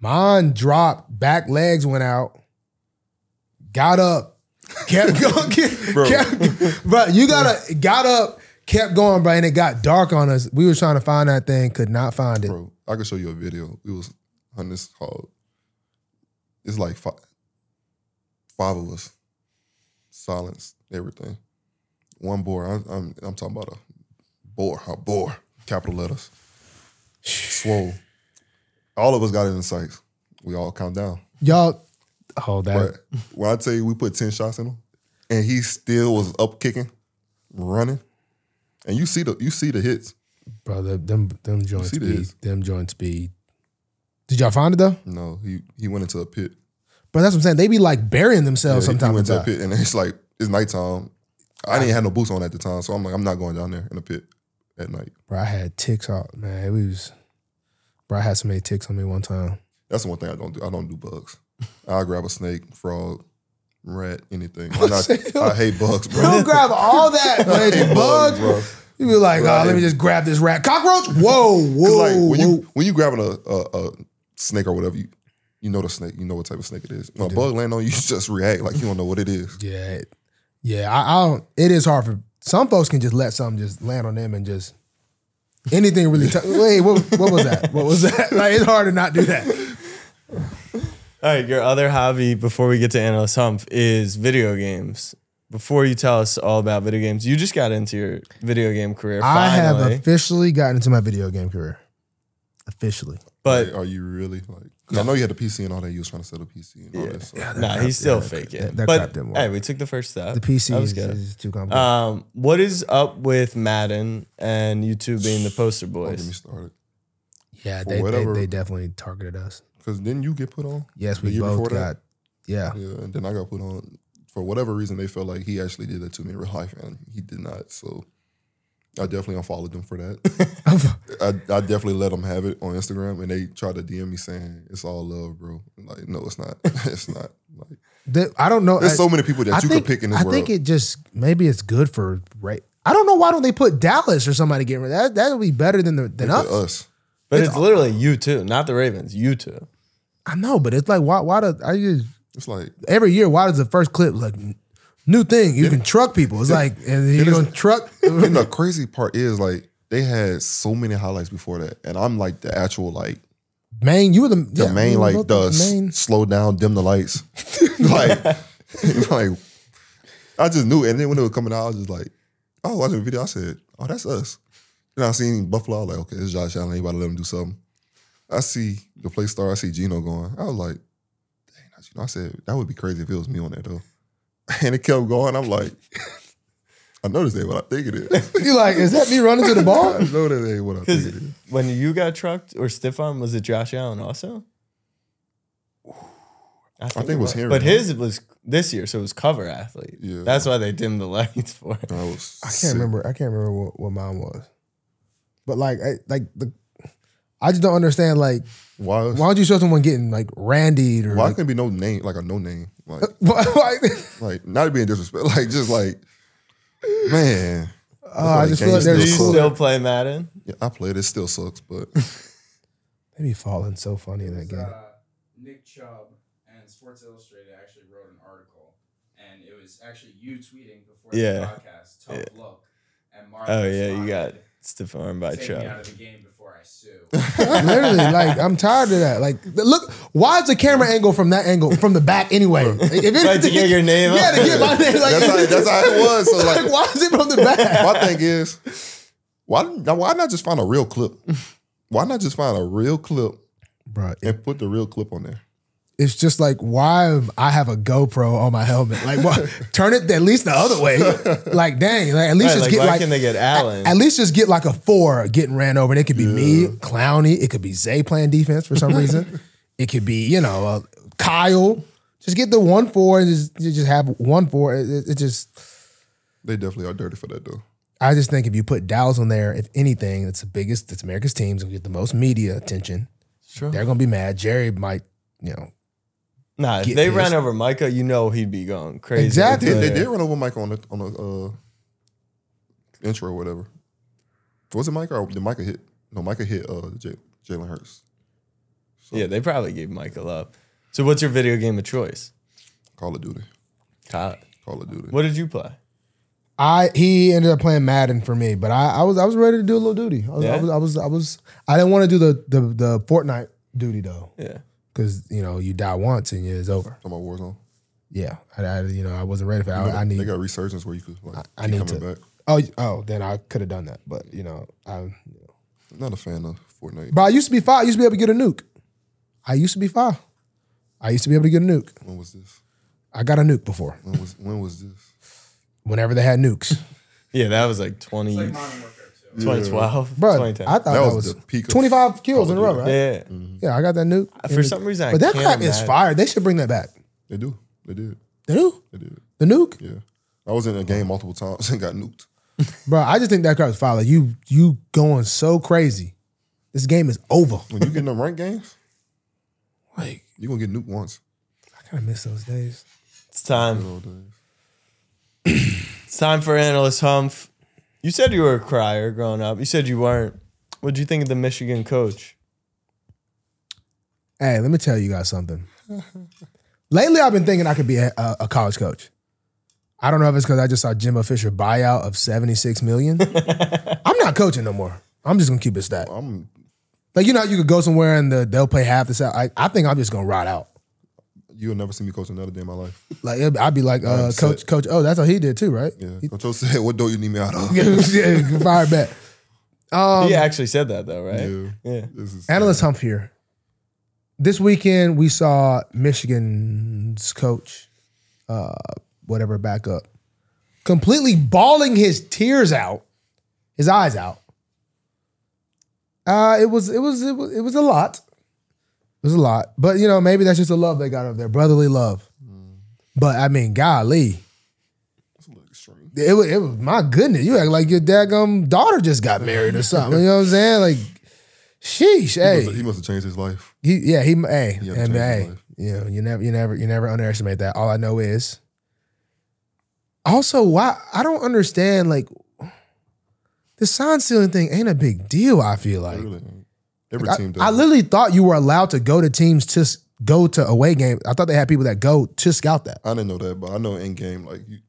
Speaker 1: Mine dropped, back legs went out. Got up, kept going. kept-
Speaker 2: Bro.
Speaker 1: kept- bro, you gotta got up, kept going, bro, and it got dark on us. We were trying to find that thing, could not find it.
Speaker 2: Bro, I could show you a video. We was hunting this hog. It's like five, five of us, silence, everything. One boar. I'm, I'm, I'm talking about a boar, a boar, capital letters. Swole. All of us got it in sights. We all count down.
Speaker 1: Y'all, oh that
Speaker 2: But when I tell you we put 10 shots in him, and he still was up kicking, running, and you see the you see the hits.
Speaker 1: Bro, the- them them joints
Speaker 2: see
Speaker 1: be
Speaker 2: this?
Speaker 1: them joints be. Did y'all find it though?
Speaker 2: No, he he went into a pit.
Speaker 1: But that's what I'm saying. They be like burying themselves
Speaker 2: Yeah, he- he
Speaker 1: sometimes.
Speaker 2: went to a
Speaker 1: sometimes.
Speaker 2: pit, and it's like it's nighttime. I didn't have no boots on at the time, so I'm like, I'm not going down there in a pit at night.
Speaker 1: Bro, I had ticks out, man. It was bro, I had so many ticks on me one time.
Speaker 2: That's the one thing I don't do. I don't do bugs. I grab a snake, frog, rat, anything. I'm not- I hate bugs, bro.
Speaker 1: Don't grab all that,
Speaker 2: I
Speaker 1: man.
Speaker 2: hate
Speaker 1: The bugs,
Speaker 2: bro.
Speaker 1: You be like, oh, let me just grab this rat. Cockroach? Whoa, whoa,
Speaker 2: 'Cause, like when
Speaker 1: whoa.
Speaker 2: you when you grabbing a, a a snake or whatever, you you know the snake, you know what type of snake it is. When a bug land on you, you just react like you don't know what it is.
Speaker 1: yeah. it- Yeah, I, I don't it is hard for some folks can just let something just land on them and just anything really t- wait, what, what was that? What was that? Like it's hard to not do that.
Speaker 3: All right, your other hobby before we get to analyst hump is video games. Before you tell us all about video games, you just got into your video game career. Finally,
Speaker 1: I have officially gotten into my video game career. Officially.
Speaker 3: but
Speaker 2: Like, are you really like? 'cause I know you had a PC and all that. You was trying to sell a PC and all that. So.
Speaker 1: Yeah, that
Speaker 3: nah,
Speaker 1: crap-
Speaker 3: he's still
Speaker 1: yeah, that-
Speaker 3: faking.
Speaker 1: That, that crap
Speaker 3: but
Speaker 1: didn't work.
Speaker 3: hey, we took the first step.
Speaker 1: the PC
Speaker 3: That
Speaker 1: is,
Speaker 3: was good.
Speaker 1: is too
Speaker 2: Uh,
Speaker 1: complicated.
Speaker 3: Um, what is up with Madden and you two being the poster
Speaker 2: Don't get me
Speaker 3: boys?
Speaker 2: started.
Speaker 1: yeah,
Speaker 2: for
Speaker 1: they, they,
Speaker 2: whatever-
Speaker 1: they definitely targeted us.
Speaker 2: Because didn't you get put on?
Speaker 1: Yes,
Speaker 2: The
Speaker 1: we
Speaker 2: year
Speaker 1: both
Speaker 2: before
Speaker 1: got.
Speaker 2: that?
Speaker 1: Yeah,
Speaker 2: Yeah, and then I got put on for whatever reason. They felt like he actually did that to me in real life, and he did not. So I definitely unfollowed them for that. I, I definitely let them have it on Instagram, and they tried to DM me saying it's all love, bro. I'm Like, no, it's not. it's not. Like,
Speaker 1: The- I don't know.
Speaker 2: there's
Speaker 1: I-
Speaker 2: so many people that
Speaker 1: I
Speaker 2: you
Speaker 1: think,
Speaker 2: could pick in this
Speaker 1: I
Speaker 2: world.
Speaker 1: think it just maybe it's good for right. I don't know why don't they put Dallas or somebody getting rid. That that would be better than the, than
Speaker 2: To
Speaker 1: us.
Speaker 2: us.
Speaker 3: But it's, literally you two, not the Ravens. You two.
Speaker 1: I know, but it's like why why do I just
Speaker 2: It's like
Speaker 1: every year why does the first clip like new thing you can truck people? It's like and you
Speaker 2: is-
Speaker 1: don't truck.
Speaker 2: and the crazy part is like they had so many highlights before that, and I'm like the actual like
Speaker 1: Main, you were the,
Speaker 2: the
Speaker 1: yeah,
Speaker 2: main
Speaker 1: you were
Speaker 2: like
Speaker 1: both
Speaker 2: the s-
Speaker 1: main.
Speaker 2: slow down, dim the lights, like like I just knew. it. And then when it was coming out, I was just like, I was watching the video. I said, oh, that's us. Then I seen Buffalo. I was like, okay, it's Josh Allen. Anybody let him do something? I see the play star. I see Gino going. I was like, dang, that's Geno. I said that would be crazy if it was me on there though. And it kept going. I'm like, I know this ain't what I think it is.
Speaker 1: You like is that me running to the ball?
Speaker 2: I know that ain't what I think
Speaker 3: Because
Speaker 2: it is.
Speaker 3: when you got trucked or stiff arm, was it Josh Allen also? I
Speaker 2: think it was Henry.
Speaker 3: But his was this year, so it was cover athlete.
Speaker 2: Yeah.
Speaker 3: That's why they dimmed the lights for it.
Speaker 2: I was.
Speaker 1: I can't remember. I can't remember what, what mine was. But like, I, like the, I just don't understand. Like,
Speaker 2: Why?
Speaker 1: why
Speaker 2: Why,
Speaker 1: don't you show someone getting like randied or
Speaker 2: why
Speaker 1: like,
Speaker 2: couldn't it be no name like a no name like?
Speaker 1: why, why-
Speaker 2: Like, not being disrespectful, like, just like, man.
Speaker 1: Oh, I just feel like
Speaker 3: Do you
Speaker 1: there's
Speaker 2: still,
Speaker 1: cool.
Speaker 3: still play Madden?
Speaker 2: yeah, I played it, still sucks, but
Speaker 1: Maybe falling so funny in that
Speaker 4: was,
Speaker 1: game.
Speaker 4: uh, Nick Chubb and Sports Illustrated actually wrote an article, and it was actually you tweeting before
Speaker 3: Yeah.
Speaker 4: the podcast. Tough look. And Mark
Speaker 3: Oh yeah, you got
Speaker 4: responded,
Speaker 3: stiff arm by
Speaker 4: Take me out
Speaker 3: Chubb.
Speaker 4: of the game before I sue.
Speaker 1: Literally, like I'm tired of that. Like, th- look, why is the camera angle from that angle from the back anyway? If anything,
Speaker 3: Like to get your name
Speaker 1: yeah, to
Speaker 3: up.
Speaker 1: get my name. Like,
Speaker 2: that's, how, that's how it was. So,
Speaker 1: like,
Speaker 2: like,
Speaker 1: why is it from the back?
Speaker 2: my thing is, why, didn't- now, why not just find a real clip? Why not just find a real clip
Speaker 1: Bro, it-
Speaker 2: and put the real clip on there?
Speaker 1: it's just like why am- I have a GoPro on my helmet. Like, why, turn it at least the other way. Like, dang, like at least
Speaker 3: Right,
Speaker 1: just
Speaker 3: like,
Speaker 1: get
Speaker 3: why
Speaker 1: like
Speaker 3: can they get Allen?
Speaker 1: At least just get like a four getting ran over. And it could be me, Clowney. It could be Zay playing defense for some reason. it could be, you know, uh, Kyle. Just get the one four and just, you just have one four. It, it- it just,
Speaker 2: They definitely are dirty for that, though.
Speaker 1: I just think if you put Dallas on there, if anything, it's the biggest, it's America's teams and get the most media attention.
Speaker 3: Sure.
Speaker 1: They're going to be mad. Jerry might, you know,
Speaker 3: Nah, if
Speaker 1: Get
Speaker 3: they
Speaker 1: pissed.
Speaker 3: ran over Micah, you know he'd be going crazy.
Speaker 1: Exactly.
Speaker 2: They,
Speaker 1: Yeah.
Speaker 2: they did run over Mike on the, on the uh, intro or whatever. Was it Mike or did Micah hit? No, Micah hit uh, J- Jalen Hurts.
Speaker 3: Yeah, they probably gave Michael up. So what's your video game of choice?
Speaker 2: Call of Duty.
Speaker 3: Kyle.
Speaker 2: Call of Duty.
Speaker 3: What did you play?
Speaker 1: I he ended up playing Madden for me, but I, I was I was ready to do a little duty. I was,
Speaker 3: Yeah?
Speaker 1: I, was I was I was I didn't want to do the the the Fortnite duty though,
Speaker 3: Yeah.
Speaker 1: because you know you die once and it's over.
Speaker 2: Talking about Warzone.
Speaker 1: Yeah, I, I you know I wasn't ready for that. I, I
Speaker 2: They
Speaker 1: need
Speaker 2: got resurgence where you could like
Speaker 1: I
Speaker 2: keep
Speaker 1: need
Speaker 2: coming
Speaker 1: to-
Speaker 2: back.
Speaker 1: oh oh then I could have done that, but you know I
Speaker 2: Not a fan of Fortnite.
Speaker 1: but I used to be fine. I used to be able to get a nuke. I used to be fine. I used to be able to get a nuke.
Speaker 2: When was this?
Speaker 1: I got a nuke before.
Speaker 2: When was when was this?
Speaker 1: Whenever they had nukes,
Speaker 3: Yeah, that was like 20.
Speaker 4: It's like Modern Warfare 2. too.
Speaker 3: 2012,
Speaker 1: Bro, I
Speaker 3: 2010.
Speaker 1: thought that,
Speaker 2: That was
Speaker 1: was,
Speaker 2: the peak of
Speaker 1: 25 kills in a
Speaker 2: Call
Speaker 1: row,
Speaker 2: of
Speaker 1: right?
Speaker 3: yeah,
Speaker 1: Yeah,
Speaker 3: yeah, yeah.
Speaker 1: I got that nuke.
Speaker 3: For some reason, I
Speaker 1: But that
Speaker 3: can't
Speaker 1: crap is
Speaker 3: imagine-
Speaker 1: fire. They should bring that back.
Speaker 2: They do. They did.
Speaker 1: The nuke?
Speaker 2: They did.
Speaker 1: The nuke?
Speaker 2: Yeah. I was in a game multiple times and got nuked.
Speaker 1: Bro, I just think that crap is fire. Like you you going so crazy. This game is over.
Speaker 2: When you get in the ranked games,
Speaker 1: Like,
Speaker 2: you're gonna get nuked once.
Speaker 1: I kind of miss those days.
Speaker 3: It's time.
Speaker 2: All days.
Speaker 3: It's time for analyst humph. You said you were a crier growing up. You said you weren't. What'd you think of the Michigan coach?
Speaker 1: Hey, let me tell you guys something. Lately, I've been thinking I could be a, a college coach. I don't know if it's because I just saw Jimbo Fisher buyout of seventy six million. I'm not coaching no more. I'm just gonna keep it stat.
Speaker 2: I'm
Speaker 1: Like you know, how you could go somewhere and the, they'll pay half the salary. I, I think I'm just gonna ride out.
Speaker 2: you'll never see me coach another day in my life.
Speaker 1: Like it'd- I'd be like, uh,
Speaker 2: upset.
Speaker 1: coach, coach. Oh, that's what he did too, right?
Speaker 2: Yeah. Coach O said, what door you need me out of?
Speaker 1: yeah, fire back. Um,
Speaker 3: he actually said that though, right?
Speaker 2: Yeah.
Speaker 3: Yeah.
Speaker 2: This is
Speaker 1: Analyst hump here. This weekend we saw Michigan's coach, uh, whatever backup, completely bawling his tears out, his eyes out. Uh, it was it was it was, it was a lot. It was a lot, but you know maybe that's just the love they got up there, brotherly love. But I mean, golly,
Speaker 2: it's a little extreme.
Speaker 1: it was, it was my goodness. You act like your dadgum daughter just got married or something. You know what I'm saying? Like, sheesh. Hey,
Speaker 2: He must- He must have changed his life.
Speaker 1: he, yeah, he, hey,
Speaker 2: Yeah,
Speaker 1: and
Speaker 2: change
Speaker 1: hey,
Speaker 2: your life.
Speaker 1: you know, you never, you never, you never underestimate that. All I know is, also, why I don't understand like the sign stealing thing ain't a big deal. I feel like
Speaker 2: Really. Every
Speaker 1: I,
Speaker 2: team does.
Speaker 1: I literally thought you were allowed to go to teams to s- go to away games. I thought they had people that go to scout that.
Speaker 2: I didn't know that, but I know in game, like you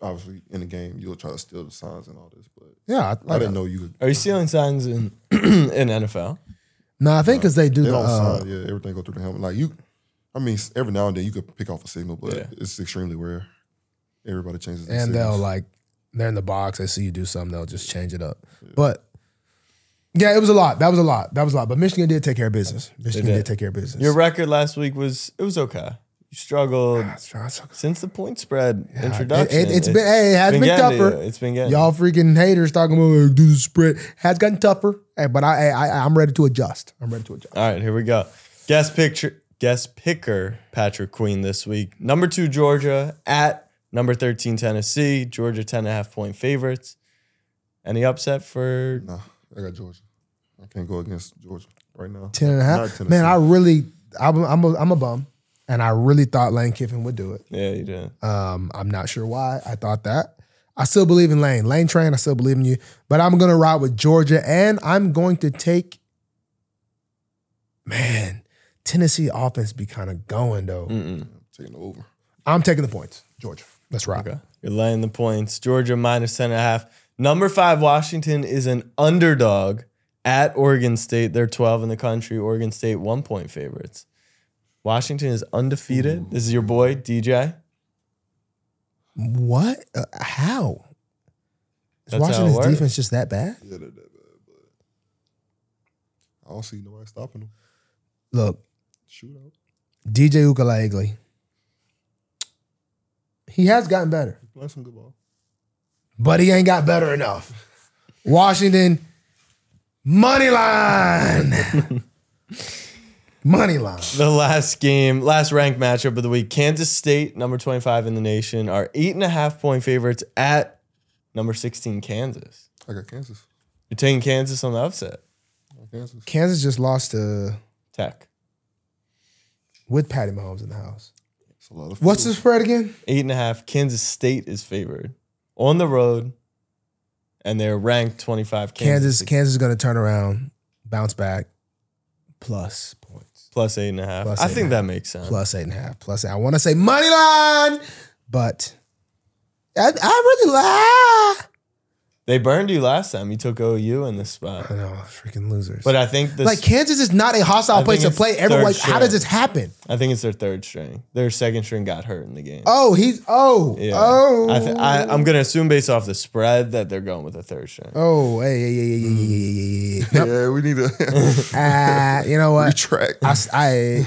Speaker 2: obviously in the game you'll try to steal the signs and all this, but
Speaker 1: Yeah, I,
Speaker 2: I didn't know you could
Speaker 3: Are you stealing signs in in NFL?
Speaker 1: No, I think because they do
Speaker 2: they
Speaker 1: the
Speaker 2: don't
Speaker 1: uh,
Speaker 2: sign, yeah, everything go through the helmet. Like you I mean s- every now and then you could pick off a signal, but
Speaker 3: Yeah.
Speaker 2: it's extremely rare. Everybody changes their
Speaker 1: and
Speaker 2: signals.
Speaker 1: they'll like they're in the box. They see you do something, they'll just change it up. But yeah, it was a lot. That was a lot. That was a lot. But Michigan did take care of business. Michigan did.
Speaker 3: did.
Speaker 1: take care of business.
Speaker 3: Your record last week was it was okay. You struggled
Speaker 1: That's right. It's okay.
Speaker 3: since the point spread introduction.
Speaker 1: it- it's been- hey, it has been
Speaker 3: getting to
Speaker 1: tougher.
Speaker 3: you. It's been getting
Speaker 1: Y'all freaking haters talking about "Hey, do the spread has gotten tougher, Hey, but I, eh, I I- I'm ready to adjust. I'm ready to adjust.
Speaker 3: All right, here we go. Guest picture, guest picker, Patrick Queen this week. Number two, Georgia at number thirteen, Tennessee. Georgia ten and a half point favorites. Any upset for?
Speaker 2: Nah, I got Georgia. I can't go against Georgia right now.
Speaker 1: Ten and a
Speaker 2: Not
Speaker 1: half.
Speaker 2: Tennessee.
Speaker 1: Man, I really I'm I'm a, I'm a bum, and I really thought Lane Kiffin would do it.
Speaker 3: Yeah, you did.
Speaker 1: Um, I'm not sure why I thought that. I still believe in Lane. Lane train, I still believe in you. But I'm gonna ride with Georgia and I'm going to take man, Tennessee offense be kind of going though.
Speaker 3: Mm.
Speaker 2: I'm taking over.
Speaker 1: I'm taking the points. Georgia. Let's rock.
Speaker 3: Okay. You're laying the points. Georgia minus 10 and a half. Number five, Washington is an underdog at Oregon State. They're 12 in the country. Oregon State, one point favorites. Washington is undefeated. This is your boy, DJ.
Speaker 1: What? Uh, how? Is
Speaker 3: That's how it
Speaker 1: Washington's
Speaker 3: works.
Speaker 1: defense just that bad?
Speaker 2: Yeah, they're that bad, but I don't see nobody stopping them.
Speaker 1: Look,
Speaker 2: Shootout.
Speaker 1: DJ Ukalaigli. He has gotten better.
Speaker 2: He playing some good ball.
Speaker 1: but he ain't got better enough. Washington, money line. money line.
Speaker 3: The last game, last ranked matchup of the week. Kansas State, number 25 in the nation, are eight and a half point favorites at number 16, Kansas.
Speaker 2: I got Kansas.
Speaker 3: You're taking Kansas on the upset.
Speaker 2: I got Kansas.
Speaker 1: Kansas just lost to
Speaker 3: Tech.
Speaker 1: with Patty Mahomes in the house.
Speaker 2: It's a lot of
Speaker 1: What's the
Speaker 2: field.
Speaker 1: spread again?
Speaker 3: eight and a half. Kansas State is favored on the road, and they're ranked 25.
Speaker 1: Kansas.
Speaker 3: Kansas,
Speaker 1: Kansas is going to turn around, bounce back, plus points,
Speaker 3: plus eight and a half.
Speaker 1: Plus
Speaker 3: I
Speaker 1: eight
Speaker 3: think
Speaker 1: and a
Speaker 3: that makes sense.
Speaker 1: plus eight and a half, plus. Eight. I want to say money line, but I, I really ah. lie.
Speaker 3: They burned you last time. You took OU in this
Speaker 1: I
Speaker 3: spot,
Speaker 1: know, freaking losers.
Speaker 3: but I think this.
Speaker 1: like Kansas is not a
Speaker 3: I
Speaker 1: hostile
Speaker 3: think
Speaker 1: place to
Speaker 3: it's
Speaker 1: play. Everyone,
Speaker 3: third
Speaker 1: like, how does
Speaker 3: string.
Speaker 1: this happen?
Speaker 3: I think it's their third string. Their second string got hurt in the game.
Speaker 1: Oh, he's oh
Speaker 3: Yeah.
Speaker 1: oh.
Speaker 3: I th- I, I'm gonna assume based off the spread that they're going with a third string.
Speaker 1: Oh, hey, hey, hey, hey, hey, hey, hey, hey, hey. Nope.
Speaker 2: Yeah, we need to
Speaker 1: Ah, you know what?
Speaker 2: retract.
Speaker 1: I, s- I-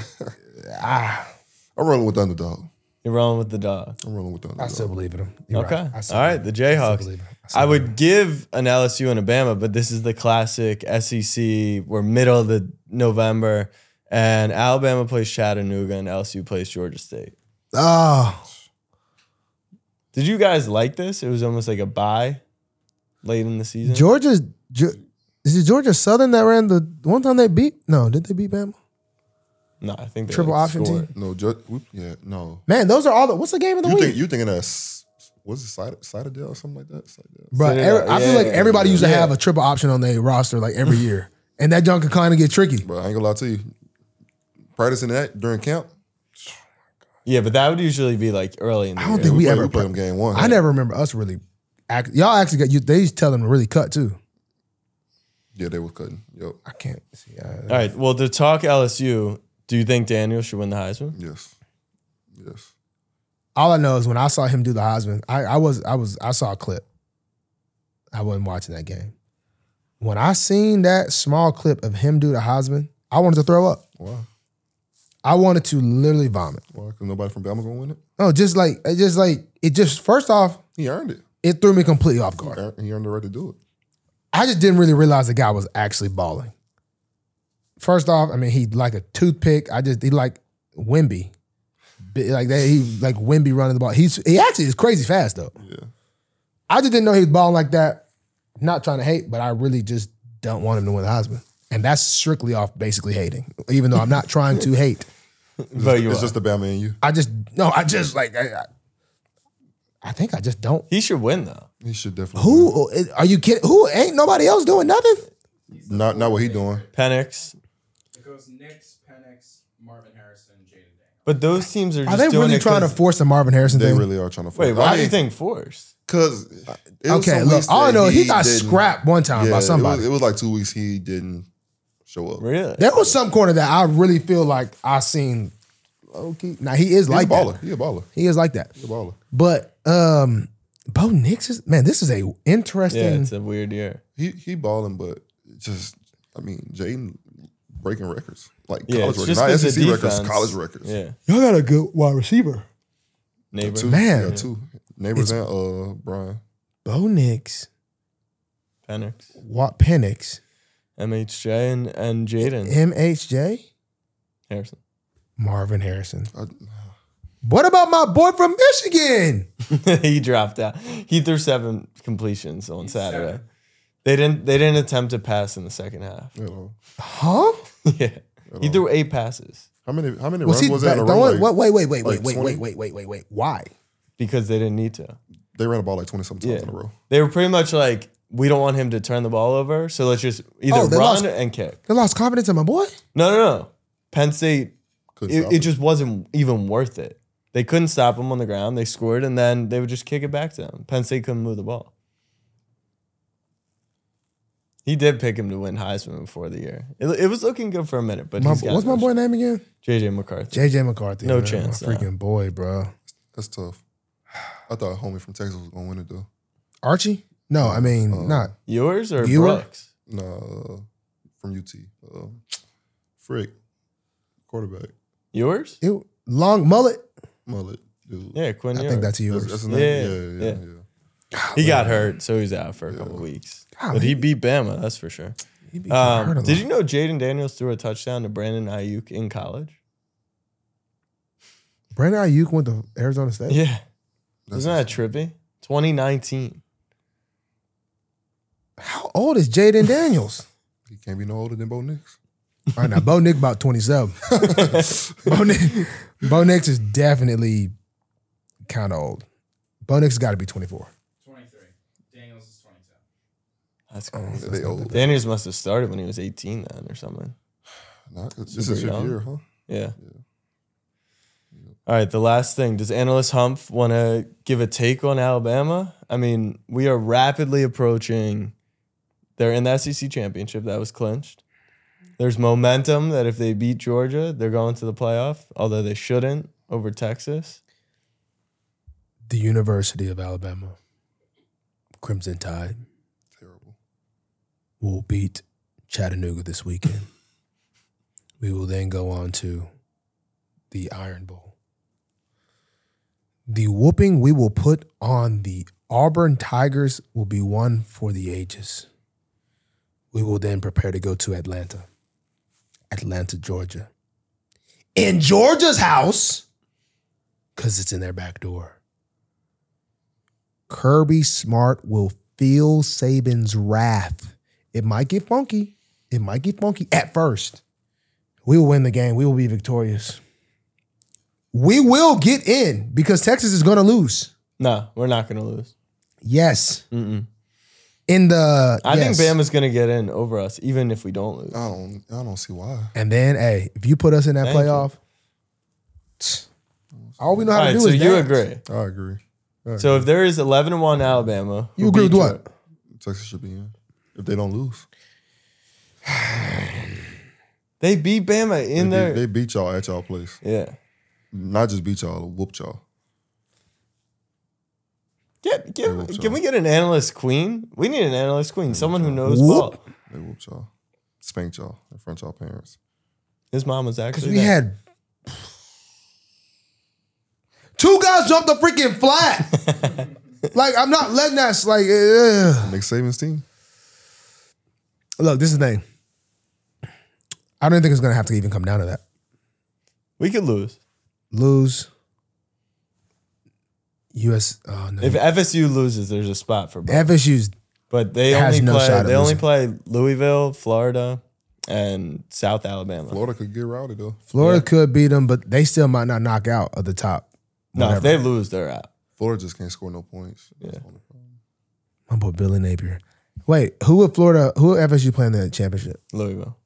Speaker 1: ah,
Speaker 2: I'm running with the underdog.
Speaker 3: You're rolling with the dog.
Speaker 2: I'm rolling with the underdog.
Speaker 1: I still believe in him.
Speaker 3: okay. All right. The Jayhawks. I would give an LSU and a Bama, but this is the classic SEC. We're middle of the November, and Alabama plays Chattanooga, and LSU plays Georgia State.
Speaker 1: Oh,
Speaker 3: Did you guys like this? It was almost like a bye late in the season.
Speaker 1: Georgia. Ge- Is it Georgia Southern that ran the one time they beat? No, did they beat Bama?
Speaker 3: no, I think they
Speaker 1: Triple
Speaker 3: like
Speaker 1: option
Speaker 3: scored.
Speaker 1: team.
Speaker 2: No, ju- we- yeah, no.
Speaker 1: Man, those are all the. What's the game of the
Speaker 2: You
Speaker 1: week?
Speaker 2: think you thinking of s- was it Cit- Citadel or something like that? Citadel.
Speaker 1: Bro,
Speaker 3: Sit it
Speaker 1: every-
Speaker 3: out.
Speaker 1: I feel
Speaker 3: Yeah,
Speaker 1: like
Speaker 3: yeah,
Speaker 1: everybody used to
Speaker 3: yeah.
Speaker 1: have a triple option on their roster like every year, and that junk can kind of get tricky.
Speaker 2: Bro, I ain't gonna lie to you. Practicing that during camp.
Speaker 3: Yeah, but that would usually be like early in the
Speaker 1: I don't
Speaker 3: year.
Speaker 1: think we
Speaker 2: played-
Speaker 1: ever.
Speaker 2: played them game one.
Speaker 1: I never remember us really. Act, y'all actually got you. They used to tell them to really cut too.
Speaker 2: Yeah, they were cutting. Yo,
Speaker 1: I can't see. I,
Speaker 3: All right. Well, to talk LSU, do you think Daniel should win the Heisman?
Speaker 2: yes, yes.
Speaker 1: all I know is when I saw him do the Heisman, I, I was I was I saw a clip. I wasn't watching that game. When I seen that small clip of him do the Heisman, I wanted to throw up.
Speaker 2: Why?
Speaker 1: I wanted to literally vomit.
Speaker 2: Why? Because nobody from Bama gonna win it.
Speaker 1: No, just like it just like it just first off,
Speaker 2: He earned it.
Speaker 1: it threw me completely off
Speaker 2: He
Speaker 1: guard.
Speaker 2: earned, he earned the right to do it.
Speaker 1: I just didn't really realize the guy was actually balling. First off, I mean, he like a toothpick. I just he like Wimby, Bi- like that. He like Wimby running the ball. He's he actually is crazy fast though.
Speaker 2: Yeah.
Speaker 1: I just didn't know he was balling like that. Not trying to hate, but I really just don't want him to win the Heisman, and that's strictly off basically hating. Even though I'm not trying to hate, Oh,
Speaker 3: But you
Speaker 2: it's
Speaker 3: are.
Speaker 2: just the Bama and you.
Speaker 1: I just no, I just like I, I, I think I just don't.
Speaker 3: he should win though.
Speaker 2: He should definitely. win.
Speaker 1: Who are you kidding? Who ain't nobody else doing nothing?
Speaker 2: Not not what he doing.
Speaker 3: Penix.
Speaker 4: It goes Knicks, Penix, Marvin Harrison, Jaden Daniels.
Speaker 3: But those teams are
Speaker 1: Are
Speaker 3: just
Speaker 1: they
Speaker 3: doing
Speaker 1: really
Speaker 3: it
Speaker 1: trying to
Speaker 3: 'cause-
Speaker 1: force the Marvin Harrison
Speaker 2: They
Speaker 1: thing?
Speaker 2: really are trying to.
Speaker 3: Wait, why do you think force?
Speaker 2: Because
Speaker 1: Okay, look, all I know is he got scrapped one time by
Speaker 2: It
Speaker 1: somebody.
Speaker 2: was, it was like two weeks he didn't show up.
Speaker 3: Really?
Speaker 1: there was some corner that I really feel like I seen. Okay, now he is
Speaker 2: He's
Speaker 1: like
Speaker 2: a baller.
Speaker 1: that.
Speaker 2: He a baller.
Speaker 1: He is like that.
Speaker 2: He a baller.
Speaker 1: But um, Bo Nix is man. This is a
Speaker 3: Yeah,
Speaker 1: interesting.
Speaker 3: it's a weird year.
Speaker 2: He he balling, but just I mean, Jaden breaking records like
Speaker 3: Yeah,
Speaker 2: college records,
Speaker 3: it's just
Speaker 2: not
Speaker 3: 'cause the
Speaker 2: SEC records,
Speaker 3: defense-
Speaker 2: college records.
Speaker 3: Yeah.
Speaker 1: Y'all got a good wide receiver.
Speaker 3: Neighbor.
Speaker 2: two,
Speaker 1: Man.
Speaker 2: yeah, two neighbors and uh Brian.
Speaker 1: Bo Nix,
Speaker 3: Penix.
Speaker 1: Watt Penix,
Speaker 3: MHJ and, and Jaden
Speaker 1: MHJ,
Speaker 3: Harrison.
Speaker 1: Marvin Harrison.
Speaker 2: I,
Speaker 1: What about my boy from Michigan?
Speaker 3: he dropped out. He threw seven completions on
Speaker 4: He's
Speaker 3: Saturday.
Speaker 4: seven.
Speaker 3: They didn't they didn't attempt to pass in the second half.
Speaker 2: you know,
Speaker 1: Huh?
Speaker 3: yeah. He
Speaker 2: all.
Speaker 3: threw eight passes
Speaker 2: how many how many
Speaker 1: Was
Speaker 2: runs
Speaker 1: he
Speaker 2: was that in a
Speaker 1: throwing?
Speaker 2: row? Like,
Speaker 1: what? Wait, wait, wait,
Speaker 2: like
Speaker 1: wait, wait,
Speaker 2: 20?
Speaker 1: wait, wait, wait, wait, wait. Why?
Speaker 3: because they didn't need to.
Speaker 2: They ran the ball like twenty something times
Speaker 3: Yeah.
Speaker 2: in a row.
Speaker 3: They were pretty much like, we don't want him to turn the ball over, so let's just either
Speaker 1: Oh, they
Speaker 3: run
Speaker 1: lost-
Speaker 3: and kick.
Speaker 1: They lost confidence in my boy.
Speaker 3: No, no, no. Penn State,
Speaker 2: Couldn't
Speaker 3: it,
Speaker 2: stop
Speaker 3: it just wasn't even worth it. They couldn't stop him on the ground. They scored, and then they would just kick it back to him. Penn State couldn't move the ball. He did pick him to win Heisman before the year. It, it was looking good for a minute, but
Speaker 1: My-
Speaker 3: he's got
Speaker 1: what's my
Speaker 3: no
Speaker 1: boy
Speaker 3: sh-
Speaker 1: name again?
Speaker 3: JJ McCarthy.
Speaker 1: JJ McCarthy.
Speaker 3: No
Speaker 1: man,
Speaker 3: chance,
Speaker 1: My freaking boy, bro.
Speaker 2: That's tough. I thought a homie from Texas was gonna win it though.
Speaker 1: Archie? No, I mean
Speaker 2: Uh,
Speaker 1: not.
Speaker 3: Yours or
Speaker 1: You were-
Speaker 3: Brooks?
Speaker 2: Nah, uh, from UT. Uh, Frick, quarterback,
Speaker 3: Yours?
Speaker 1: Ew, long mullet.
Speaker 2: mullet. Dude.
Speaker 3: Yeah, Quinn.
Speaker 1: I
Speaker 3: Ewers.
Speaker 1: think that's
Speaker 2: That's,
Speaker 1: yours.
Speaker 2: that's his
Speaker 3: Yeah,
Speaker 2: name.
Speaker 3: yeah,
Speaker 2: Yeah, yeah, yeah.
Speaker 3: yeah. he got hurt, so he's out for a couple weeks.
Speaker 1: God,
Speaker 3: but he
Speaker 1: he-
Speaker 3: beat Bama, that's for sure.
Speaker 1: He be getting hurt a
Speaker 3: Um,
Speaker 1: lot.
Speaker 3: did you know Jaden Daniels threw a touchdown to Brandon Ayuk in college?
Speaker 1: Brandon Ayuk went to Arizona State?
Speaker 3: Yeah.
Speaker 2: That's
Speaker 3: Isn't that
Speaker 2: his-
Speaker 3: trippy? 2019.
Speaker 1: How old is Jaden Daniels?
Speaker 2: He can't be no older than Bo Nix.
Speaker 1: All right, now Bo Nick about 27. Bo, Nick, Bo Nix is definitely kind of old. Bo Nix has got to be 24.
Speaker 4: 23. Daniels is 22.
Speaker 3: That's crazy.
Speaker 2: They old.
Speaker 3: Daniels must have started when he was 18 then or something.
Speaker 2: Nah, this is his
Speaker 3: Super
Speaker 2: fifth
Speaker 3: young.
Speaker 2: year, huh?
Speaker 3: Yeah. All right, the last thing. Does analyst Humph want to give a take on Alabama? I mean, we are rapidly approaching. They're in the SEC championship that was clinched. There's momentum that if they beat Georgia, they're going to the playoff, although they shouldn't over Texas.
Speaker 1: The University of Alabama, Crimson Tide,
Speaker 2: Terrible.
Speaker 1: will beat Chattanooga this weekend. we will then go on to the Iron Bowl. The whooping we will put on the Auburn Tigers will be one for the ages. We will then prepare to go to Atlanta, Atlanta, Georgia. In Georgia's house, because it's in their back door. Kirby Smart will feel Saban's wrath. It might get funky. It might get funky at first. We will win the game. We will be victorious. We will get in because Texas is going to lose.
Speaker 3: No, we're not going to lose.
Speaker 1: Yes.
Speaker 3: Mm-mm.
Speaker 1: In the.
Speaker 3: I
Speaker 1: yes.
Speaker 3: think Bama's going to get in over us, even if we don't lose.
Speaker 2: Uh, I don't. I don't see why.
Speaker 1: And then, hey, if you put us in that
Speaker 3: Thank you.
Speaker 1: playoff, tch, all we know how
Speaker 3: All
Speaker 1: to
Speaker 3: right,
Speaker 1: do
Speaker 3: so
Speaker 1: is.
Speaker 3: you
Speaker 1: dance.
Speaker 3: agree.
Speaker 2: I agree. I
Speaker 3: So if there is 11 and 1 Alabama,
Speaker 1: You
Speaker 3: who
Speaker 1: agree with
Speaker 3: beat
Speaker 1: what?
Speaker 3: Geor-
Speaker 2: Texas should be in if they don't lose.
Speaker 3: They beat Bama in
Speaker 2: they,
Speaker 3: their
Speaker 2: beat, they beat y'all at y'all place.
Speaker 3: Yeah.
Speaker 2: Not just beat y'all, whooped y'all.
Speaker 3: Get,
Speaker 2: I hope
Speaker 3: give,
Speaker 2: so.
Speaker 3: Can we get an analyst queen? We need an analyst queen, someone who knows
Speaker 1: Whoop.
Speaker 3: ball.
Speaker 2: They whooped y'all, spanked y'all in front of y'all parents.
Speaker 3: His mom was
Speaker 1: Because
Speaker 3: actually
Speaker 1: we
Speaker 3: there.
Speaker 1: had two guys jump the freaking flat. like I'm not letting us like. Ugh.
Speaker 2: Nick Saban's team.
Speaker 1: Look, this is the thing. I don't think it's gonna have to even come down to that.
Speaker 3: we could lose
Speaker 1: Lose. U.S. Oh no.
Speaker 3: if FSU loses. There's a spot for both.
Speaker 1: FSU's
Speaker 3: But they
Speaker 1: Has
Speaker 3: only
Speaker 1: no shot
Speaker 3: play.
Speaker 1: at
Speaker 3: They only
Speaker 1: losing.
Speaker 3: play Louisville, Florida, and South Alabama.
Speaker 2: Florida could get routed though.
Speaker 1: Florida
Speaker 3: Yeah.
Speaker 1: could beat them, but they still might not knock out of the top.
Speaker 3: no, if
Speaker 1: Whatever.
Speaker 3: they lose, they're out.
Speaker 2: Florida just can't score no points. That's the only problem.
Speaker 1: My boy Billy Napier. Wait, who would Florida? Who would FSU playing the championship?
Speaker 3: Louisville.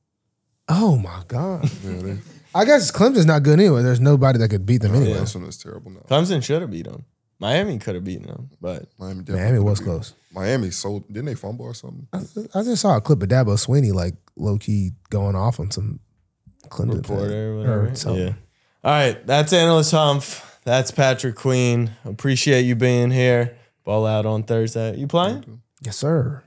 Speaker 1: Oh my god!
Speaker 2: Yeah, they,
Speaker 1: I guess Clemson's not good anyway. There's nobody that could beat
Speaker 3: Oh,
Speaker 1: them anyway.
Speaker 2: Clemson is terrible now.
Speaker 3: Clemson should have beat them. Miami could have beaten them, but
Speaker 2: Miami, definitely
Speaker 1: Miami
Speaker 2: could
Speaker 1: was
Speaker 2: beat
Speaker 1: close.
Speaker 2: them. Miami sold. Didn't they fumble or something?
Speaker 1: I, I just saw a clip of Dabo Sweeney like low key going off on some Clemson fan.
Speaker 3: Porter, or whatever.
Speaker 1: Or something.
Speaker 3: yeah. All right, that's analyst Humph. That's Patrick Queen. Appreciate you being here. Ball out on Thursday. You playing?
Speaker 1: Yes, sir.